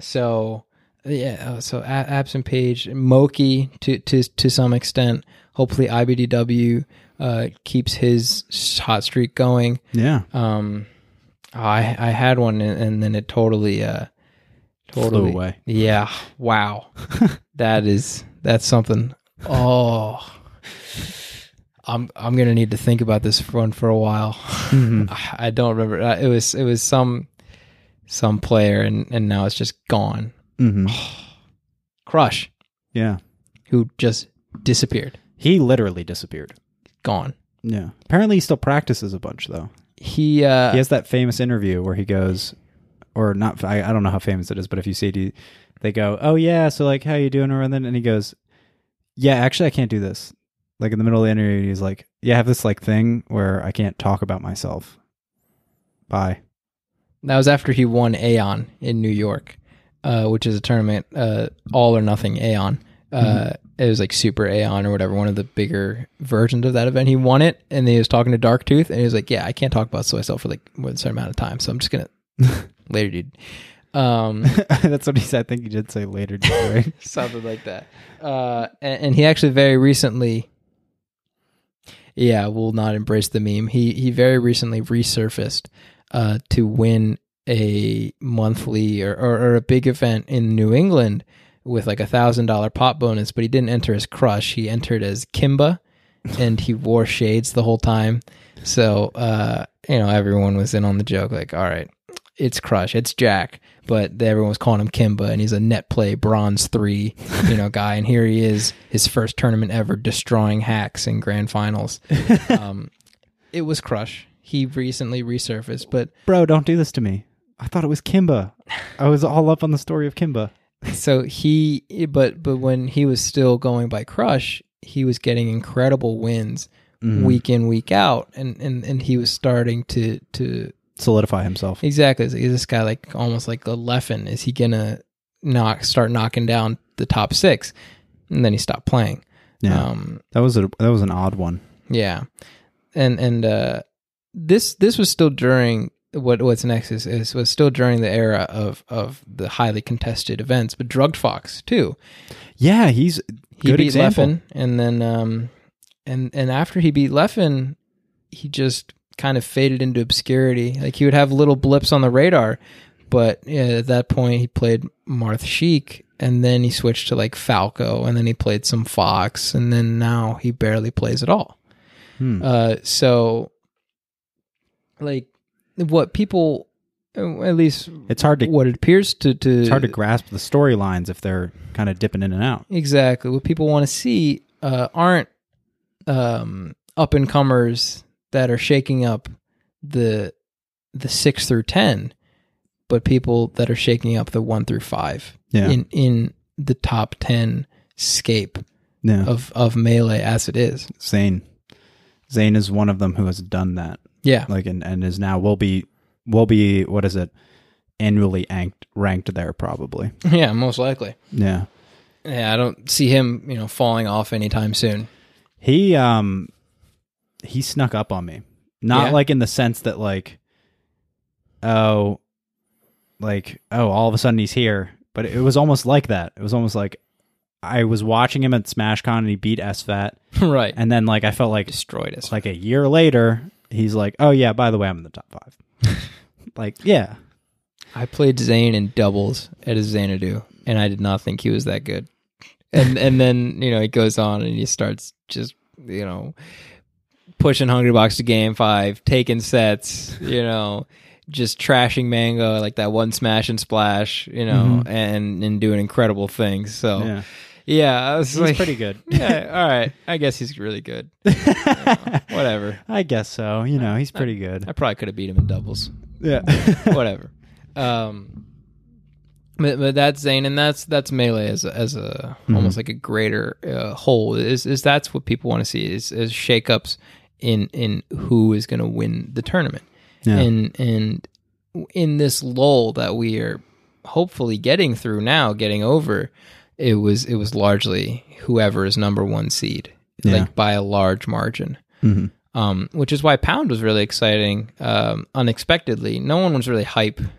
B: so yeah, uh, so a- absent page Moki to to to some extent. Hopefully, IBDW uh, keeps his hot streak going.
D: Yeah.
B: Um, I I had one and, and then it totally uh totally
D: away.
B: Yeah, wow, that is that's something. Oh, I'm I'm gonna need to think about this one for a while. [LAUGHS] I- I don't remember. Uh, It was it was some some player and and now it's just gone.
D: Mm-hmm.
B: Crush
D: [SIGHS] Yeah.
B: who just disappeared,
D: He literally disappeared.
B: gone.
D: Yeah. Apparently, he still practices a bunch, though.
B: He uh
D: He has that famous interview where he goes, or not, I, I don't know how famous it is, but if you see it, he- they go, oh, yeah, so like, how you doing? Or then, and he goes, yeah, actually, I can't do this. Like in the middle of the interview, he's like, yeah, I have this like thing where I can't talk about myself. Bye. [LAUGHS]
B: That was after he won Aeon in New York, uh, which is a tournament, uh, all or nothing Aeon. Uh, It was like Super Aeon or whatever, one of the bigger versions of that event. He won it, and then he was talking to Darktooth, and he was like, "Yeah, I can't talk about soy cell for like more than a certain amount of time, so I'm just gonna later, dude." Um,
D: That's what he said. I think he did say later. dude, Right? [LAUGHS]
B: [LAUGHS] something like that. Uh, and, and he actually very recently, yeah, will not embrace the meme. He he very recently resurfaced uh, to win a monthly or, or, or a big event in New England with like a thousand dollar pop bonus, but he didn't enter as Crush. He entered as Kimba, and he wore shades the whole time. So uh, you know, everyone was in on the joke. Like, all right, it's Crush, it's Jack, but everyone was calling him Kimba, and he's a net play bronze three, you know, guy. And here he is, his first tournament ever, destroying hacks in grand finals. um, it was Crush. He recently resurfaced, but
D: Bro, don't do this to me. I thought it was Kimba. I was all up on the story of Kimba.
B: so he, but but when he was still going by Crush, he was getting incredible wins
D: Mm-hmm.
B: week in week out, and and and he was starting to to
D: Solidify himself.
B: Exactly. Is, is this guy like almost like a Leffen? Is he gonna knock start knocking down the top six? And then he stopped playing.
D: Yeah.
B: Um
D: That was a that was an odd one.
B: yeah. And and uh this this was still during what what's next is, is was still during the era of of the highly contested events, but drugged fox too.
D: Yeah, he's
B: He
D: Good
B: beat
D: example.
B: Leffen and then um and and after he beat Leffen, he just kind of faded into obscurity. Like he would have little blips on the radar, but yeah, at that point he played Marth Sheik, and then he switched to like Falco, and then he played some Fox, and then now he barely plays at all.
D: Hmm.
B: Uh, so, like, what people, uh, at least
D: it's hard to
B: what it appears to to
D: it's hard to grasp the storylines if they're kind of dipping in and out.
B: Exactly. What people want to see uh, aren't um, up and comers that are shaking up the the six through ten, but people that are shaking up the one through five
D: Yeah.
B: in in the top ten scape
D: Yeah,
B: of of melee as it is.
D: Zane, Zane is one of them who has done that.
B: Yeah, [LAUGHS]
D: Like and and is now will be will be what is it annually ranked ranked there probably.
B: yeah, most likely.
D: Yeah,
B: Yeah, I don't see him you know falling off anytime soon.
D: he um he snuck up on me. Not
B: Yeah?
D: like in the sense that like oh like oh all of a sudden he's here, but it was almost like that. It was almost like I was watching him at SmashCon and he beat SFAT
B: [LAUGHS] right.
D: and then like I felt like
B: Destroyed us.
D: like a year later he's like, "Oh yeah, by the way, I'm in the top 5." [LAUGHS] like, yeah.
B: I played Zane in doubles at a Xanadu, and I did not think he was that good.
D: [LAUGHS]
B: And and then you know he goes on and he starts just you know pushing Hungry Box to game five, taking sets,
D: [LAUGHS]
B: you know, just trashing Mango like that one smash and splash, you know, and and doing incredible things. So yeah,
D: Mm-hmm. [LAUGHS] Yeah.
B: I was
D: He's
B: like,
D: pretty good.
B: [LAUGHS]
D: [LAUGHS]
B: yeah, all right, I guess he's really good. Whatever,
D: I guess so. You know, he's pretty good.
B: I probably could have beat him in doubles.
D: Yeah. [LAUGHS]
B: whatever. Um, but, but that's Zane, and that's that's melee as a, as a
D: Mm-hmm.
B: almost like a greater uh, whole. Is is that's what people want to see is, is shakeups in in who is going to win the tournament,
D: Yeah.
B: and and in this lull that we are hopefully getting through now, getting over, it was it was largely whoever is number one seed,
D: Yeah.
B: like by a large margin
D: Mhm.
B: um, which is why Pound was really exciting um, unexpectedly. No one was really hype. [LAUGHS]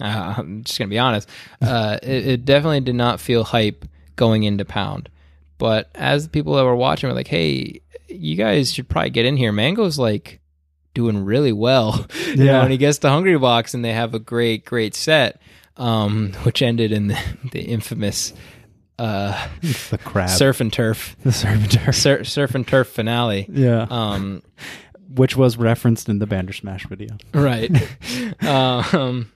B: Uh, I'm just gonna be honest. Uh, it, it definitely did not feel hype going into Pound. But as the people that were watching were like, "Hey, you guys should probably get in here." Mango's like doing really well. [LAUGHS] you know,
D: Yeah.
B: when he gets to Hungry Box and they have a great, great set, um, [LAUGHS] which ended in the, the infamous uh,
D: the crab.
B: surf and turf,
D: [LAUGHS] the [LAUGHS] servitor.
B: sur- surf and turf finale.
D: Yeah.
B: Um,
D: which was referenced in the Bandersmash video.
B: right um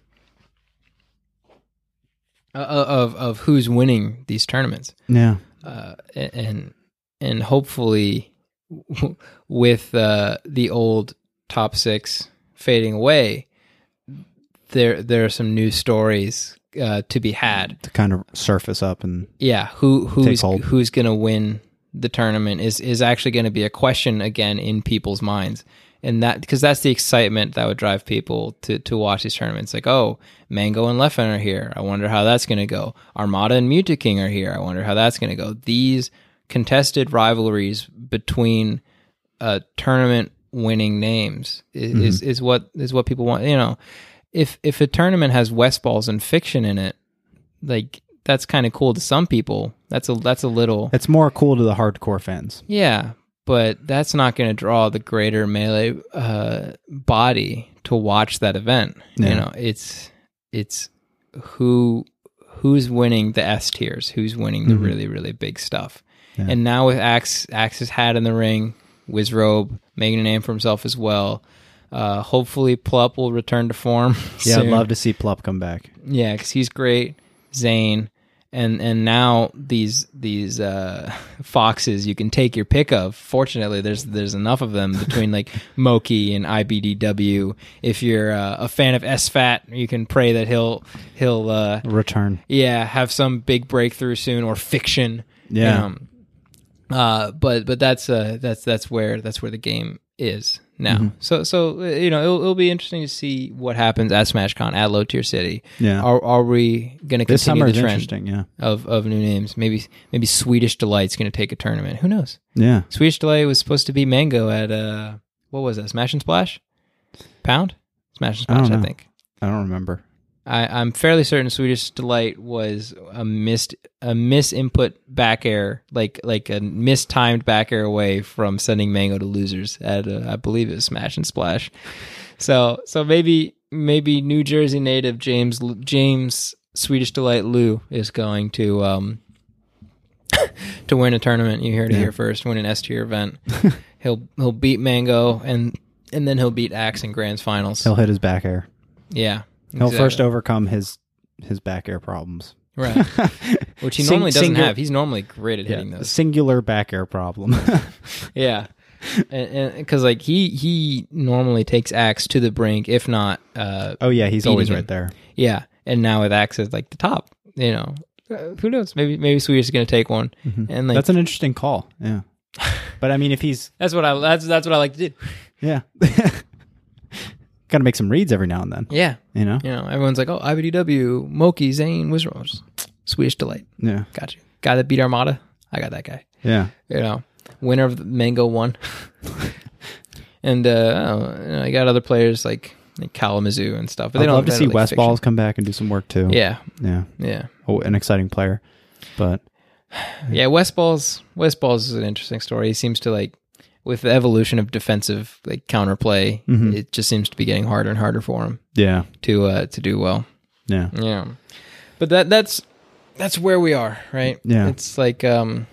B: o- of of who's winning these tournaments
D: Yeah.
B: uh a- and and hopefully with uh the old top 6 fading away there there are some new stories uh to be had
D: To kind of surface up and
B: yeah who who's
D: Takes hold.
B: who's going to win the tournament is is actually going to be a question again in people's minds and that because that's the excitement that would drive people to to watch these tournaments like oh mango and leffen are here i wonder how that's going to go armada and muta king are here i wonder how that's going to go these contested rivalries between uh, tournament winning names is, is is what is what people want. You know, if if a tournament has West balls and fiction in it, like that's kind of cool to some people. That's a that's a little
D: it's more cool to the hardcore fans.
B: yeah, but that's not going to draw the greater melee uh, body to watch that event. You
D: Yeah.
B: know, it's it's who who's winning the S tiers, who's winning the really really big stuff.
D: Mm-hmm. Yeah.
B: And now with Axe Axe's hat in the ring, Wizrobe making a name for himself as well. Uh, hopefully, Plup will return to form. [LAUGHS]
D: Yeah,
B: soon.
D: I'd love to see Plup come back.
B: Yeah, because he's great, Zane, and and now these these uh, [LAUGHS] foxes you can take your pick of. Fortunately, there's there's enough of them between like Moki and IBDW. If you're uh, a fan of SFAT, you can pray that he'll he'll uh,
D: Return.
B: yeah have some big breakthrough soon or fiction.
D: Yeah.
B: Um, uh, but but that's uh that's that's where that's where the game is now. So so uh, you know it'll, it'll be interesting to see what happens at SmashCon at Low Tier City.
D: Yeah.
B: Are are we going to
D: This
B: continue
D: summer
B: the
D: is
B: trend
D: interesting. Yeah.
B: of of new names? Maybe maybe Swedish Delight's going to take a tournament. Who knows?
D: Yeah.
B: Swedish Delight was supposed to be Mango at uh what was that Smash and Splash, Pound Smash and
D: I don't
B: Splash I,
D: know.
B: think.
D: I don't remember.
B: I, I'm fairly certain Swedish Delight was a missed a misinput back air like like a mistimed back air away from sending Mango to losers at uh, I believe it was Smash and Splash. So so maybe maybe New Jersey native James L- James Swedish Delight Lou is going to um [LAUGHS] to win a tournament. You heard it here first. Win an S
D: [LAUGHS]
B: tier event. he'll he'll beat Mango and and then he'll beat Axe in Grand Finals.
D: He'll hit his back air.
B: yeah.
D: He'll
B: exactly.
D: first overcome his his back air problems. [LAUGHS]
B: Right. Which he
D: Sing-
B: normally doesn't
D: single-
B: have. He's normally great at hitting those.
D: Singular back air problem.
B: [LAUGHS]
D: [LAUGHS]
B: Yeah. Because like he he normally takes Axe to the brink, if not, uh,
D: oh yeah, he's
B: Beating
D: always
B: him.
D: right there.
B: yeah. And now with Axe is like the top, you know. Uh, who knows? Maybe maybe Swedish is gonna take one, and like
D: That's
B: that's,
D: an interesting call. Yeah. But I mean if he's
B: what I [LAUGHS] that's that's what I like to do.
D: yeah. [LAUGHS] Gotta make some reads every now and then.
B: Yeah,
D: You know?
B: you know, everyone's like, oh, IBDW, Moki, Zane, Wizards, Swedish delight.
D: Yeah.
B: Got you. Guy that beat Armada, I got that guy.
D: Yeah.
B: You know, winner of the Mango one. [LAUGHS] and uh, I, don't know, I got other players like, like Kalamazoo and stuff. But
D: I'd
B: they don't
D: love to
B: they
D: see
B: don't like
D: West
B: fiction.
D: Balls come back and do some work too.
B: Yeah,
D: yeah,
B: yeah,
D: oh, an exciting player. But
B: yeah. West Balls, West Balls is an interesting story. He seems to like with the evolution of defensive like counterplay,
D: Mhm.
B: it just seems to be getting harder and harder for him
D: yeah,
B: to uh, to do well.
D: yeah,
B: Yeah. But that that's that's where we are, right?
D: Yeah.
B: It's like um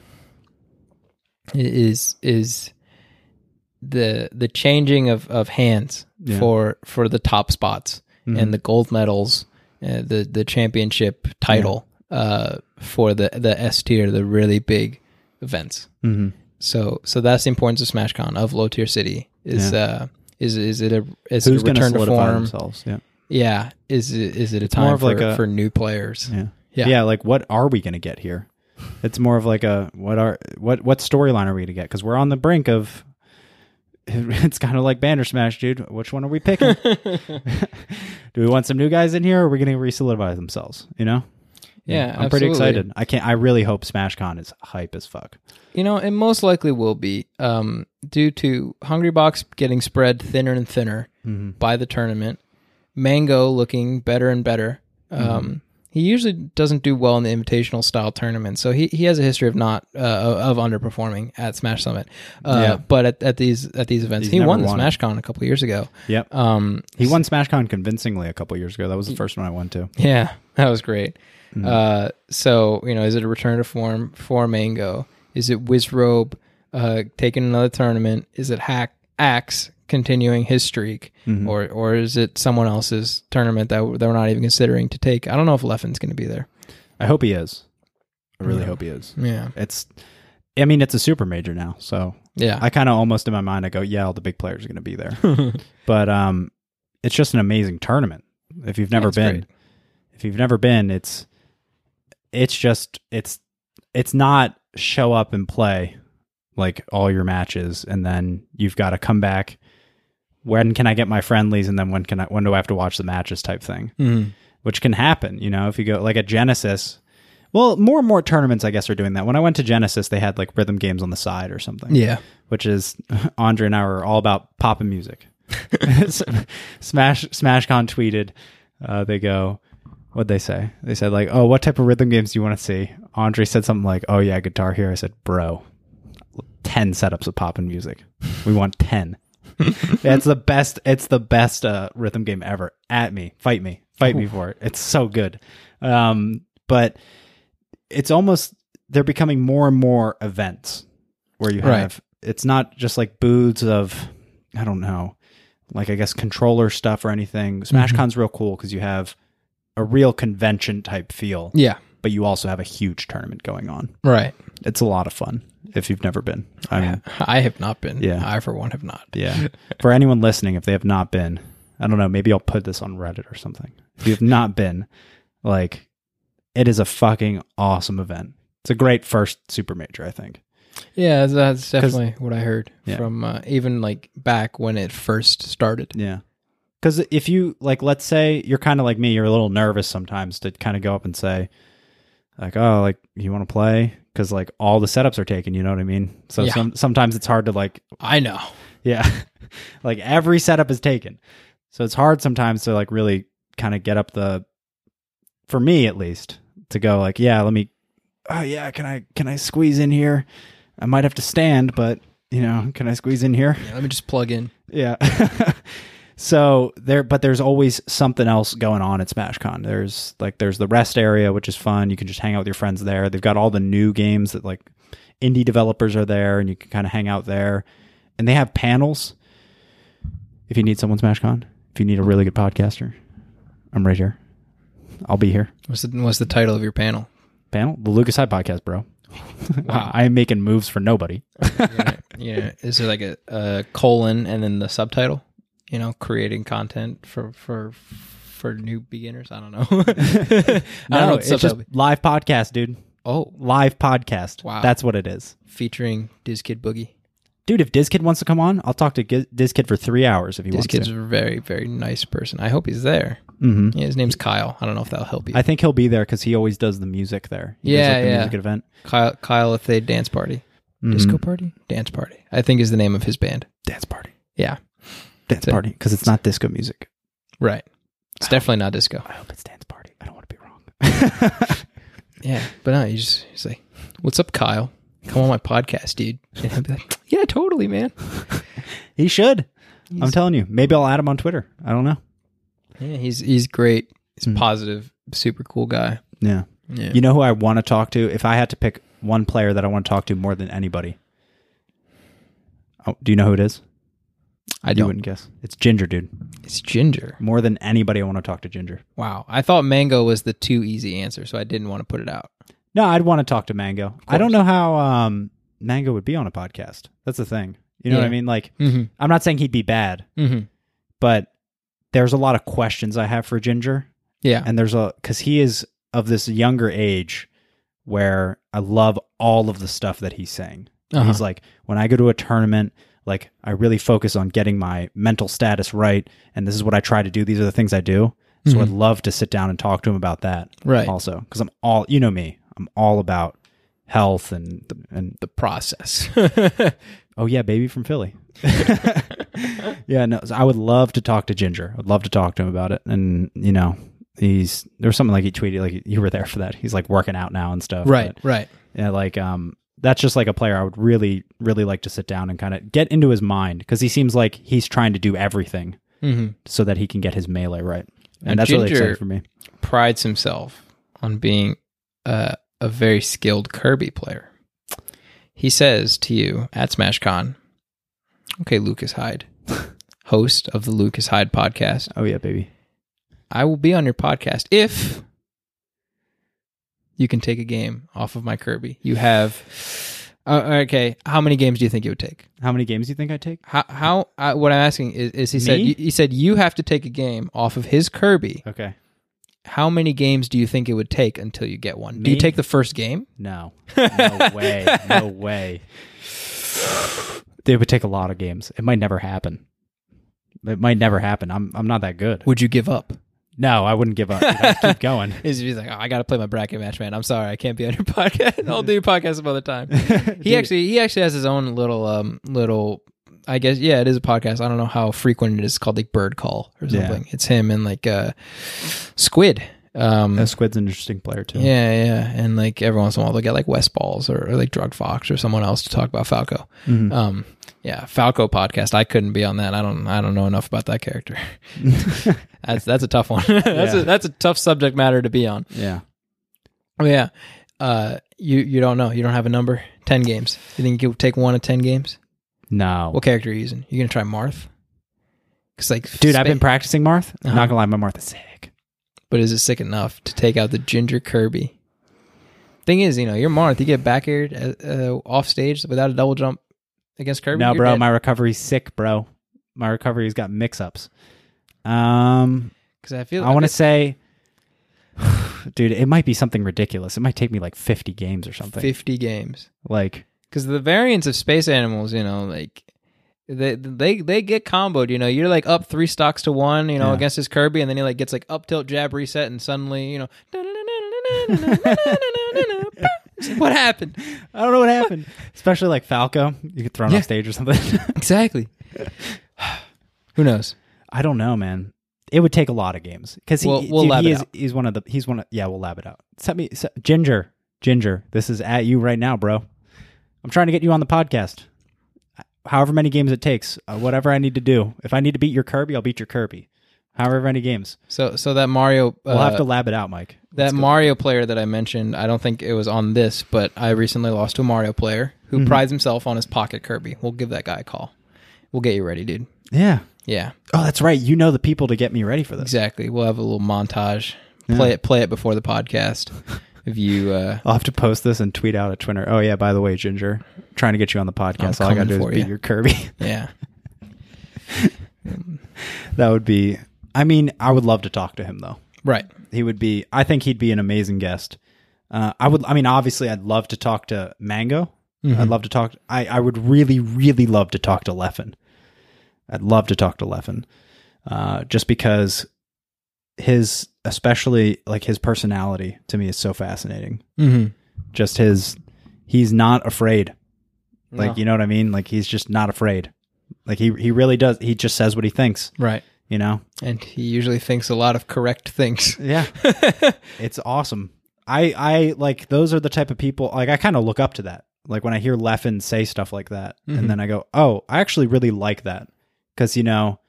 B: it is is the the changing of of hands
D: Yeah. Mm-hmm.
B: for for the top spots and the gold medals, uh, the the championship title uh for the the S tier, the really big events.
D: hmm
B: So so that's the importance of SmashCon of low tier city is
D: Yeah.
B: uh is is it a is
D: who's
B: it a
D: going to
B: return to
D: solidify
B: form?
D: themselves? Yeah,
B: Yeah, is it, is it a
D: more
B: time
D: of
B: for,
D: like a-
B: for new players?
D: yeah,
B: Yeah.
D: Like, what are we going to get here? It's more of like a what are what what storyline are we going to get? Because we're on the brink of. [LAUGHS] It's kind of like Bandersmash, dude. Which one are we
B: [LAUGHS]
D: picking? [LAUGHS] Do we want some new guys in here, or are we going to re-solidify themselves? You know.
B: Yeah,
D: I'm pretty
B: absolutely.
D: excited. I can't. I really hope SmashCon is hype as fuck.
B: You know, it most likely will be um, due to Hungry Box getting spread thinner and thinner by the tournament. Mango looking better and better.
D: Mm-hmm.
B: Um, he usually doesn't do well in the invitational style tournaments, so he, he has a history of not uh, of underperforming at Smash Summit. Uh,
D: Yeah.
B: But at, at these at these events,
D: He's
B: he
D: never
B: won the
D: won it.
B: SmashCon a couple years ago.
D: Yep.
B: Um,
D: He won SmashCon convincingly a couple years ago. That was the first one I went to.
B: Yeah, that was great.
D: Mm.
B: Uh, so you know, is it a return to form for Mango? Is it Wizrobe uh, taking another tournament? Is it Hack Axe continuing his streak,
D: Mm-hmm.
B: or or is it someone else's tournament that we're, that we're not even considering to take? I don't know if Leffen's going to be there.
D: I hope he is. I really
B: Yeah.
D: hope he is.
B: Yeah,
D: It's, I mean, it's a super major now, so
B: yeah,
D: I kind of almost in my mind I go, yeah, all the big players are going to be there.
B: [LAUGHS]
D: but um, it's just an amazing tournament. If you've never
B: That's
D: been,
B: great.
D: if you've never been, it's, it's just it's, it's not show up and play like all your matches, and then you've got to come back. When can I get my friendlies, and then when can I? When do I have to watch the matches? Type thing.
B: Mhm.
D: which can happen. You know, if you go like at Genesis, well, more and more tournaments, I guess, are doing that. When I went to Genesis, they had like rhythm games on the side or something,
B: yeah,
D: which is [LAUGHS] Andre and I were all about pop and music. [LAUGHS] Smash SmashCon tweeted, uh, they go, what'd they say? They said like, oh, what type of rhythm games do you want to see? Andre said something like, oh yeah, Guitar Hero. I said, bro, ten setups of pop and music. We want ten. That's the best. It's the best uh, rhythm game ever. At me, fight me, fight me for it. It's so good. Um, but it's almost they're becoming more and more events where you have
B: Right.
D: it's not just like booths of I don't know, like I guess controller stuff or anything. SmashCon's real cool because you have a real convention type feel,
B: yeah.
D: but you also have a huge tournament going on.
B: Right.
D: It's a lot of fun if you've never been. I mean,
B: I have not been.
D: Yeah.
B: I for one have not.
D: yeah. For anyone listening, if they have not been, I don't know, maybe I'll put this on Reddit or something. If you've not been, like, it is a fucking awesome event. It's a great first super major, I think.
B: Yeah, that's definitely what I heard
D: Yeah.
B: from uh, even like back when it first started.
D: Yeah. Because if you, like, let's say you're kind of like me, you're a little nervous sometimes to kind of go up and say, like, oh, like, you want to play? Because, like, all the setups are taken, you know what I mean? So
B: Yeah.
D: some, sometimes it's hard to, like,
B: I know.
D: Yeah. [LAUGHS] like every setup is taken. So it's hard sometimes to like really kind of get up the for me at least to go like, yeah, let me oh yeah, can I can I squeeze in here? I might have to stand, but you know, can I squeeze in here?
B: Yeah, let me just plug in.
D: Yeah. [LAUGHS] so there but there's always something else going on at SmashCon. There's like there's the rest area which is fun. You can just hang out with your friends there. They've got all the new games that like indie developers are there and you can kind of hang out there. And they have panels. If you need someone SmashCon, if you need a really good podcaster, I'm right here. I'll be here.
B: What's the What's the title of your panel?
D: Panel, the Lucas High podcast, bro. [LAUGHS] wow, I am making moves for nobody. [LAUGHS]
B: Yeah, yeah. [LAUGHS] Is it like a, a colon and then the subtitle? You know, creating content for for for new beginners. I don't know. [LAUGHS] I don't know.
D: No,
B: what
D: it's just
B: subtitle be.
D: live podcast, dude.
B: oh,
D: Live podcast.
B: Wow.
D: That's what it is.
B: featuring Diz Kid Boogie.
D: dude, if Dizkid wants to come on, I'll talk to Giz- Dizkid for three hours if he
B: Diz
D: wants
B: Kid's
D: to.
B: a very very nice person. I hope he's there.
D: hmm
B: Yeah, his name's Kyle. I don't know if that'll help you.
D: I think he'll be there because he always does the music there. He does,
B: Yeah,
D: like, the
B: yeah.
D: music event.
B: Kyle Kyle
D: Mm-hmm.
B: if they dance party, disco party, dance party. I think is the name of his band.
D: Dance party.
B: Yeah,
D: Dance
B: it.
D: party because it's not disco music.
B: Right. It's definitely not disco.
D: I hope it's dance party. I don't want to be wrong.
B: Yeah. But no, you just you say, What's up, Kyle? Come on my podcast, dude. And he'll be like, [LAUGHS] Yeah, totally, man.
D: He should. I'm telling you. Maybe I'll add him on Twitter. I don't know.
B: Yeah, he's he's great. He's
D: Mm.
B: positive, super cool guy.
D: Yeah.
B: Yeah.
D: You know who I want to talk to? If I had to pick one player that I want to talk to more than anybody, oh, do you know who it is?
B: I
D: You
B: don't.
D: wouldn't guess. It's Ginger, dude.
B: It's Ginger.
D: More than anybody, I want to talk to Ginger.
B: Wow. I thought mango was the too easy answer, so I didn't want to put it out.
D: No, I'd want to talk to Mango. I don't know how um, Mango would be on a podcast. That's the thing. You know what
B: Yeah.
D: I mean? Like,
B: Mm-hmm.
D: I'm not saying he'd be bad,
B: Mm-hmm.
D: but there's a lot of questions I have for Ginger.
B: Yeah.
D: And there's a, because he is of this younger age where I love all of the stuff that he's saying.
B: Uh-huh.
D: He's like, when I go to a tournament, like I really focus on getting my mental status right. And this is what I try to do. These are the things I do.
B: Mm-hmm.
D: So I'd love to sit down and talk to him about that.
B: Right.
D: Also, because I'm all, you know me, I'm all about health and, and
B: the process. [LAUGHS]
D: oh yeah, baby from Philly. [LAUGHS] yeah. No, so I would love to talk to Ginger. I'd love to talk to him about it. And, you know, he's, there was something like he tweeted, like you were there for that. He's like working out now and stuff.
B: right.
D: but-
B: Right.
D: yeah, like um, that's just like a player I would really, really like to sit down and kind of get into his mind because he seems like he's trying to do everything
B: Mm-hmm.
D: so that he can get his melee right, and,
B: And
D: that's really
B: Ginger-
D: exciting for me.
B: Prides himself on being uh, a very skilled Kirby player. He says to you at SmashCon, okay, Lucas Hyde, host of the Lucas Hyde podcast,
D: Oh yeah, baby.
B: I will be on your podcast if you can take a game off of my Kirby. You have uh, okay. How many games do you think it would take?
D: How many games do you think I take?
B: How how uh, what I'm asking is, is he said
D: Me?
B: he said you have to take a game off of his Kirby.
D: Okay,
B: How many games do you think it would take until you get one? Do you
D: Me?
B: take the first game?
D: [LAUGHS] no, no way, no way. It would take a lot of games. It might never happen. It might never happen. I'm I'm not that good.
B: Would you give up?
D: No, I wouldn't give up. I'd [LAUGHS] keep going.
B: Is he's like, oh, I got to play my bracket match, man. I'm sorry, I can't be [LAUGHS] on your podcast. I'll do your podcast some other [LAUGHS] time. He actually he actually has his own little um little I guess yeah it is a podcast I don't know how frequent it is It's called like Bird Call or
D: Yeah.
B: something it's him and like uh Squid um
D: Uh, Squid's an interesting player too.
B: yeah yeah and like every once in a while they'll get like West Balls or, or like Drug Fox or someone else to talk about Falco
D: Mhm.
B: um yeah Falco podcast I couldn't be on that I don't I don't know enough about
D: [LAUGHS]
B: that character that's that's a tough one [LAUGHS] that's
D: Yeah.
B: a, that's a tough subject matter to be on
D: yeah.
B: oh yeah uh you you don't know you don't have a number ten games you think you could take one of ten games.
D: No.
B: What character are you using? You're gonna try Marth? Cause like,
D: Dude, I've
B: spa-
D: been practicing Marth.
B: Uh-huh.
D: I'm not gonna lie, my Marth is sick.
B: But is it sick enough to take out the Ginger Kirby? Thing is, you know, you're Marth. You get back aired uh, uh, off stage without a double jump against Kirby.
D: no,
B: you're
D: bro,
B: dead.
D: my recovery's sick, bro. My recovery's got mix ups. Um
B: 'Cause I feel
D: I want to say [SIGHS] Dude, it might be something ridiculous. It might take me like fifty games or something.
B: fifty games.
D: Like
B: Because the variants of space animals, you know, like they they they get comboed. You know, you're like up three stocks to one, you know,
D: Yeah.
B: against his Kirby, and then he like gets like up tilt jab reset, and suddenly you know, [LAUGHS] what happened?
D: I don't know what happened. [LAUGHS] Especially like Falco. You get thrown
B: Yeah.
D: off stage or something. [LAUGHS]
B: Exactly. [SIGHS] Who knows?
D: I don't know, man. It would take a lot of games because he,
B: We'll- we'll
D: dude,
B: lab
D: he
B: it
D: is
B: out.
D: he's one of the he's one of yeah we'll lab it out. Set me set, Ginger Ginger. This is at you right now, bro. I'm trying to get you on the podcast. However many games it takes, uh, whatever I need to do. If I need to beat your Kirby, I'll beat your Kirby. However many games,
B: So so that Mario uh,
D: we'll have to lab it out, Mike.
B: that Mario player that I mentioned, I don't think it was on this, but I recently lost to a Mario player who prides himself on his pocket Kirby. We'll give that guy a call. We'll get you ready, dude.
D: Yeah.
B: Yeah,
D: Oh, that's right. You know the people to get me ready for this.
B: exactly. We'll have a little montage. Play it play it before the podcast. if you uh
D: I'll have to post this and tweet out at Twitter. Oh yeah, by the way, Ginger, trying to get you on the podcast.
B: I'm
D: All I gotta
B: coming
D: do is
B: for
D: beat
B: ya.
D: your Kirby. [LAUGHS]
B: yeah.
D: that would be. I mean, I would love to talk to him though.
B: Right.
D: he would be i think he'd be an amazing guest uh, i would i mean obviously i'd love to talk to mango
B: Mm-hmm.
D: i'd love to talk I, I would really really love to talk to leffen i'd love to talk to leffen uh, just because his especially like his personality to me is so fascinating
B: Mm-hmm.
D: just his he's not afraid like you know what i mean like he's just not afraid Like he he really does. He just says what he thinks.
B: Right.
D: You know.
B: And he usually thinks a lot of correct things. [LAUGHS]
D: Yeah. it's awesome. I I like those are the type of people like I kind of look up to that. Like when I hear Leffen say stuff like that,
B: Mhm.
D: and then I go, "Oh, I actually really like that," because you know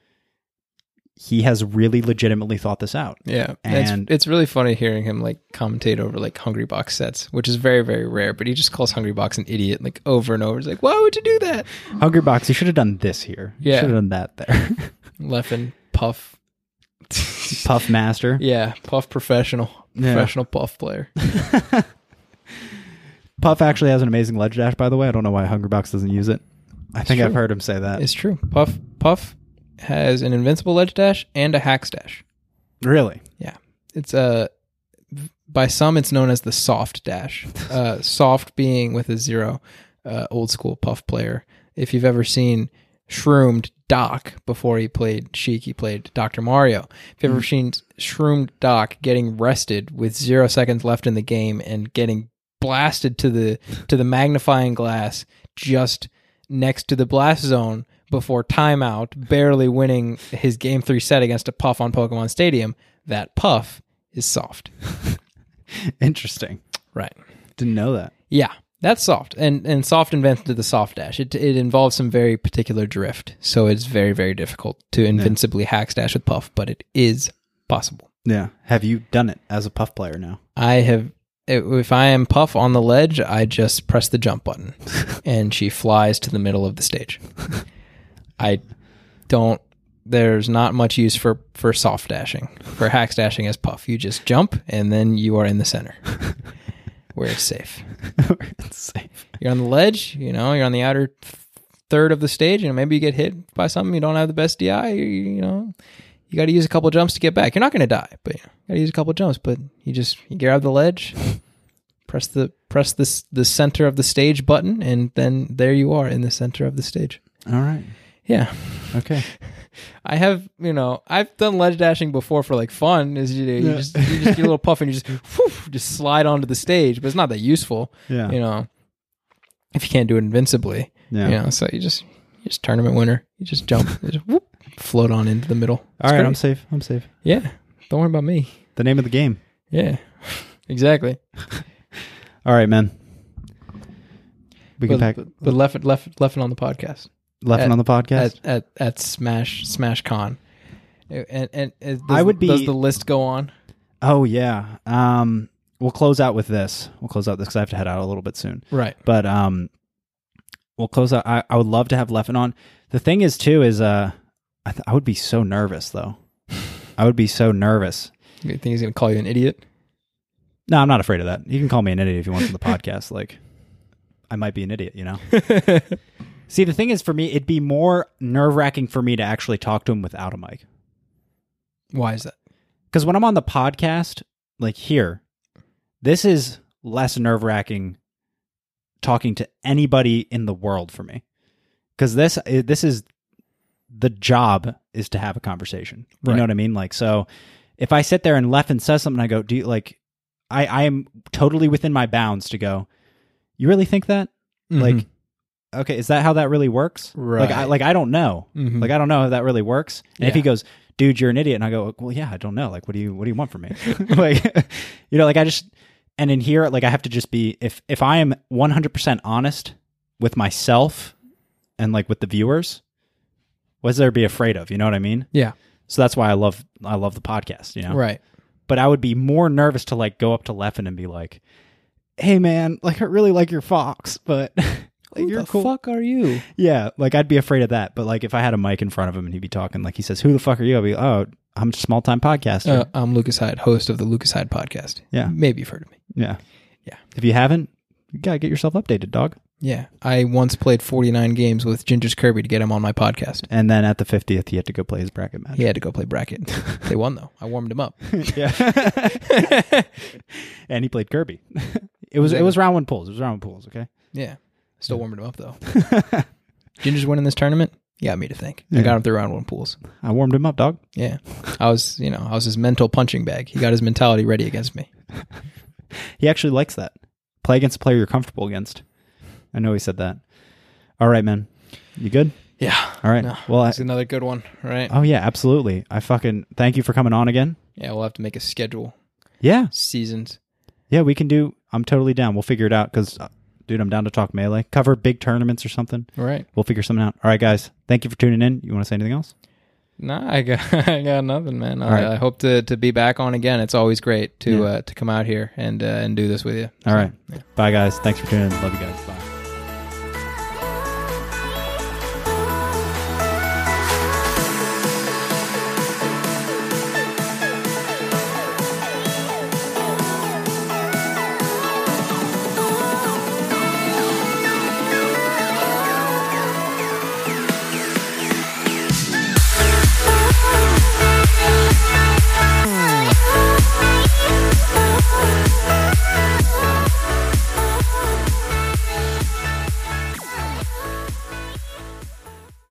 D: he has really legitimately thought this out.
B: Yeah.
D: And-
B: it's, it's really funny hearing him like commentate over like Hungry Box sets, which is very, very rare, but he just calls Hungry Box an idiot like over and over. He's like, why would you do that?
D: Hungry Box, you should have done this here.
B: Yeah.
D: should have done that
B: [LAUGHS]
D: there.
B: Leffen, Puff.
D: Puff Master.
B: Yeah. Puff professional.
D: Yeah.
B: Professional Puff player.
D: Puff actually has an amazing ledge dash, by the way. I don't know why Hungry Box doesn't use it. I think I've
B: true.
D: heard him say that.
B: [LAUGHS] It's true. Puff Puff has an invincible ledge dash and a hack dash.
D: really?
B: Yeah. It's uh by some it's known as the soft [LAUGHS] dash. Uh soft being with a zero, uh old school puff player. If you've ever seen Shroomed Doc before he played Sheik, he played Dr. Mario. If you've ever seen Shroomed Doc getting rested with zero seconds left in the game and getting blasted to the to the magnifying glass just next to the blast zone before timeout, barely winning his game three set against a puff on Pokemon Stadium, that puff is soft.
D: Interesting.
B: Right.
D: Didn't know that.
B: Yeah, that's soft. And and soft invented the soft dash. It it involves some very particular drift, so it's very very difficult to invincibly hack dash with puff, but it is possible.
D: Yeah. Have you done it as a Puff player now? [LAUGHS]
B: I have if I am puff on the ledge, I just press the jump button and she flies to the middle of the stage. I don't there's not much use for for soft dashing. For hack dashing as puff, you just jump and then you are in the center. Where it's safe.
D: it's safe.
B: you're on the ledge, you know, you're on the outer th- third of the stage, and maybe you get hit by something. You don't have the best DI, you, you know. You got to use a couple jumps to get back. You're not going to die, but you got to use a couple jumps. But you just you grab the ledge, [LAUGHS] press the press this the center of the stage button, and then there you are in the center of the stage.
D: All right.
B: Yeah,
D: Okay.
B: I have you know I've done ledge dashing before for like fun. Is you, you
D: Yeah.
B: just you just get a little puff and you just [LAUGHS] whew, just slide onto the stage, but it's not that useful.
D: Yeah.
B: You know, if you can't do it invincibly.
D: yeah.
B: You know, so you just you just tournament winner. You just jump, [LAUGHS] you just whoop, float on into the middle.
D: All
B: It's
D: right.
B: great.
D: I'm safe. I'm safe.
B: yeah. Don't worry about me.
D: The name of the game.
B: Yeah. [LAUGHS] Exactly.
D: All right, man. We can
B: But,
D: pack
B: but, but left left left on the podcast
D: left
B: at-
D: on the podcast.
B: at, at at Smash Smash Con. And and, and does,
D: I would be-
B: does the list go on?
D: oh yeah. Um, we'll close out with this. We'll close out this because I have to head out a little bit soon.
B: Right.
D: but um we'll close out i, I would love to have leffen on the thing is too is uh I, th- I would be so nervous though i would be so nervous
B: You think he's gonna call you an idiot? [LAUGHS]
D: no i'm not afraid of that you can call me an idiot if you want on the podcast like i might be an idiot you know see the thing is for me it'd be more nerve-wracking for me to actually talk to him without a mic
B: Why is that?
D: because when i'm on the podcast like here this is less nerve-wracking talking to anybody in the world for me because this this is the job is to have a conversation you
B: Right.
D: know what i mean like so if i sit there and leffen says something i go do you like i i am totally within my bounds to go you really think that like okay is that how that really works like i
B: Mm-hmm. Right.
D: like i don't know
B: Mhm.
D: like I don't know if that really works. And if
B: Yeah.
D: he goes, "Dude, you're an idiot," and I go, "Well, yeah, I don't know. Like, what do you what do you want from me?" [LAUGHS] like, you know, like I just and in here, like I have to just be if if I am 100 percent honest with myself and like with the viewers, what is there to be afraid of? You know what I mean?
B: yeah.
D: So that's why I love I love the podcast. You know,
B: Right.
D: but I would be more nervous to like go up to Leffen and be like, "Hey, man, like I really like your fox, but." [LAUGHS] Like,
B: Who
D: you're
B: the
D: cool.
B: fuck are you?
D: Yeah, like I'd be afraid of that. But like if I had a mic in front of him and he'd be talking, like he says, "Who the fuck are you?" I'd be, "Oh, I'm a small time podcaster."
B: Uh, I'm Lucas Hyde, host of the Lucas Hyde podcast.
D: Yeah.
B: Maybe you've heard of me.
D: yeah,
B: yeah.
D: If you haven't, you gotta get yourself updated, dog.
B: Yeah. I once played 49 games with Ginger's Kirby to get him on my podcast.
D: And then at the fiftieth, he had to go play his bracket match.
B: [LAUGHS] He had to go play bracket. they won though. I warmed him up.
D: yeah. [LAUGHS] and he played Kirby. it was it was round one pulls. It was round one pulls. Okay.
B: Yeah. Still warming him up though. [LAUGHS] Ginger's winning this tournament. Yeah, me to thank. I got him through round one pools.
D: I warmed him up, dog.
B: Yeah. I was, you know, I was his mental punching bag. He got his mentality ready against me.
D: He actually likes that. Play against a player you're comfortable against. I know he said that. All right, man. You good?
B: Yeah.
D: All right.
B: No,
D: well, I,
B: That's another good one, right?
D: oh yeah, absolutely. I fucking thank you for coming on again.
B: Yeah, we'll have to make a schedule.
D: Yeah,
B: Seasons.
D: yeah, we can do. I'm totally down. We'll figure it out because, dude, I'm down to talk melee, cover big tournaments or something.
B: All right.
D: We'll figure something out. All right, guys. Thank you for tuning in. You want to say anything else?
B: Nah, I got [LAUGHS] I got nothing, man. I,
D: All right.
B: I hope to, to be back on again. It's always great to
D: Yeah.
B: uh, to come out here and uh, and do this with you.
D: All right.
B: Yeah.
D: Bye, guys. Thanks for tuning in. Love you guys. Bye.